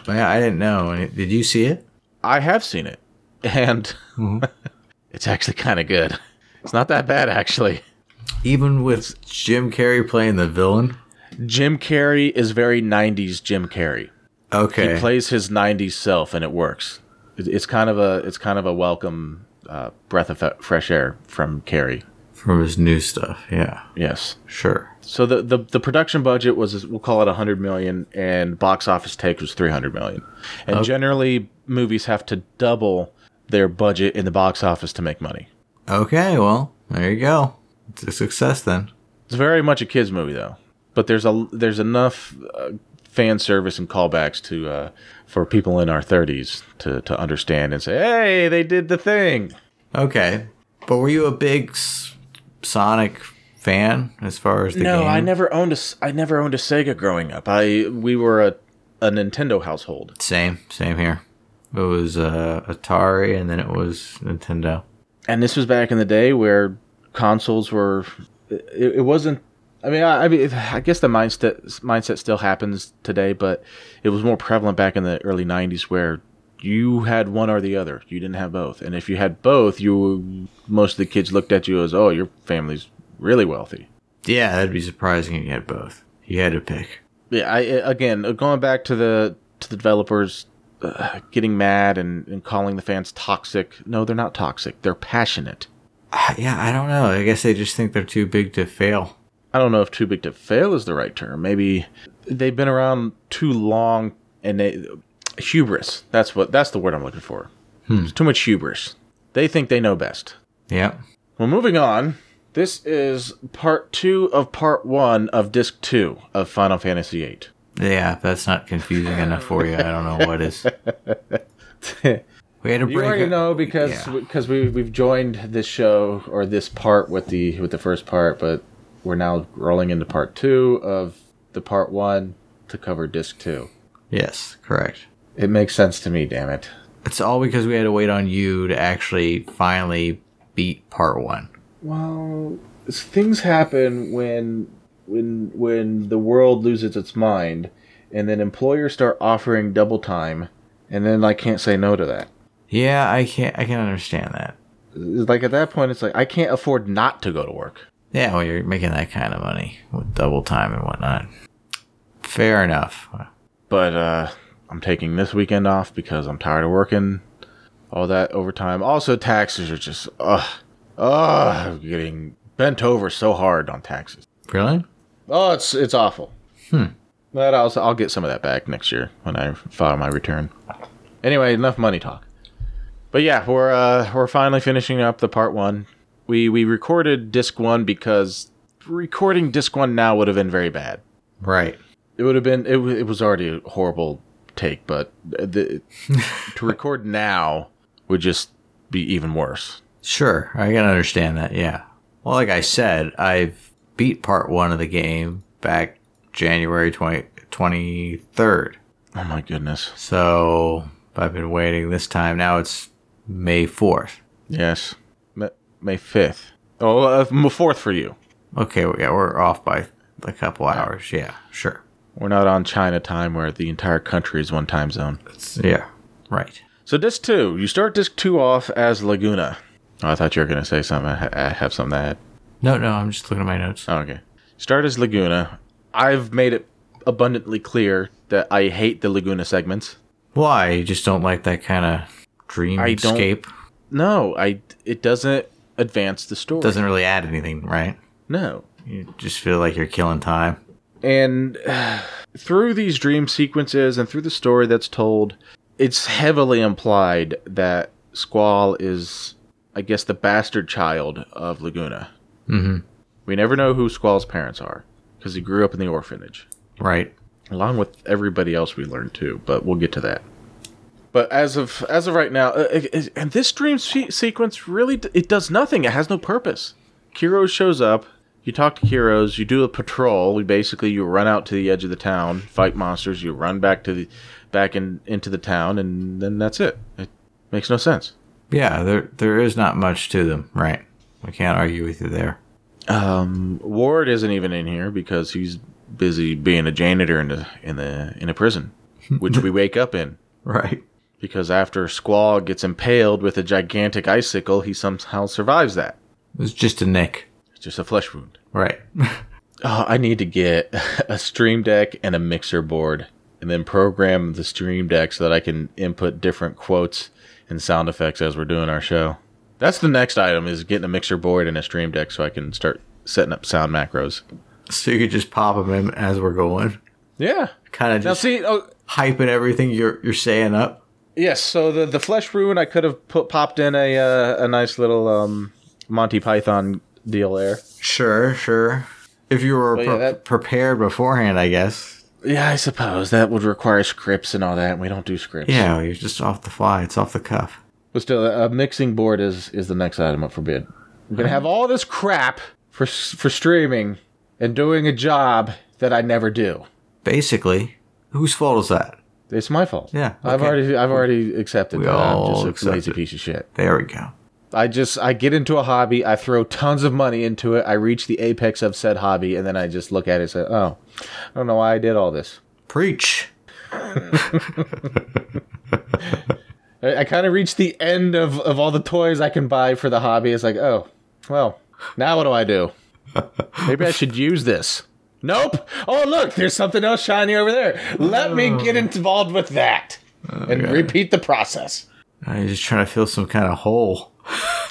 C: yeah, I didn't know. And it- Did you see it?
D: I have seen it, and
C: Mm-hmm.
D: it's actually kind of good. It's not that bad actually.
C: Even with Jim Carrey playing the villain.
D: Jim Carrey is very '90s Jim Carrey.
C: Okay.
D: He plays his '90s self, and it works. It, it's kind of a it's kind of a welcome uh, breath of fe- fresh air from Carrey.
C: from his new stuff. Yeah.
D: Yes.
C: Sure.
D: So the, the the production budget was we'll call it 100 million and box office take was 300 million. And generally movies have to double their budget in the box office to make money.
C: Okay. Well, there you go. It's a success then.
D: It's very much a kids movie though. But there's a there's enough uh, fan service and callbacks to uh, for people in our 30s to to understand and say, "Hey, they did the thing."
C: Okay. But were you a big S- Sonic fan as far as the
D: no,
C: game?
D: I never owned a s- I never owned a Sega growing up. I we were a a Nintendo household.
C: Same, same here. It was uh, Atari, and then it was Nintendo.
D: And this was back in the day where consoles were it, it wasn't I mean, I, I mean, I guess the mindset mindset still happens today, but it was more prevalent back in the early '90s, where you had one or the other. You didn't have both, and if you had both, you most of the kids looked at you as, "Oh, your family's really wealthy."
C: Yeah, that'd be surprising if you had both. You had to pick.
D: yeah i I- again uh, going back to the to the developers uh, getting mad and, and calling the fans toxic no they're not toxic they're passionate
C: Ah, Yeah, I don't know. I guess they just think they're too big to fail.
D: i don't know if too big to fail is the right term maybe they've been around too long and they hubris that's what that's the word i'm looking for
C: Hmm.
D: It's too much hubris they think they know best
C: Yep.
D: well moving on this is part two of part one of disc two of final fantasy viii
C: Yeah, if that's not confusing enough for you. I don't know what is. We had to
D: You
C: break.
D: already
C: it-
D: know because
C: Yeah.
D: because we we've joined this show or this part with the with the first part, but we're now rolling into part two of the part one to cover disc two.
C: Yes, correct.
D: It makes sense to me, damn it.
C: It's all because we had to wait on you to actually finally beat part one.
D: Well, s- things happen when when when the world loses its mind, and then employers start offering double time, and then I can't say no to that.
C: Yeah, I can't. I can understand that.
D: It's Like at that point, it's like I can't afford not to go to work.
C: Yeah, well, you're making that kind of money with double time and whatnot. Fair enough.
D: but uh, I'm taking this weekend off because I'm tired of working all that overtime. Also, taxes are just ugh, ugh, I'm getting bent over so hard on taxes.
C: Really?
D: Oh, it's it's awful. But I'll I'll get some of that back next year when I file my return. Anyway, enough money talk. But yeah, we're uh, we're finally finishing up the part one. We we recorded disc one because recording disc one now would have been very bad
C: Right.
D: it would have been it, wa- it was already a horrible take but the, to record now would just be even worse
C: Sure, I can understand that. Yeah. Well, like I said, I've beat part one of the game back January 20, 23rd.
D: oh my goodness
C: So I've been waiting this time. Now it's May 4th.
D: yes Ma- may 5th oh uh, m- 4th for you
C: Okay, well, yeah, we're off by a couple hours. Yeah, sure.
D: we're not on china time where the entire country is one time zone
C: It's, yeah, right.
D: so disc 2 you start disc 2 off as laguna oh, i thought you were going to say something I, ha- I have something to add
C: No, no, I'm just looking at my notes.
D: Oh, okay. Start as laguna i've made it abundantly clear that i hate the laguna segments
C: Why? You just don't like that kind of dreamscape?
D: No, I. It doesn't advance the story.
C: Doesn't really add anything, right?
D: No.
C: You just feel like you're killing time.
D: And through these dream sequences and through the story that's told, it's heavily implied that Squall is, I guess, the bastard child of Laguna.
C: Mm
D: We never know who Squall's parents are because he grew up in the orphanage,
C: hmm. Right.
D: along with everybody else we learned too. But we'll get to that. But as of as of right now, uh, it- it- and this dream se- sequence really d- it does nothing. It has no purpose. Kiro shows up. You talk to Kiros. You do a patrol. You basically you run out to the edge of the town, fight monsters. You run back to the back in, into the town, and then that's it. It makes no sense.
C: Yeah, there there is not much to them, right? I can't argue with you there.
D: Um, Ward isn't even in here because he's busy being a janitor in the in the in a prison, which we wake up in.
C: Right.
D: because after Squall gets impaled with a gigantic icicle, he somehow survives that.
C: It was just a nick.
D: It's just a flesh wound.
C: Right.
D: Oh, I need to get a stream deck and a mixer board and then program the stream deck so that I can input different quotes and sound effects as we're doing our show. That's the next item is getting a mixer board and a stream deck so I can start setting up sound macros.
C: so you could just pop them in as we're going.
D: Yeah.
C: Kind of
D: Now
C: just
D: see, oh,
C: hyping everything you're you're saying up.
D: Yes, so the the flesh ruin I could have put popped in a uh, a nice little um, Monty Python deal there.
C: Sure, sure. If you were
D: Well, yeah,
C: pre-
D: that-
C: prepared beforehand, I guess.
D: Yeah, I suppose that would require scripts and all that. and We don't do scripts.
C: Yeah, you're just off the fly. It's off the cuff.
D: But still, a mixing board is is the next item up for bid. We're gonna have all this crap for s- for streaming and doing a job that I never do.
C: Basically, whose fault is that?
D: It's my fault.
C: Yeah,
D: I've
C: okay.
D: already I've already accepted
C: We
D: that. I'm just
C: all
D: a
C: accept
D: lazy
C: it.
D: piece of shit.
C: There we go.
D: I just I get into a hobby, I throw tons of money into it, I reach the apex of said hobby, and then I just look at it and say, "Oh, I don't know why I did all this."
C: Preach.
D: I, I kind of reached the end of of all the toys I can buy for the hobby. It's like, oh, well, now what do I do? Maybe I should use this. Nope. Oh, look, there's something else shiny over there. Let me get involved with that and repeat the process.
C: I'm just trying to fill some kind of hole.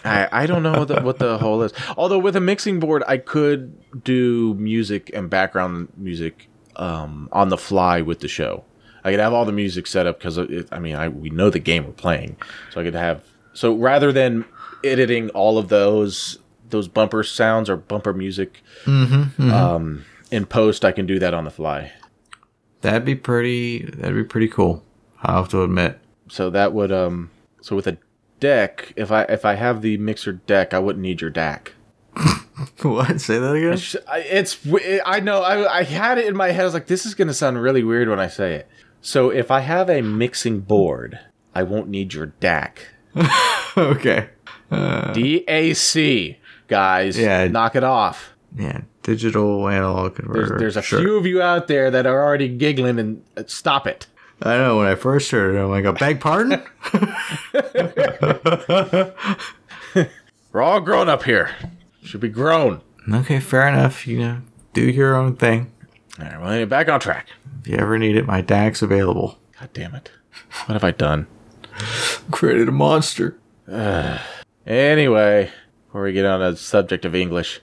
D: I, I don't know what the, what the whole is. Although with a mixing board, I could do music and background music um, on the fly with the show. I could have all the music set up because I mean I we know the game we're playing, so I could have so rather than editing all of those those bumper sounds or bumper music Um, in post, I can do that on the fly.
C: That'd be pretty. That'd be pretty cool. I'll have to admit.
D: So that would um so with a deck, if I if I have the mixer deck, I wouldn't need your DAC.
C: What? Say that again.
D: Sh- I- It's w- I know I I had it in my head. I was like, this is gonna sound really weird when I say it. So if I have a mixing board, I won't need your DAC.
C: okay.
D: DAC guys,
C: Uh. Yeah.
D: knock it off.
C: Yeah. Digital analog converter.
D: There's, there's a
C: Sure.
D: few of you out there that are already giggling and uh, stop it.
C: I know. When I first heard it, I'm like, "I beg pardon."
D: We're all grown up here. Should be grown.
C: okay, fair enough. You know, do your own thing.
D: All right, well, anyway, back on track.
C: If you ever need it, my DAC's available.
D: God damn it. What have I done?
C: Created a monster.
D: Anyway, before we get on the subject of English,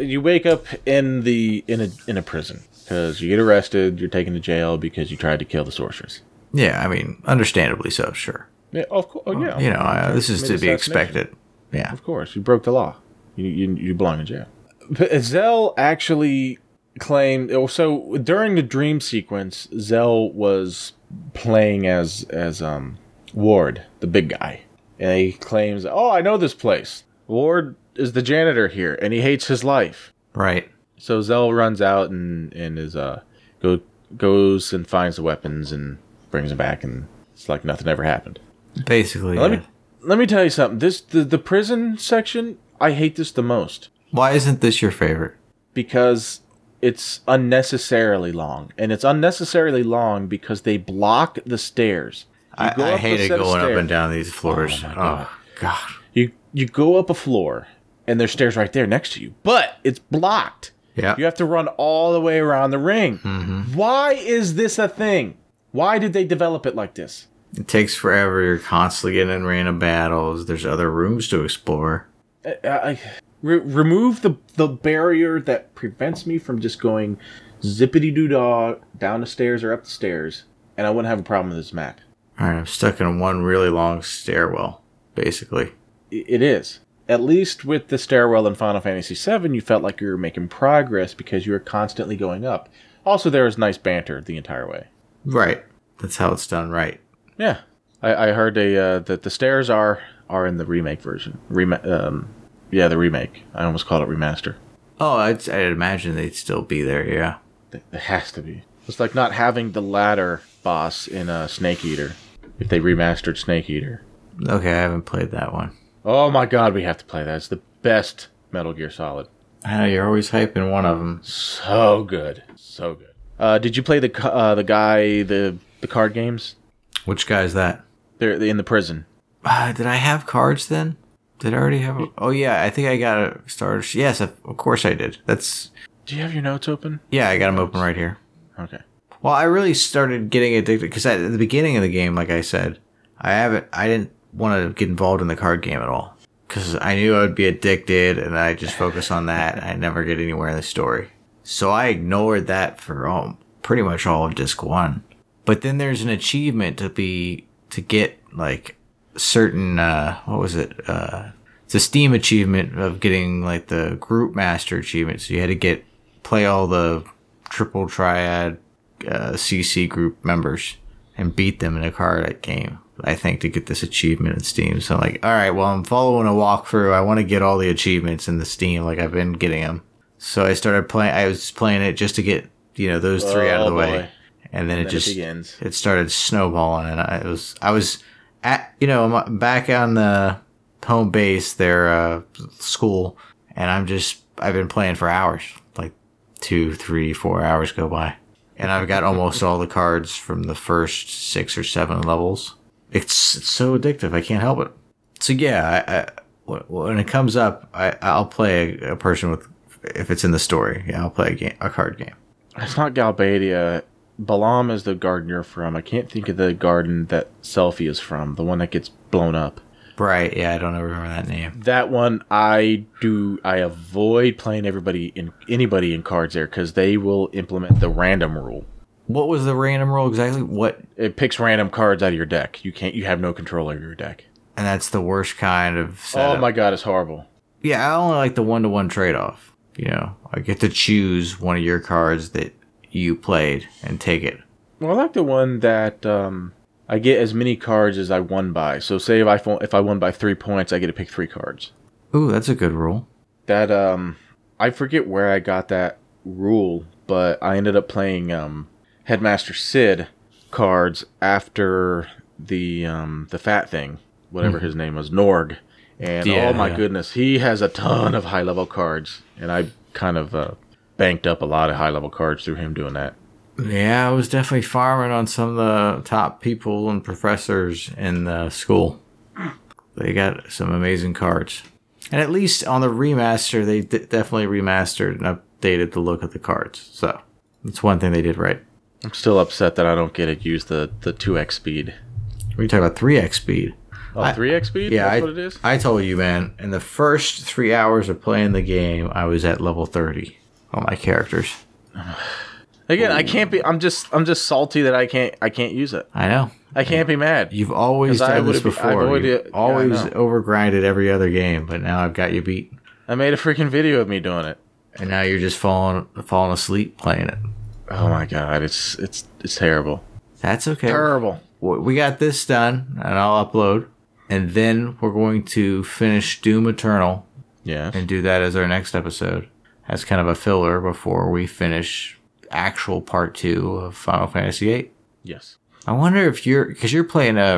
D: you wake up in the in a in a prison because you get arrested. You're taken to jail because you tried to kill the sorceress.
C: Yeah, I mean, understandably so. Sure.
D: Yeah, of course. Oh, yeah,
C: You know, uh, this is
D: Made
C: to be
D: assassination.
C: expected. Yeah.
D: of course. You broke the law. You you, you belong in jail. But Zell actually claimed. oh, So during the dream sequence, Zell was playing as as um Ward, the big guy, and he claims, "Oh, I know this place. Ward is the janitor here, and he hates his life."
C: Right.
D: So Zell runs out and and is uh go goes and finds the weapons and brings them back and it's like nothing ever happened.
C: Basically.
D: Let
C: yeah.
D: me let me tell you something. This the, the prison section, I hate this the most
C: Why isn't this your favorite?
D: because it's unnecessarily long. And it's unnecessarily long because they block the stairs. You go
C: I, I
D: up a
C: hated
D: set of
C: going up
D: stairs.
C: and down these floors. Oh, God.
D: You you go up a floor and there's stairs right there next to you, but it's blocked.
C: Yeah.
D: You have to run all the way around the ring. Why is this a thing? Why did they develop it like this?
C: It takes forever. You're constantly getting in random battles. There's other rooms to explore.
D: I, Uh, I, re- remove the the barrier that prevents me from just going zippity doo dah down the stairs or up the stairs, and I wouldn't have a problem with this map.
C: All right, I'm stuck in one really long stairwell, basically.
D: I- it is. At least with the stairwell in Final Fantasy VII, you felt like you were making progress because you were constantly going up. Also, there was nice banter the entire way.
C: Right. That's how it's done right.
D: Yeah, I, I heard a, uh, that the stairs are are in the remake version. Rema- um, yeah, the remake. I almost called it remaster.
C: Oh, I'd, I'd imagine they'd still be there, yeah.
D: It it has to be. It's like not having the ladder boss in uh, Snake Eater. If they remastered Snake Eater,
C: Okay, I haven't played that one.
D: oh my god, we have to play that. It's the best Metal Gear Solid.
C: I know, you're always hyping one of them.
D: So good, so good. Uh, did you play the ca- uh, the guy the the card games?
C: Which guy's that?
D: They're in the prison.
C: Uh, did I have cards then? Did I already have? A, oh yeah, I think I got a starter. Yes, of of course I did. That's
D: Do you have your notes open?
C: yeah, I got them open right here.
D: Okay.
C: Well, I really started getting addicted because at the beginning of the game, like I said, I haven't, I didn't want to get involved in the card game at all because I knew I would be addicted, and I just focus on that. I never get anywhere in the story, so I ignored that for um, pretty much all of disc one. But then there's an achievement to be to get like certain uh, what was it? Uh, it's a Steam achievement of getting like the group master achievement. So you had to get play all the triple triad uh, CC group members, and beat them in a car that game. I think to get this achievement in Steam. So I'm like, all right, well, I'm following a walkthrough. I want to get all the achievements in the Steam, like I've been getting them. So I started playing. I was playing it just to get you know those three out of
D: Oh,
C: the
D: boy.
C: way, and then it
D: Then it
C: just
D: begins.
C: it started snowballing, and I was I was at you know I'm back on the home base, their uh, school, and I'm just I've been playing for hours, like two, three, four hours go by, and I've got almost all the cards from the first six or seven levels. It's, it's so addictive, I can't help it. So yeah, I, I, when- when it comes up, I I'll play a, a person with if it's in the story. Yeah, I'll play a game, a card game.
D: It's not Galbadia. Balam is the garden you're from. I can't think of the garden that Selfie is from, the one that gets blown up.
C: Right? Yeah, I don't remember that name.
D: That one I do I avoid playing everybody in anybody in cards there because they will implement the random rule.
C: What was the random roll exactly? What
D: It picks random cards out of your deck. You can't you have no control over your deck.
C: and that's the worst kind of
D: Oh
C: setup.
D: my god, it's horrible.
C: yeah i only like the one-to-one trade-off you know i get to choose one of your cards that you played and take it
D: Well, I like the one that um, I get as many cards as I won by. So say if I fo- if I won by three points, I get to pick three cards.
C: ooh that's a good rule
D: That um, I forget where I got that rule, but I ended up playing um, Headmaster Sid cards after the um, the fat thing, whatever his name was, Norg. And
C: Mm-hmm. Yeah,
D: oh my
C: yeah.
D: goodness, he has a ton of high level cards, and I kind of uh, banked up a lot of high level cards through him doing that.
C: yeah i was definitely farming on some of the top people and professors in the school they got some amazing cards and at least on the remaster they d- definitely remastered and updated the look of the cards so that's one thing they did right
D: I'm still upset that I don't get to use the the two X speed.
C: we talk about 3x speed
D: Oh, three X speed?
C: Yeah,
D: that's
C: I,
D: what it is.
C: I told you, man. In the first three hours of playing the game, I was at level thirty on my characters.
D: Again, I can't be. I'm just. I'm just salty that I can't. I can't use it.
C: I know
D: I can't be mad.
C: you've always
D: 'Cause I
C: done this
D: would've- I've
C: before.
D: already-
C: You've
D: yeah, I
C: always
D: know.
C: overgrinded every other game, but now I've got you beat,
D: I made a freaking video of me doing it.
C: and now you're just falling falling asleep playing it.
D: Oh my god, it's it's it's terrible.
C: That's okay.
D: Terrible.
C: W- We got this done, and I'll upload, and then we're going to finish Doom Eternal
D: Yeah.
C: and do that as our next episode as kind of a filler before we finish actual part two of Final Fantasy VIII.
D: Yes.
C: I wonder if you're because you're playing a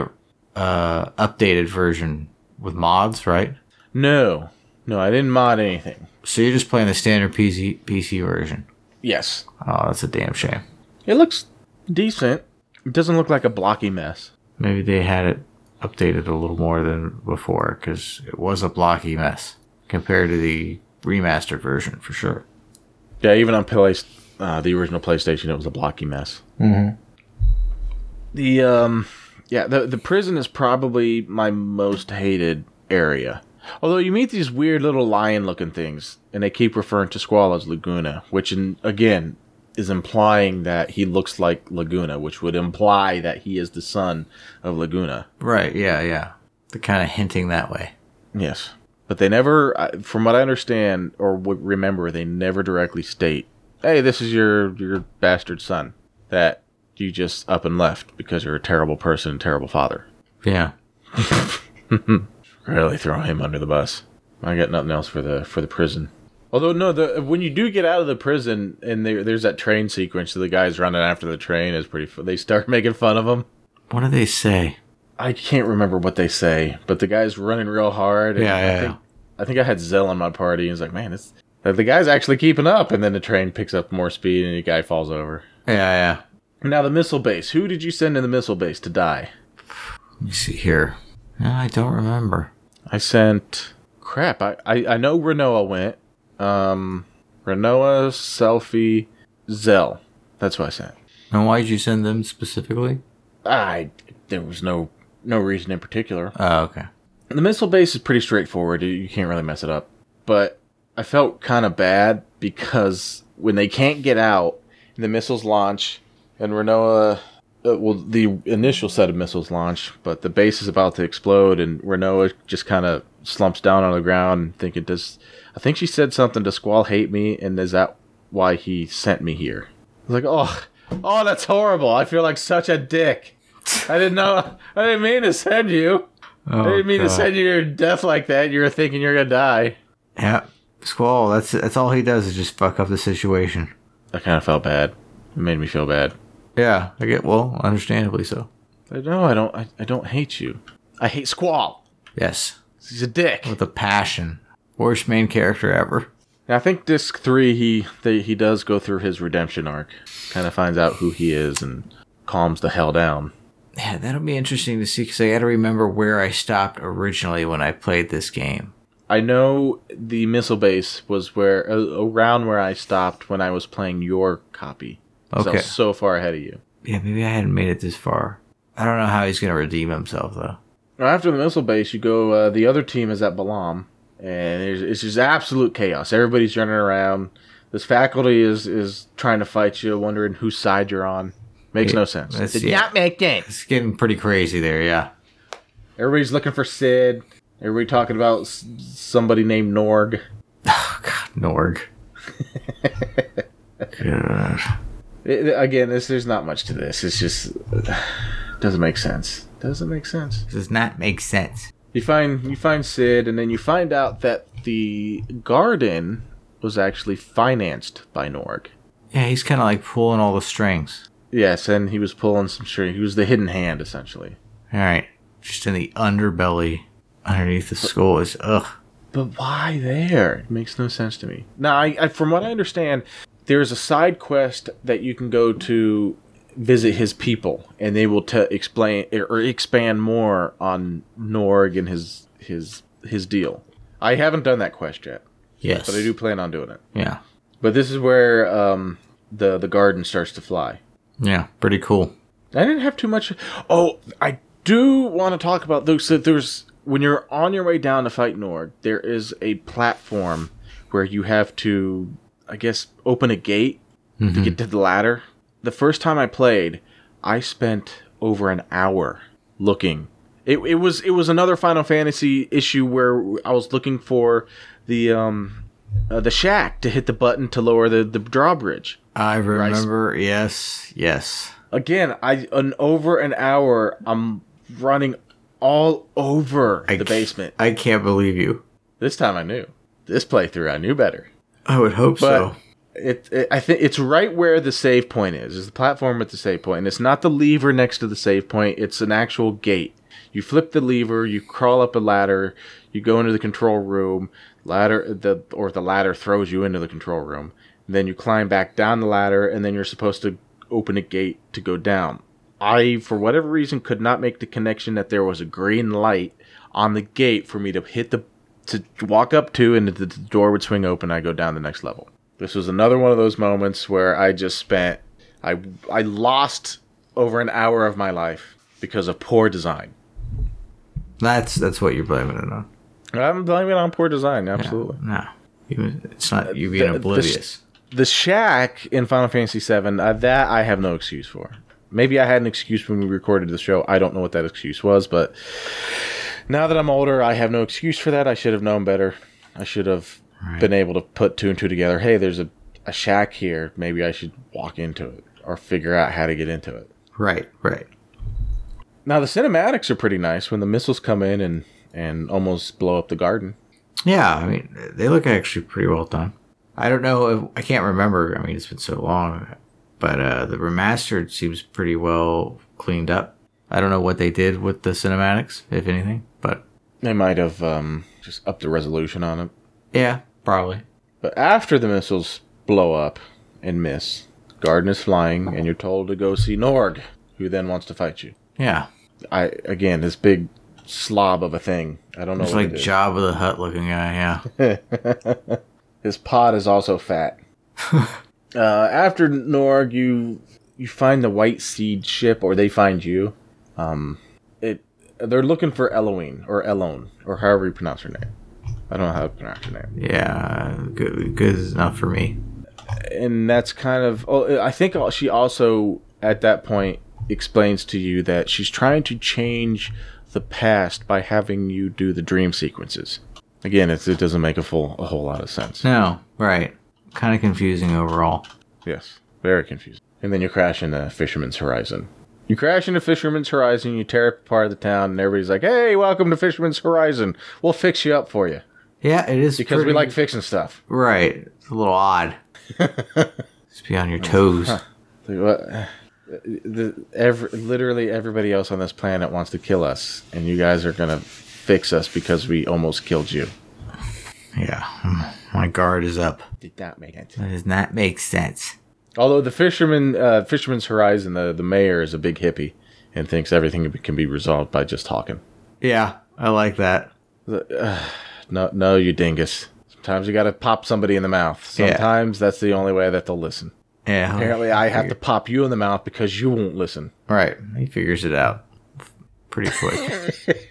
C: uh, updated version with mods, right?
D: No. No, I didn't mod anything.
C: So you're just playing the standard PC PC version.
D: Yes.
C: Oh, that's a damn shame.
D: It looks decent. It doesn't look like a blocky mess.
C: Maybe they had it updated a little more than before because it was a blocky mess compared to the remastered version for sure.
D: Yeah, even on play, uh, the original PlayStation, it was a blocky mess. Mm-hmm. The um, yeah, the the prison is probably my most hated area. Although you meet these weird little lion-looking things, and they keep referring to Squall as Laguna, which in, again is implying that he looks like Laguna, which would imply that he is the son of Laguna.
C: Right? Yeah, yeah. They're kind of hinting that way.
D: Yes, but they never, I- from what I understand or w- remember, they never directly state, "Hey, this is your your bastard son that you just up and left because you're a terrible person, and terrible father."
C: Yeah.
D: Really throw him under the bus. I got nothing else for the for the prison. Although no, the when you do get out of the prison and there, there's that train sequence, so the guys running after the train is pretty. fu- They start making fun of him.
C: What do they say?
D: I can't remember what they say, but the guy's running real hard. and
C: Yeah, yeah,
D: I think, I think I had Zell on my party. and He's like, man, it's uh, the the guy's actually keeping up, and then the train picks up more speed, and the guy falls over.
C: Yeah, yeah.
D: Now the missile base. Who did you send to the missile base to die?
C: Let me see here. No, I don't remember.
D: I sent. Crap. I I, I know Renoa went. Um, Renoa, selfie, Zell. That's what I sent.
C: And why did you send them specifically?
D: I there was no no reason in particular.
C: Oh, okay.
D: The missile base is pretty straightforward. You- You can't really mess it up. But I felt kind of bad because when they can't get out, the missiles launch, and Renoa, uh, well, the initial set of missiles launch, but the base is about to explode, and Renoa just kind of slumps down on the ground, thinking, "Does I think she said something? Does Squall hate me? And is that why he sent me here?" I was like, "Oh, oh, that's horrible. I feel like such a dick." I didn't know. I didn't mean to send you.
C: Oh,
D: I didn't mean to send you to your death like that. You were thinking you're gonna die.
C: Yeah, Squall. That's that's all he does is just fuck up the situation.
D: I kind of felt bad. It made me feel bad.
C: Yeah, I get well, understandably so.
D: I know. I don't. I, I don't hate you. I hate Squall.
C: Yes,
D: He's a dick.
C: with a passion. Worst main character ever.
D: I think disc three, he they, he does go through his redemption arc, kind of finds out who he is and calms the hell down.
C: Yeah, that'll be interesting to see because I got to remember where I stopped originally when I played this game.
D: I know the missile base was where uh, around where I stopped when I was playing your copy. 'Cause I
C: Okay.
D: was so far ahead of you.
C: Yeah, maybe I hadn't made it this far. I don't know how he's gonna redeem himself though.
D: Now, After the missile base, you go. Uh, the other team is at Balam, and there's, it's just absolute chaos. Everybody's running around. This faculty is is trying to fight you, wondering whose side you're on. Makes
C: Yeah,
D: no sense.
C: that's-
D: Did
C: yeah.
D: not make sense.
C: It's getting pretty crazy there. Yeah.
D: Everybody's looking for Sid. Everybody talking about s- somebody named Norg.
C: Oh God, Norg. God.
D: It- it- again, this there's not much to this. It's just doesn't make sense. Doesn't make sense.
C: Does not make sense.
D: You find you find Sid, and then you find out that the garden was actually financed by Norg.
C: Yeah, he's kind of like pulling all the strings.
D: Yes, and he was pulling some string. He was the hidden hand, essentially.
C: All right, just in the underbelly, underneath the skull is ugh.
D: But why there? It makes no sense to me. Now, I, I, from what I understand, there's a side quest that you can go to visit his people, and they will te- explain or expand more on Norg and his his his deal. I haven't done that quest yet,
C: Yes.
D: but I do plan on doing it.
C: Yeah.
D: But this is where um, the the garden starts to fly.
C: Yeah. Pretty cool.
D: I didn't have too much. Oh, I do want to talk about those. So there's when you're on your way down to fight Nord, there is a platform where you have to, I guess, open a gate to get to the ladder. The first time I played, I spent over an hour looking. It, it was it was another Final Fantasy issue where I was looking for the um uh, the shack to hit the button to lower the the drawbridge
C: I remember. Yes. Yes.
D: again i an over an hour i'm running all over
C: I
D: the
C: c-
D: basement
C: I can't believe you.
D: this time i knew this playthrough i knew better
C: I would hope so.
D: it, it i think it's right where the save point is is the platform with the save point and it's not the lever next to the save point it's an actual gate you flip the lever you crawl up a ladder you go into the control room ladder the or the ladder throws you into the control room then you climb back down the ladder and then you're supposed to open a gate to go down I, for whatever reason, could not make the connection that there was a green light on the gate for me to hit the to walk up to, and the, the door would swing open. I go down the next level. This was another one of those moments where I just spent I I lost over an hour of my life because of poor design.
C: That's that's what you're blaming it on.
D: I'm blaming it on poor design, absolutely.
C: No. You- It's not you being
D: the- the-
C: oblivious.
D: The shack in Final Fantasy VII, uh, that I have no excuse for. Maybe I had an excuse when we recorded the show. I don't know what that excuse was, but now that I'm older, I have no excuse for that. I should have known better. I should have been able to put two and two together. Hey, there's a, a shack here. Maybe I should walk into it or figure out how to get into it.
C: Right. Right.
D: Now, the cinematics are pretty nice when the missiles come in and, and almost blow up the garden.
C: Yeah, I mean, they look actually pretty well done. I don't know. If, I can't remember. I mean, it's been so long, but uh, the remastered seems pretty well cleaned up. I don't know what they did with the cinematics, if anything, but
D: They might have um, just upped the resolution on it.
C: yeah, probably.
D: But after the missiles blow up and miss, Garden is flying, and you're told to go see Norg, who then wants to fight you.
C: Yeah,
D: I again, this big slob of a thing. I don't know
C: it's
D: what
C: like
D: it is.
C: Job of the Hut looking guy. Yeah,
D: His pod is also fat. uh, after Norg, you you find the White Seed ship, or they find you. Um, it they're looking for Eloine or Elone or however you pronounce her name. I don't know how to pronounce her name.
C: yeah, good, good is enough for me.
D: and that's kind of oh, i think she also at that point explains to you that she's trying to change the past by having you do the dream sequences again it's, it doesn't make a full a whole lot of sense
C: No, right, kind of confusing overall.
D: yes very confusing and then you crash into fisherman's horizon You crash into Fisherman's Horizon, you tear up part of the town, and everybody's like, "Hey, welcome to Fisherman's Horizon. We'll fix you up for you
C: Yeah, it is
D: because we
C: pretty-
D: like fixing stuff."
C: Right, it's a little odd. Just be on your toes.
D: Like, what- the- every- literally everybody else on this planet wants to kill us, and you guys are gonna fix us because we almost killed you.
C: Yeah, my guard is up.
D: Did not make it.
C: That does not make sense.
D: Although the fisherman, uh, Fisherman's Horizon, the the mayor is a big hippie and thinks everything can be resolved by just talking.
C: Yeah, I like that.
D: No, no, you dingus. Sometimes you gotta pop somebody in the mouth.
C: Yeah.
D: Sometimes that's the only way that they'll listen.
C: Yeah,
D: Apparently, I have to pop you in the mouth because you won't listen.
C: Right, he figures it out pretty quick.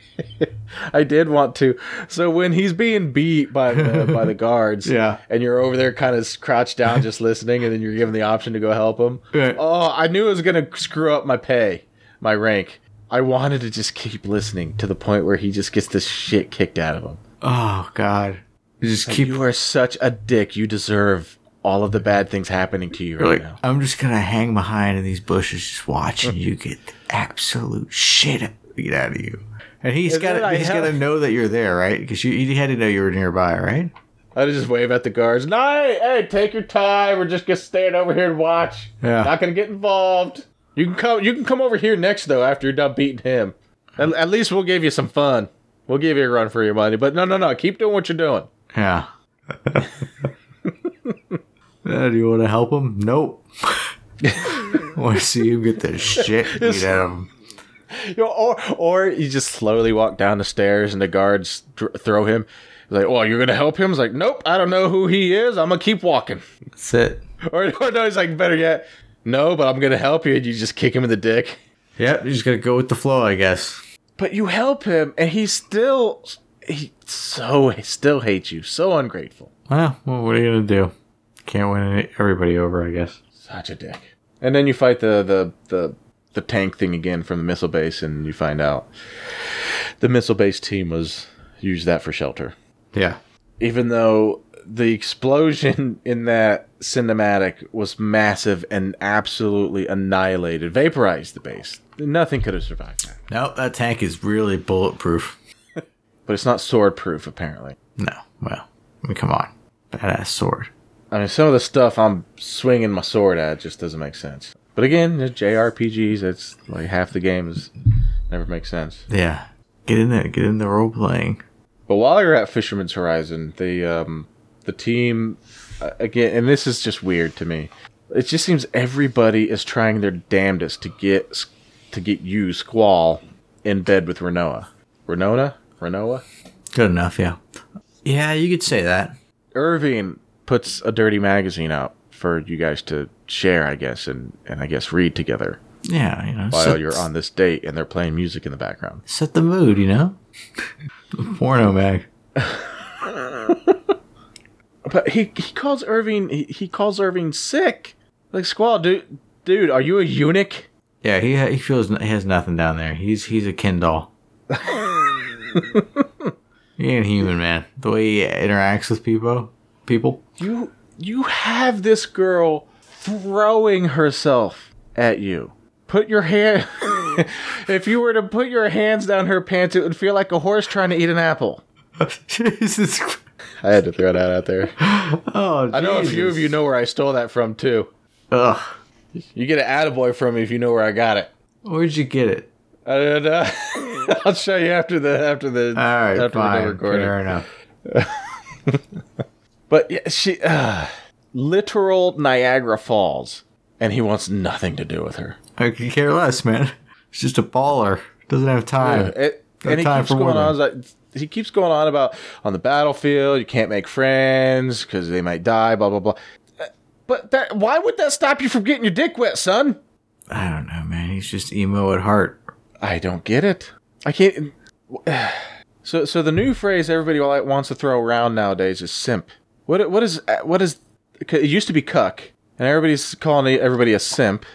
D: I did want to. So when he's being beat by the by the guards,
C: Yeah.
D: and you're over there kind of crouched down just listening, and then you're given the option to go help him.
C: Right.
D: Oh, I knew it was gonna screw up my pay, my rank. I wanted to just keep listening to the point where he just gets the shit kicked out of him.
C: oh God, you just
D: Like,
C: keep
D: you are such a dick. You deserve all of the bad things happening to you right
C: like
D: now.
C: I'm just gonna hang behind in these bushes, just watching you get the absolute shit beat out of you. And he's
D: And
C: got
D: then I
C: to he's
D: have-
C: got to know that you're there, right? Because you he had to know you were nearby, right?
D: I just wave at the guards. No, hey, hey, take your time. We're just gonna stand over here and watch.
C: Yeah.
D: Not gonna get involved. You can come. You can come over here next though. After you're done beating him, at, at least we'll give you some fun. We'll give you a run for your money. But no, no, no. Keep doing what you're doing.
C: Yeah. Uh, do you want to help him? Nope. want to see him get the shit beat out of him?
D: You know, or or you just slowly walk down the stairs and the guards dr- throw him. Like, well, you're gonna help him. He's like, nope. I don't know who he is. I'm gonna keep walking.
C: That's it.
D: Or, or no, he's like, better yet, no. But I'm gonna help you. And you just kick him in the dick.
C: Yep, you just gotta go with the flow, I guess.
D: But you help him, and he still he so he still hates you. So ungrateful.
C: Well, well what are you gonna do? Can't win any- everybody over, I guess.
D: Such a dick. And then you fight the the the the tank thing again from the missile base, and you find out the missile base team was used that for shelter.
C: Yeah.
D: Even though the explosion in that cinematic was massive and absolutely annihilated, vaporized the base. Nothing could have survived that.
C: Nope, that tank is really bulletproof.
D: But it's not sword proof, apparently.
C: No, well, I mean, come on, badass sword.
D: I mean, some of the stuff I'm swinging my sword at just doesn't make sense. But again, the JRPGs, it's like half the games never make sense.
C: Yeah, get in there, get in the role playing.
D: But while you're at Fisherman's Horizon, the um, the team uh, again, and this is just weird to me. It just seems everybody is trying their damnedest to get to get you Squall in bed with Renoa. Renona, Renoa.
C: Good enough, yeah. Yeah, you could say that.
D: Irving puts a dirty magazine out for you guys to share, I guess, and and I guess read together.
C: Yeah, you know,
D: while
C: set,
D: you're on this date and they're playing music in the background.
C: set the mood, you know. Porno mag.
D: But he, he calls Irving he, he calls Irving sick. Like Squall, dude, dude, are you a eunuch?
C: Yeah, he ha- he feels n- he has nothing down there. He's he's a Ken doll. he ain't human, man. The way he interacts with people, people.
D: You you have this girl throwing herself at you. Put your hand if you were to put your hands down her pants, it would feel like a horse trying to eat an apple.
C: Jesus. Christ.
D: I had to throw that out there.
C: Oh,
D: I know a few of you know where I stole that from too.
C: Ugh.
D: You get an attaboy from me if you know where I got it.
C: Where'd you get it?
D: I don't know. uh, I'll show you after the after the
C: All right,
D: after we're done
C: fine. Fair enough.
D: But yeah, she uh, literal Niagara Falls, and he wants nothing to do with her.
C: I could care less, man. He's just a baller. Doesn't have time.
D: Uh, It-
C: No
D: and he
C: time
D: keeps
C: for
D: going on.
C: women.
D: like- He keeps going on about on the battlefield you can't make friends because they might die. Blah blah blah. Uh, But that why would that stop you from getting your dick wet, son?
C: I don't know, man. He's just emo at heart.
D: I don't get it. I can't. So, so the new phrase everybody like wants to throw around nowadays is simp. What, what is, what is? It used to be cuck, and everybody's calling e, everybody a simp.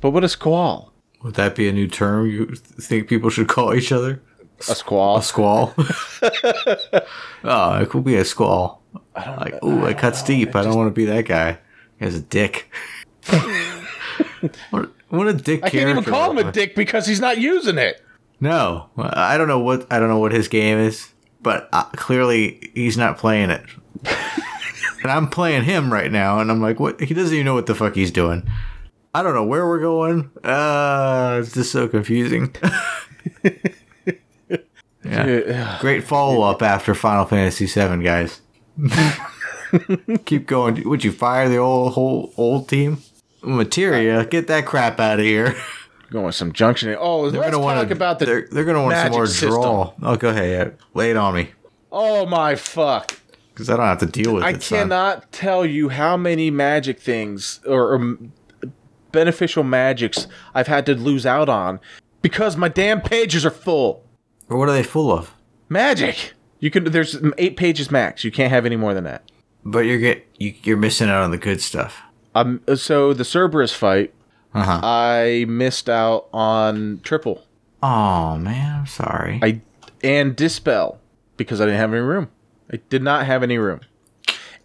D: But what is squall?
C: Would that be a new term you th- think people should call each other?
D: A squall.
C: A squall? oh, it could be a squall. Like, ooh, I cut steep. I don't want to be that guy. He has a dick. What, what a dick!
D: I can't even
C: character.
D: call him a dick because he's not using it.
C: No, I don't know what I don't know what his game is, but uh, clearly he's not playing it. and I'm playing him right now, and I'm like, what? He doesn't even know what the fuck he's doing. I don't know where we're going. Uh, it's just so confusing. yeah.
D: Yeah.
C: Great follow up after Final Fantasy VII, guys. Keep going. Would you fire the old whole old team?
D: Uh,
C: Materia, get that crap out of here.
D: Going with some junction. Oh,
C: They're
D: let's
C: gonna want
D: talk about the.
C: They're, they're gonna want some
D: magic
C: more
D: system.
C: draw. Oh, go ahead. Yeah. Lay it on me,
D: Oh my fuck!
C: because I don't have to deal with
D: I
C: it. son.
D: cannot tell you how many magic things or, or m- beneficial magics I've had to lose out on because my damn pages are full.
C: Or What are they full of?
D: Magic. You can. There's eight pages max. You can't have any more than that.
C: But you're get you, you're missing out on the good stuff.
D: Um. So the Cerberus fight,
C: Uh
D: Uh-huh.
C: huh.
D: I missed out on triple.
C: Oh man, I'm sorry.
D: I and dispel because I didn't have any room. I did not have any room,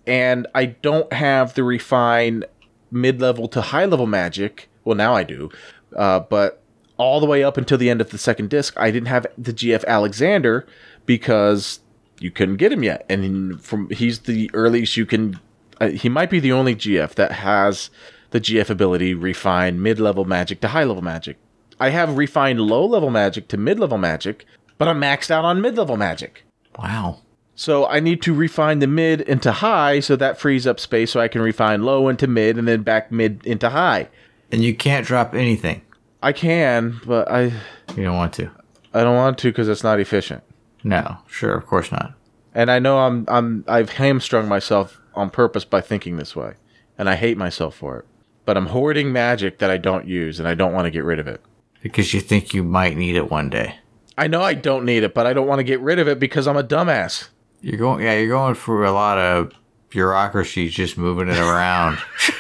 D: and I don't have the refine mid-level to high-level magic. Well, now I do, uh, but all the way up until the end of the second disc, I didn't have the GF Alexander because you couldn't get him yet, and in- from he's the earliest you can. Uh, he might be the only GF that has the GF ability refine mid-level magic to high-level magic. I have refined low level magic to mid level magic, but I'm maxed out on mid level magic.
C: wow.
D: So I need to refine the mid into high so that frees up space so I can refine low into mid and then back mid into high.
C: And you can't drop anything.
D: I can, but I
C: You don't want to.
D: I don't want to because it's not efficient.
C: No, sure, of course not.
D: And I know I'm I'm I've hamstrung myself on purpose by thinking this way, and I hate myself for it. But I'm hoarding magic that I don't use and I don't want to get rid of it.
C: Because you think you might need it one day.
D: I know I don't need it, but I don't want to get rid of it because I'm a dumbass.
C: You're going, yeah, you're going for a lot of bureaucracy, just moving it around.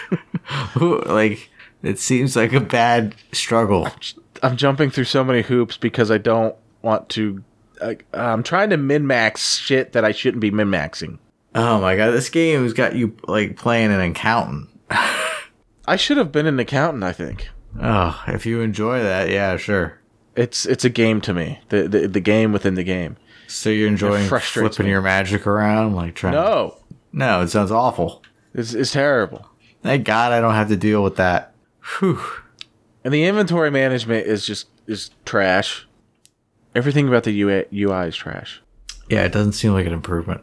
C: Who- like it seems like a bad struggle.
D: I'm jumping through so many hoops because I don't want to. I, I'm trying to min max shit that I shouldn't be min maxing.
C: Oh my god, this game has got you like playing an accountant.
D: I should have been an accountant. I think
C: Oh, if you enjoy that, yeah, sure.
D: it's it's a game to me. The the, the game within the game.
C: So you're enjoying
D: frustrates
C: flipping
D: me.
C: your magic around, like trying.
D: No,
C: no, it sounds awful.
D: it's it's terrible.
C: Thank God I don't have to deal with that. Whew.
D: And the inventory management is just is trash. Everything about the UI, UI is trash.
C: Yeah, it doesn't seem like an improvement.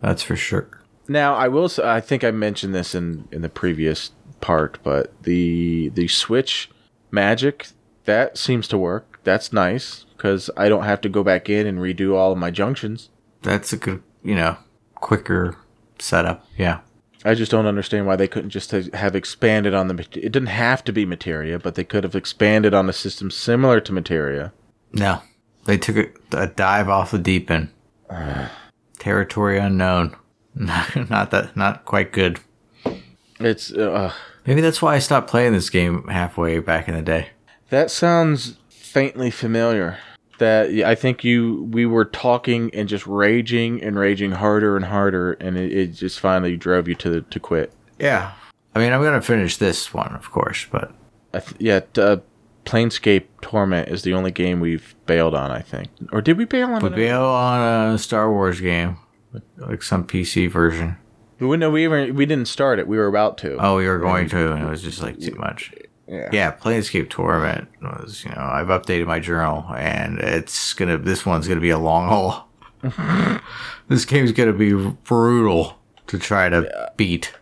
C: That's for sure.
D: Now I will. s- I think I mentioned this in in the previous part, but the the Switch Magic that seems to work. That's nice because I don't have to go back in and redo all of my junctions.
C: That's a good, you know, quicker setup. Yeah.
D: I just don't understand why they couldn't just ha- have expanded on the. mat- It didn't have to be Materia, but they could have expanded on a system similar to Materia.
C: No, they took a, a dive off the deep end. Territory unknown. not that. Not quite good.
D: It's uh,
C: Maybe that's why I stopped playing this game halfway back in the day.
D: that sounds faintly familiar. That yeah, I think you we were talking and just raging and raging harder and harder, and it, it just finally drove you to to quit.
C: Yeah. I mean, I'm gonna finish this one, of course, but
D: I th- yeah, t- uh, Planescape Torment is the only game we've bailed on, I think. Or did we bail on
C: We
D: it?
C: bail on a Star Wars game, like some PC version.
D: we no, we even we didn't start it. We were about to.
C: Oh, we were going to, and it was just like too much. Yeah. Yeah, Planescape Torment was, you know, I've updated my journal, and it's gonna. This one's gonna be a long haul. this game's gonna be brutal to try to beat.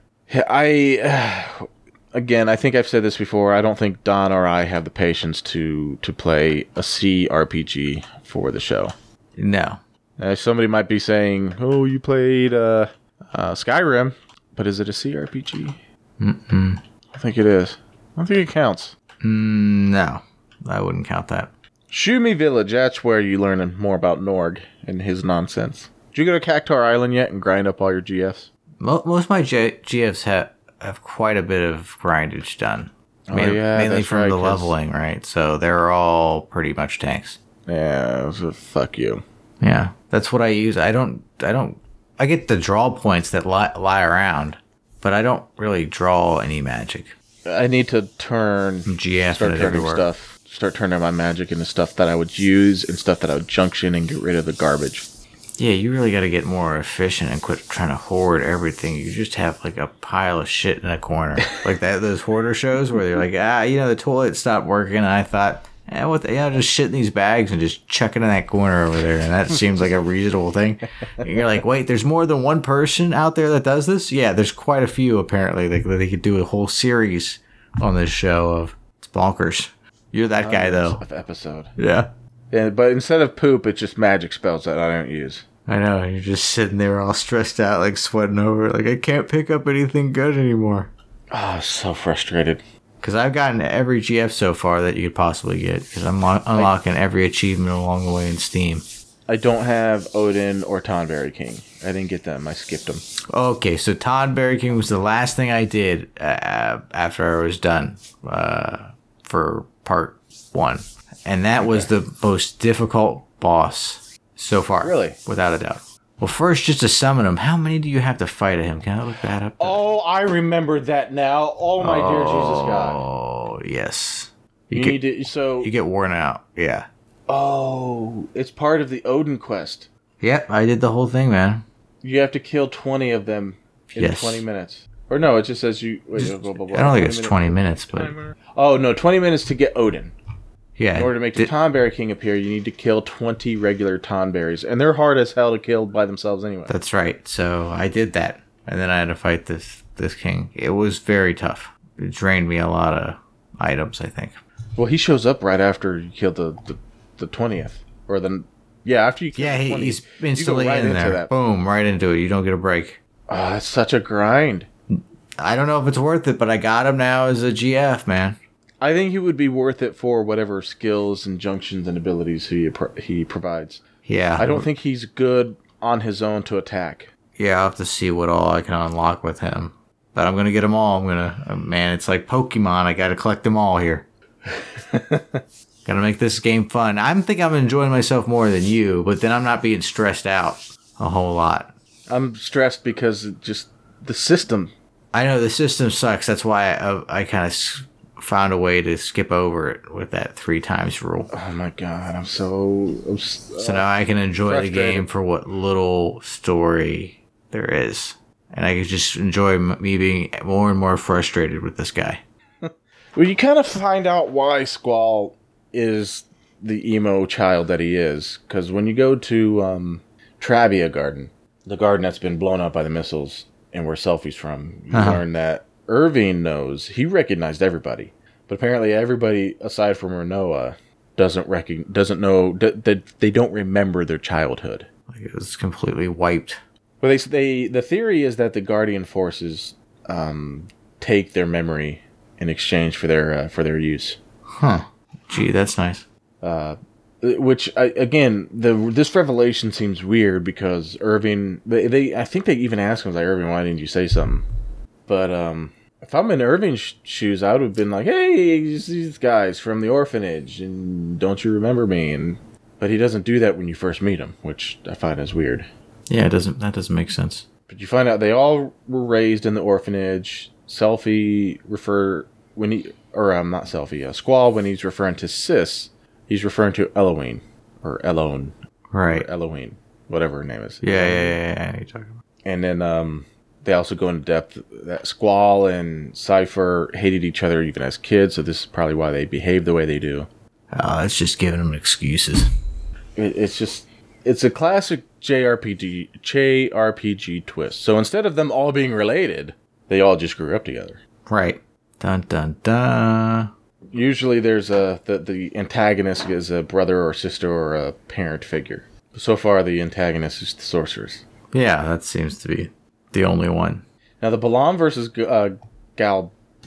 D: I again, I think I've said this before. I don't think Don or I have the patience to to play a CRPG for the show.
C: No.
D: Uh, somebody might be saying, "Oh, you played uh, uh, Skyrim, but is it a CRPG?" Mm-mm. I think it is. I think it counts.
C: Mm, No, I wouldn't count that.
D: Shumi Village. That's where you learn more about Norg and his nonsense. Did you go to Cactar Island yet and grind up all your GFs?
C: Mo- Most of my G- GFs have have quite a bit of grindage done.
D: Oh, yeah,
C: mainly
D: that's
C: from the
D: right, 'cause-
C: leveling, right? So they're all pretty much tanks.
D: Yeah, so fuck you.
C: Yeah, that's what I use. I don't. I don't. I get the draw points that lie, lie around, but I don't really draw any magic.
D: I need to turn
C: GF
D: start
C: it
D: turning
C: everywhere.
D: stuff. Start turning my magic into stuff that I would use and stuff that I would junction and get rid of the garbage.
C: Yeah, you really got to get more efficient and quit trying to hoard everything. You just have like a pile of shit in a corner, like that those hoarder shows where they're like, ah, you know, the toilet stopped working, and I thought, eh, what? The, you know, just shit in these bags and just chuck it in that corner over there, and that seems like a reasonable thing. And you're like, wait, there's more than one person out there that does this. Yeah, there's quite a few apparently. Like they could do a whole series on this show of it's bonkers. You're that guy though.
D: Of episode.
C: Yeah.
D: Yeah, but instead of poop, it's just magic spells that I don't use.
C: I know, and you're just sitting there all stressed out, like sweating over, it, like I can't pick up anything good anymore.
D: Oh, so frustrated.
C: Because I've gotten every GF so far that you could possibly get, because I'm lo- unlocking every achievement along the way in Steam.
D: I don't have Odin or Tonberry King. I didn't get them. I skipped them.
C: Okay, so Todd Berry King was the last thing I did uh, after I was done uh, for part one, and that was the most difficult boss so far.
D: Really?
C: without a doubt. Well, first, just to summon him, how many do you have to fight of him? Can I look that up?
D: Oh, I remember that now. Oh my dear Jesus God.
C: Oh yes.
D: You,
C: get,
D: need to so
C: you get worn out. Yeah.
D: Oh, it's part of the Odin quest.
C: Yep, I did the whole thing, man.
D: You have to kill 20 of them in
C: Yes.
D: 20 minutes. Or no, it just says you wait, blah, blah, blah,
C: I don't think it's
D: minutes.
C: twenty minutes, but
D: Oh, no, 20 minutes to get Odin.
C: yeah.
D: In order to make the
C: did-
D: Tonberry King appear, you need to kill 20 regular Tonberries. And they're hard as hell to kill by themselves anyway.
C: That's right. So I did that, and then I had to fight this this king. It was very tough. It drained me a lot of items. I think.
D: Well, he shows up right after you kill the, the, the 20th. Or the. Yeah, after you kill
C: Yeah,
D: the
C: he,
D: 20th,
C: he's
D: you go
C: instantly
D: right
C: in
D: into
C: there.
D: That. Oh,
C: Boom, right into it. You don't get a break.
D: Ah, that's such a grind.
C: I don't know if it's worth it, but I got him now as a GF man.
D: I think he would be worth it for whatever skills and junctions and abilities he pro- he provides.
C: Yeah,
D: I don't think he's good on his own to attack.
C: Yeah, I'll have to see what all I can unlock with him. But I'm gonna get them all. I'm gonna, uh, man, it's like Pokemon. I gotta collect them all here. gotta make this game fun. I'm think I'm enjoying myself more than you, but then I'm not being stressed out a whole lot.
D: I'm stressed because it just the system.
C: I know the system sucks. That's why I, I kind of s- found a way to skip over it with that three times rule.
D: Oh my god, I'm so I'm s-
C: So now I can enjoy the
D: frustrated.
C: game for what little story there is, and I can just enjoy m- me being more and more frustrated with this guy.
D: Well, you kind of find out why Squall is the emo child that he is cuz when you go to um Travia Garden, the garden that's been blown up by the missiles and where selfies from, you
C: Uh-huh.
D: learn that Irving knows. He recognized everybody. But apparently everybody aside from Renoa doesn't recogn- doesn't know that that they don't remember their childhood.
C: Like it was completely wiped.
D: Well, they they the theory is that the Guardian forces um, take their memory in exchange for their uh, for their use.
C: Huh. Gee, that's nice.
D: Uh, Which I, again, the this revelation seems weird because Irving they, they I think they even asked him like Irving, why didn't you say something? But um, if I'm in Irving's sh- shoes, I would have been like, hey, these- these guys from the orphanage, and don't you remember me? And but he doesn't do that when you first meet him, which I find is weird.
C: Yeah, it doesn't that doesn't make sense.
D: But you find out they all were raised in the orphanage. Selfie refer when he or um not selfie uh, squall when he's referring to sis, he's referring to Eloine or Elone
C: Right.
D: or Eloine, whatever her name is.
C: Yeah, yeah, yeah, yeah, yeah. You're talking about.
D: And then um they also go into depth that Squall and Cipher hated each other even as kids, so this is probably why they behave the way they do.
C: Oh, it's just giving them excuses.
D: It, it's just it's a classic JRPG JRPG twist. So instead of them all being related, they all just grew up together.
C: Right. Dun dun dun.
D: usually there's a the, the antagonist is a brother or sister or a parent figure so far the antagonist is the sorceress
C: Yeah, that seems to be the only one.
D: now the balam versus G- uh,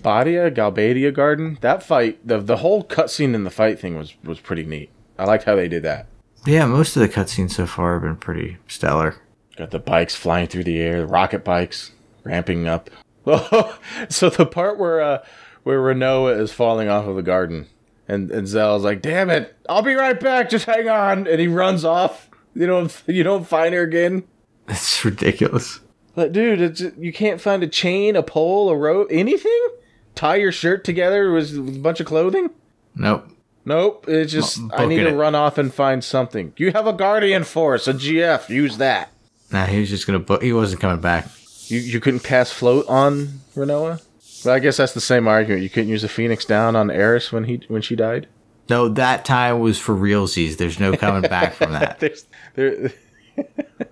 D: galbadia galbadia garden that fight the, the whole cutscene in the fight thing was was pretty neat i liked how they did that
C: Yeah, most of the cutscenes so far have been pretty stellar.
D: got the bikes flying through the air rocket bikes ramping up so the part where uh where Renoa is falling off of the garden and and Zel's like, "Damn it, I'll be right back. Just hang on." And he runs off. You don't you don't find her again.
C: It's ridiculous.
D: But dude, it's, you can't find a chain, a pole, a rope, anything. tie your shirt together with a bunch of clothing?
C: Nope.
D: Nope. It's just
C: M-
D: I need
C: poking
D: to
C: it.
D: run off and find something. You have a guardian force, a GF. Use that.
C: Nah, he was just gonna book. He wasn't coming back.
D: You you couldn't cast float on Renoa. Well, I guess that's the same argument. You couldn't use a phoenix down on Eris when he when she died.
C: No, that time was for realsies. There's no coming back from that.
D: There's there.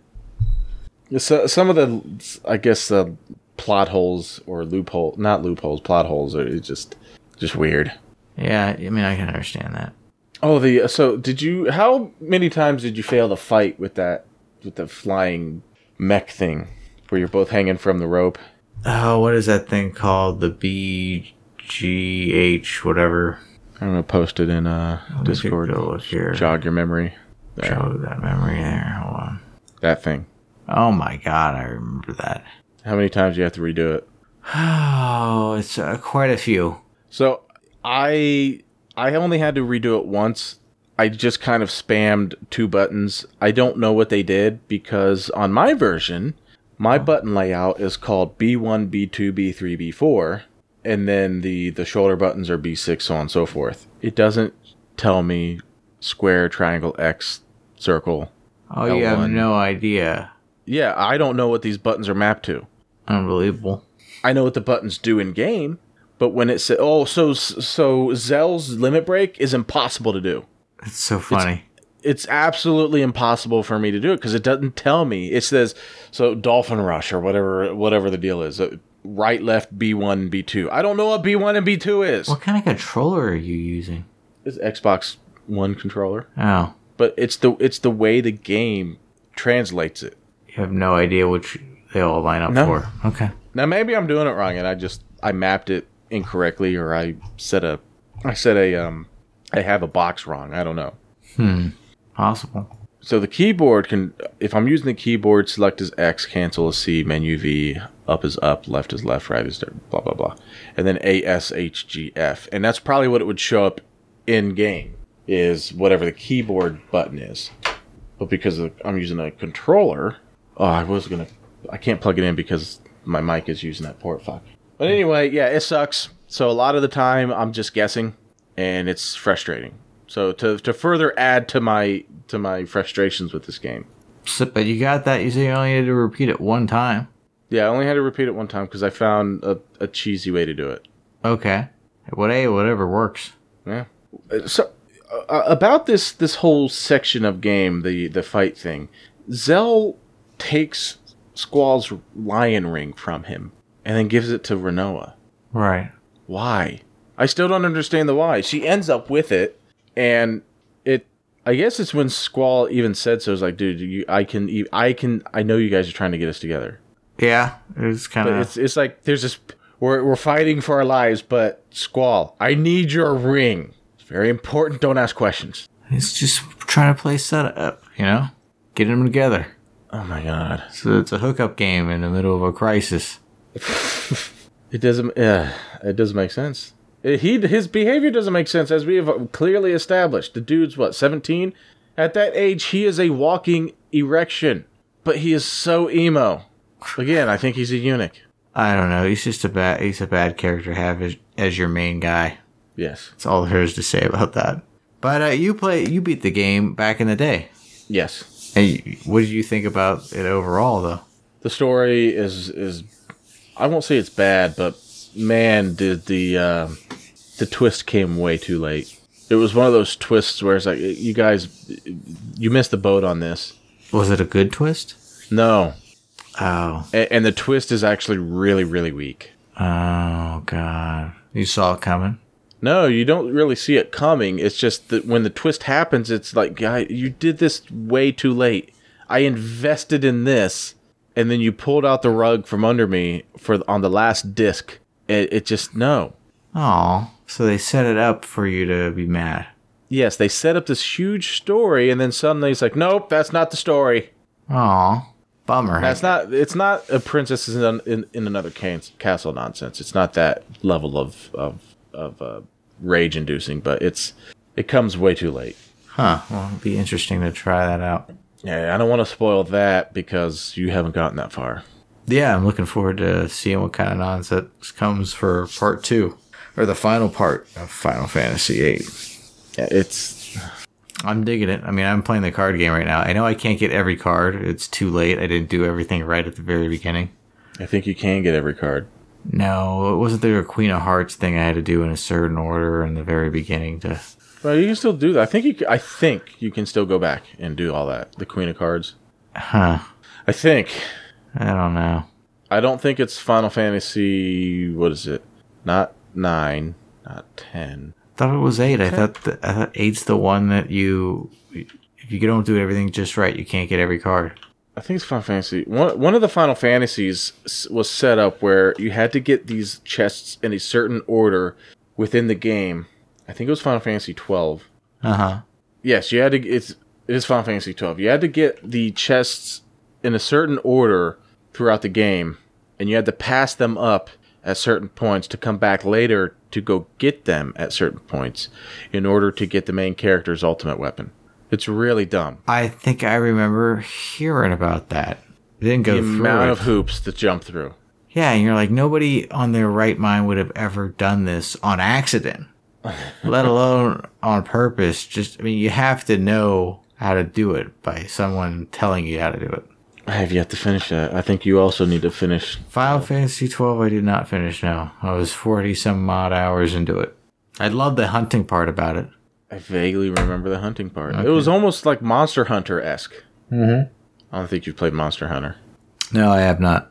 D: so some of the I guess the plot holes or loophole, not loopholes, plot holes are it's just just weird.
C: Yeah, I mean, I can understand that.
D: Oh, the so did you? How many times did you fail to fight with that with the flying mech thing, where you're both hanging from the rope?
C: Oh, what is that thing called? The B G H whatever.
D: I'm gonna post it in uh,
C: Let me take
D: Discord.
C: a look here.
D: Jog your memory. There.
C: Show that memory there. Hold on.
D: That thing.
C: Oh my god, I remember that.
D: How many times do you have to redo it?
C: Oh, it's uh, quite a few.
D: So I I only had to redo it once. I just kind of spammed two buttons. I don't know what they did because on my version, my button layout is called B1, B2, B3, B4, and then the the shoulder buttons are B6 so on and so forth. It doesn't tell me square, triangle, X, circle.
C: Oh, you have
D: L1.
C: no idea.
D: Yeah, I don't know what these buttons are mapped to.
C: Unbelievable.
D: I know what the buttons do in game, but when it says, "Oh, so so Zell's limit break is impossible to do."
C: It's so funny.
D: It's absolutely impossible for me to do it because it doesn't tell me. It says so dolphin rush or whatever whatever the deal is. Uh, Right, left, B one, B two. I don't know what B one and B two is.
C: what kind of controller are you using?
D: It's Xbox One controller,
C: Oh,
D: but it's the it's the way the game translates it.
C: you have no idea which they all line up
D: No.
C: for. Okay.
D: Now maybe I'm doing it wrong, and I just I mapped it incorrectly, or I set a I set a um I have a box wrong. I don't know.
C: Hmm. Possible.
D: So the keyboard can if I'm using the keyboard, select is X, cancel is C, menu V, up is up, left is left, right is there, blah blah blah, and then A S H G F, and that's probably what it would show up in game is whatever the keyboard button is, but because of, I'm using a controller, oh I was gonna I can't plug it in because my mic is using that port fuck. But anyway, yeah, it sucks. So a lot of the time I'm just guessing, and it's frustrating. So to to further add to my to my frustrations with this game.
C: So, but you got that. You say you only had to repeat it one time.
D: Yeah, I only had to repeat it one time because I found a, a cheesy way to do it.
C: Okay. What hey, whatever works.
D: Yeah. Uh, So uh, about this this whole section of game, the the fight thing, Zell takes Squall's lion ring from him and then gives it to Renoa.
C: Right.
D: why? I still don't understand the why. She ends up with it, and it. I guess it's when Squall even said so. It's like, dude, you, I can, e- I can, I know you guys are trying to get us together,
C: Yeah. It's kind
D: but
C: of.
D: it's it's like there's this. We're we're fighting for our lives, but Squall, I need your ring. It's very important. Don't ask questions.
C: It's just trying to play setup. You know, getting them together.
D: Oh my god,
C: So it's a hookup game in the middle of a crisis.
D: it doesn't. Uh, it doesn't make sense. Uh, He his behavior doesn't make sense, as we have uh, clearly established. The dude's what seventeen. At that age, he is a walking erection, but he is so emo. Again, I think he's a eunuch.
C: I don't know. He's just a bad. He's a bad character to have as, as your main guy.
D: Yes,
C: That's all there is to say about that. But uh, you play. You beat the game back in the day.
D: yes.
C: And you, what did you think about it overall, though?
D: The story is is I won't say it's bad, but man, did the uh, the twist came way too late. It was one of those twists where it's like you guys you missed the boat on this.
C: Was it a good twist?
D: No,
C: Oh.
D: A- and the twist is actually really really weak.
C: Oh God. You saw it coming.
D: No, you don't really see it coming. It's just that when the twist happens, it's like, guy, you did this way too late. I invested in this, and then you pulled out the rug from under me for on the last disc. It, it just no.
C: Oh. So they set it up for you to be mad.
D: Yes, they set up this huge story, and then suddenly it's like, nope, that's not the story.
C: Oh. Bummer.
D: That's not. It's not a princess is in, in, in another can- castle nonsense. It's not that level of of of uh, rage inducing, but it's it comes way too late.
C: Huh. Well, it'd be interesting to try that out.
D: Yeah, I don't want to spoil that because you haven't gotten that far.
C: yeah, I'm looking forward to seeing what kind of nonsense comes for part two or the final part of Final Fantasy VIII.
D: Yeah, it's
C: I'm digging it. I mean, I'm playing the card game right now. I know I can't get every card. It's too late. I didn't do everything right at the very beginning.
D: I think you can get every card.
C: No, it wasn't there a Queen of Hearts thing I had to do in a certain order in the very beginning to.
D: Well, you can still do that. I think you. c- I think you can still go back and do all that. The Queen of Cards.
C: Huh.
D: I think.
C: I don't know.
D: I don't think it's Final Fantasy. What is it? Not nine. Not ten.
C: thought it was eight. I thought th- I thought eight's the one that you if you don't do everything just right, you can't get every card.
D: I think it's Final Fantasy. One one of the Final Fantasies s- was set up where you had to get these chests in a certain order within the game. I think it was Final Fantasy twelve.
C: Uh huh.
D: Yes, you had to. It's it is Final Fantasy twelve. You had to get the chests in a certain order throughout the game, and you had to pass them up at certain points to come back later to go get them at certain points in order to get the main character's ultimate weapon. It's really dumb.
C: I think I remember hearing about that. It didn't go
D: The
C: through.
D: amount
C: it.
D: of hoops to jump through.
C: yeah, and you're like nobody on their right mind would have ever done this on accident, let alone on purpose. Just I mean, you have to know how to do it by someone telling you how to do it.
D: I have yet to finish that. I think you also need to finish.
C: Final Fantasy twelve I did not finish now. I was forty some odd hours into it. I love the hunting part about it.
D: I vaguely remember the hunting part. It was almost like Monster Hunter esque. Mm-hmm. I don't think you've played Monster Hunter.
C: No, I have not.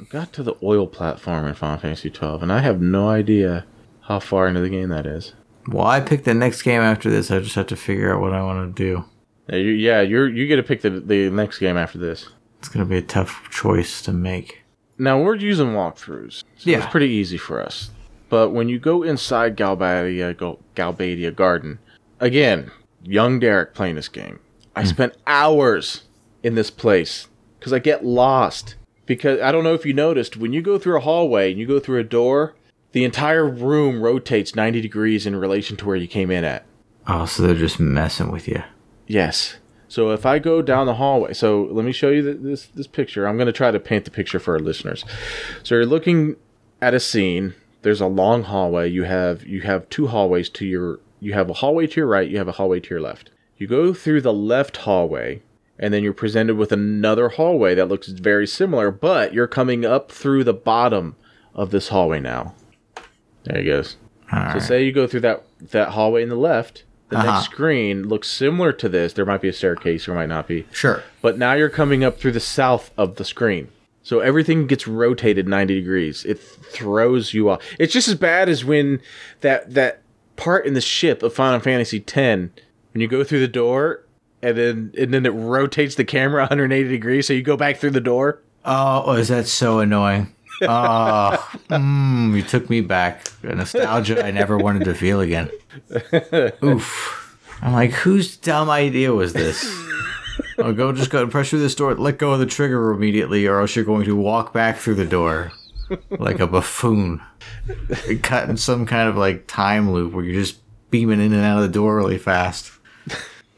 D: I got to the oil platform in Final Fantasy twelve, and I have no idea how far into the game that is.
C: Well, I picked the next game after this. I just have to figure out what I want to do.
D: Yeah, you, yeah, you're you get to pick the the next game after this.
C: It's going to be a tough choice to make.
D: Now we're using walkthroughs. So
C: Yeah.
D: it's pretty easy for us. But when you go inside Galbadia, Gal- Galbadia Garden, again, young Derek playing this game. I spent hours in this place because I get lost. Because I don't know if you noticed, when you go through a hallway and you go through a door, the entire room rotates 90 degrees in relation to where you came in at.
C: Oh, so they're just messing with you.
D: Yes. So if I go down the hallway, so let me show you th- this this picture. I'm going to try to paint the picture for our listeners. So you're looking at a scene. There's a long hallway. You have you have two hallways to your you have a hallway to your right. You have a hallway to your left. You go through the left hallway, and then you're presented with another hallway that looks very similar, but you're coming up through the bottom of this hallway now. There he goes. So say you go through that that hallway in the left. The
C: Uh-huh.
D: next screen looks similar to this. There might be a staircase, or might not be.
C: Sure.
D: But now you're coming up through the south of the screen. So everything gets rotated 90 degrees. It throws you off. It's just as bad as when that that part in the ship of Final Fantasy X, when you go through the door and then and then it rotates the camera 180 degrees, so you go back through the door.
C: Oh, is that so annoying? Oh, mm, you took me back. A nostalgia I never wanted to feel again. Oof. I'm like, whose dumb idea was this? I'll go just go and pressure this door. Let go of the trigger immediately, or else you're going to walk back through the door like a buffoon. Cut in some kind of like time loop where you're just beaming in and out of the door really fast,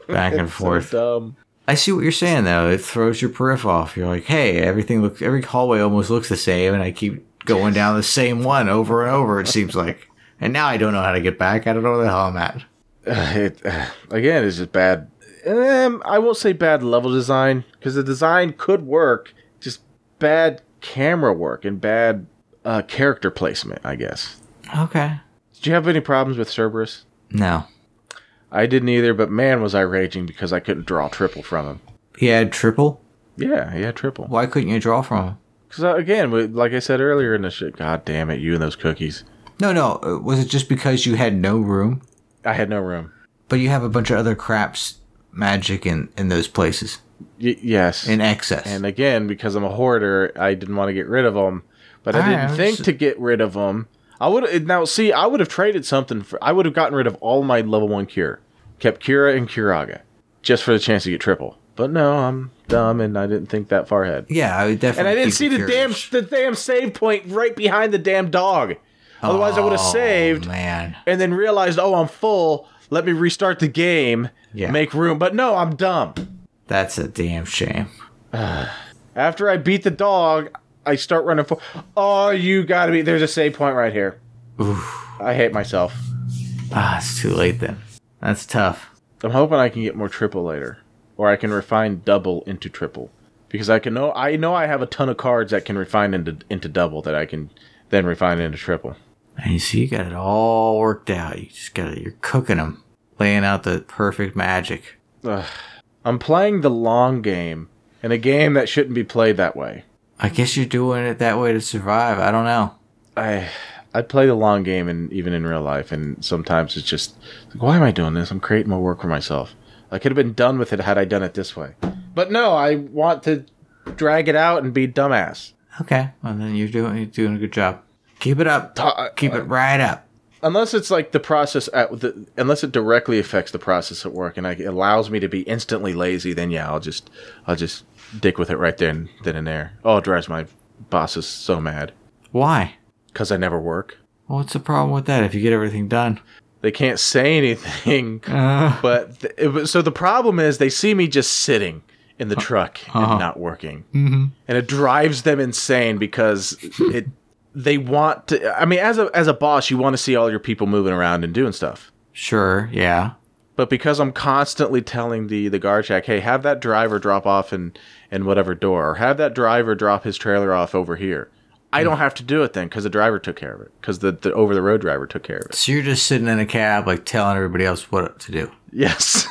C: back and forth.
D: Dumb.
C: I see what you're saying though. It throws your periph off. You're like, hey, everything looks every hallway almost looks the same, and I keep going down the same one over and over. It seems like, and now I don't know how to get back. I don't know where the hell I'm at.
D: it, again, it's just bad. Um, I won't say bad level design because the design could work, just bad camera work and bad uh, character placement, I guess.
C: Okay.
D: Did you have any problems with Cerberus?
C: No,
D: I didn't either, but man, was I raging because I couldn't draw triple from him.
C: he had triple.
D: Yeah, yeah, triple.
C: Why couldn't you draw from him?
D: Because again, we- like I said earlier in the shit, god damn it, you and those cookies.
C: No, no. uh, Was it just because you had no room?
D: I had no room.
C: But you have a bunch of other craps, magic in in those places
D: Y- yes.
C: in excess.
D: And uh, again, because I'm a hoarder, I didn't want to get rid of them, but I
C: All right,
D: didn't
C: I'm
D: think
C: just-
D: to get rid of them. I would now see. I would have traded something for. I would have gotten rid of all my level one cure, kept Cura and Curaga, just for the chance to get triple. But no, I'm dumb and I didn't think that far ahead.
C: yeah, I would
D: And
C: definitely.
D: I didn't
C: keep
D: see the damn
C: curious.
D: the damn save point right behind the damn dog. Otherwise, I would have saved
C: Oh, man.
D: and then realized, oh, I'm full. Let me restart the game,
C: Yeah.
D: make room. But no, I'm dumb.
C: That's a damn shame.
D: After I beat the dog, I start running for. Oh, you gotta be. There's a save point right here. I hate myself.
C: Ah, it's too late then. That's tough.
D: I'm hoping I can get more triple later, or I can refine double into triple, because I can know I know I have a ton of cards that can refine into into double that I can then refine into triple.
C: And you see, you got it all worked out. You just got it. You're cooking them, laying out the perfect magic.
D: Ugh. I'm playing the long game in a game that shouldn't be played that way.
C: I guess you're doing it that way to survive. I don't know.
D: I I play the long game and even in real life, and sometimes it's just like, why am I doing this? I'm creating more work for myself. I could have been done with it had I done it this way, but no, I want to drag it out and be dumbass.
C: Okay, well then you're doing you're doing a good job. Keep it up.
D: Ta- uh,
C: Keep it right up.
D: Unless it's like the process at the, unless it directly affects the process at work and I, it allows me to be instantly lazy, then yeah, I'll just I'll just dick with it right then then and there. Oh, it drives my bosses so mad
C: Why?
D: because I never work.
C: Well, what's the problem with that? If you get everything done,
D: They can't say anything.
C: uh,
D: But th- it was, so the problem is they see me just sitting in the truck
C: uh-huh.
D: and not working, and it drives them insane because it they want to. I mean, as a as a boss, you want to see all your people moving around and doing stuff.
C: sure, yeah,
D: But because I'm constantly telling the the guard shack, hey, have that driver drop off in in whatever door, or have that driver drop his trailer off over here. I don't have to do it then because the driver took care of it because the, the over the road driver took care of it.
C: So you're just sitting in a cab, like telling everybody else what to do.
D: Yes.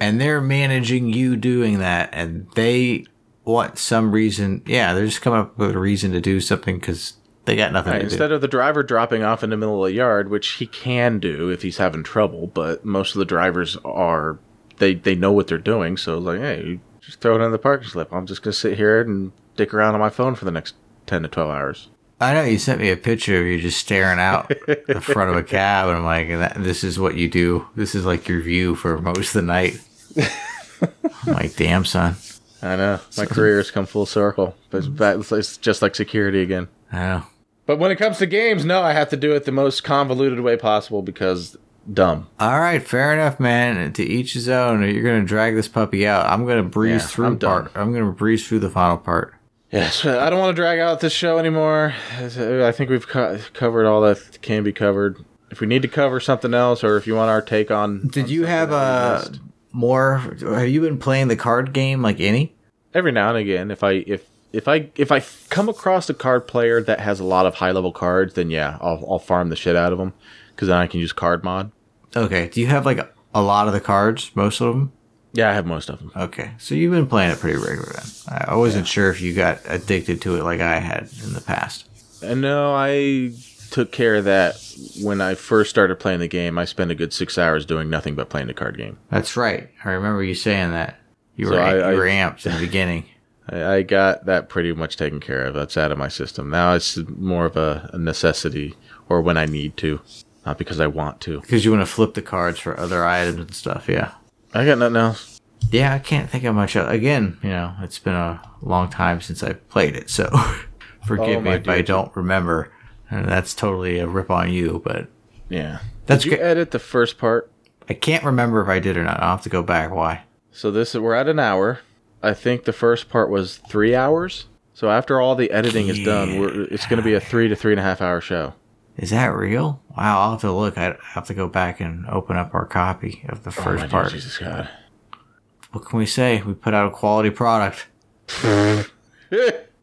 C: And they're managing you doing that, and they want some reason. Yeah, they're just coming up with a reason to do something because they got nothing
D: Right,
C: to
D: instead
C: do.
D: of the driver dropping off in the middle of the yard, which he can do if he's having trouble, but most of the drivers are they they know what they're doing, so it's like, hey, you just throw it in the parking slip. I'm just gonna sit here and dick around on my phone for the next ten to twelve hours.
C: I know you sent me a picture of you just staring out the front of a cab, and I'm like, that, this is what you do. This is like your view for most of the night. I'm like, damn, son.
D: I know my career has come full circle, but it's, back- it's- it's just like security again.
C: I know.
D: But when it comes to games, no, I have to do it the most convoluted way possible because dumb.
C: All right, fair enough, man. To each his own. You're gonna drag this puppy out. I'm gonna breeze
D: Yeah,
C: through
D: I'm done.
C: part. I'm gonna breeze through the final part.
D: Yes, I don't want to drag out this show anymore. uh, I think we've co- covered all that can be covered. If we need to cover something else, or if you want our take on,
C: Did you have uh, more? Have you been playing the card game like any?
D: every now and again, if I if if I if I come across a card player that has a lot of high level cards, then yeah, I'll I'll farm the shit out of them because then I can use card mod.
C: Okay. Do you have like a lot of the cards? Most of them.
D: Yeah, I have most of them.
C: Okay. So you've been playing it pretty regular then. I I wasn't sure if you got addicted to it like I had in the past.
D: And no, I took care of that when I first started playing the game. I spent a good six hours doing nothing but playing the card game.
C: That's right. I remember you saying that. You
D: So
C: were
D: I-
C: you
D: I-
C: were amped in the beginning.
D: I, I got that pretty much taken care of. That's out of my system. Now it's more of a, a necessity or when I need to, not because I want to.
C: Because you want to flip the cards for other items and stuff, yeah.
D: I got nothing else.
C: Yeah, I can't think of much. Else. Again, you know, it's been a long time since I played it, so forgive
D: Oh,
C: me
D: my
C: if I
D: dude.
C: don't remember. And that's totally a rip on you, but
D: Yeah.
C: That's
D: Did you
C: good.
D: edit the first part?
C: I can't remember if I did or not. I'll have to go back. Why?
D: So this we're at an hour. I think the first part was three hours. So after all the editing is done, we're, it's going to be a three to three and a half hour show.
C: Is that real? Wow, I'll have to look. I have to go back and open up our copy of the
D: Oh,
C: first
D: my dear
C: part.
D: Jesus God.
C: What can we say? We put out a quality product.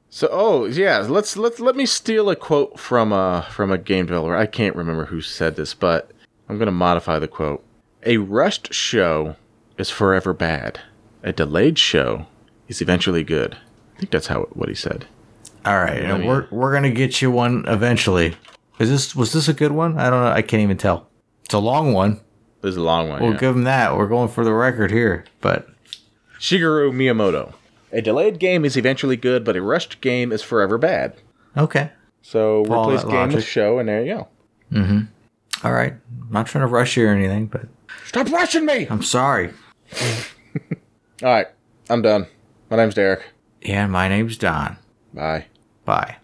D: So oh yeah, let's let let me steal a quote from a from a game developer. I can't remember who said this, but I'm gonna modify the quote. A rushed show is forever bad. A delayed show is eventually good. I think that's how what he said.
C: All right, and
D: yeah.
C: we're we're gonna get you one eventually. Is this was this a good one? I don't know. I can't even tell. It's a long one.
D: This is a long one.
C: We'll
D: Oh, yeah.
C: give them that. We're going for the record here, but
D: Shigeru Miyamoto. A delayed game is eventually good, but a rushed game is forever bad.
C: okay.
D: So
C: Follow
D: replace
C: that
D: game with
C: logic.
D: show, and there you go.
C: Mm-hmm. All right. I'm not trying to rush you or anything, but
D: Stop rushing me! All
C: I'm sorry.
D: right, I'm done. My name's Derek.
C: And my name's Don.
D: Bye.
C: Bye.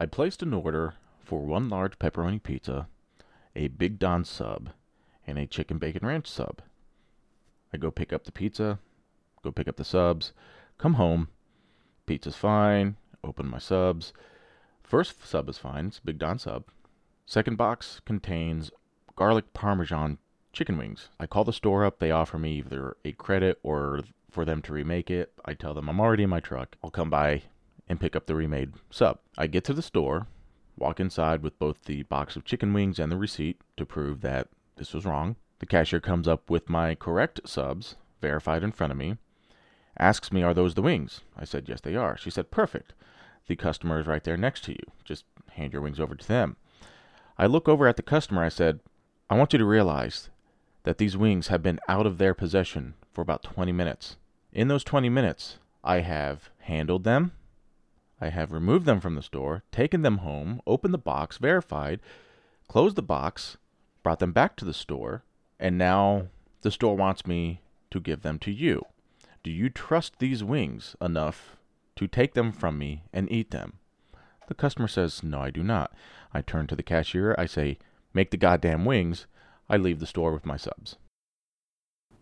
F: I placed an order for one large pepperoni pizza, a Big Don sub, and a chicken bacon ranch sub.
D: I go pick up the pizza, go pick up the subs, come home. Pizza's fine. Open my subs. First sub is fine. It's a Big Don sub. Second box contains garlic parmesan chicken wings. I call the store up. They offer me either a credit or for them to remake it. I tell them I'm already in my truck. I'll come by and pick up the remade sub. I get to the store, walk inside with both the box of chicken wings and the receipt to prove that this was wrong. The cashier comes up with my correct subs, verified in front of me, asks me, Are those the wings? I said, Yes, they are. She said, Perfect. The customer is right there next to you. Just hand your wings over to them. I look over at the customer. I said, I want you to realize that these wings have been out of their possession for about 20 minutes. In those 20 minutes, I have handled them. I have removed them from the store, taken them home, opened the box, verified, closed the box, brought them back to the store, and now the store wants me to give them to you. Do you trust these wings enough to take them from me and eat them? The customer says, No, I do not. I turn to the cashier. I say, Make the goddamn wings. I leave the store with my subs.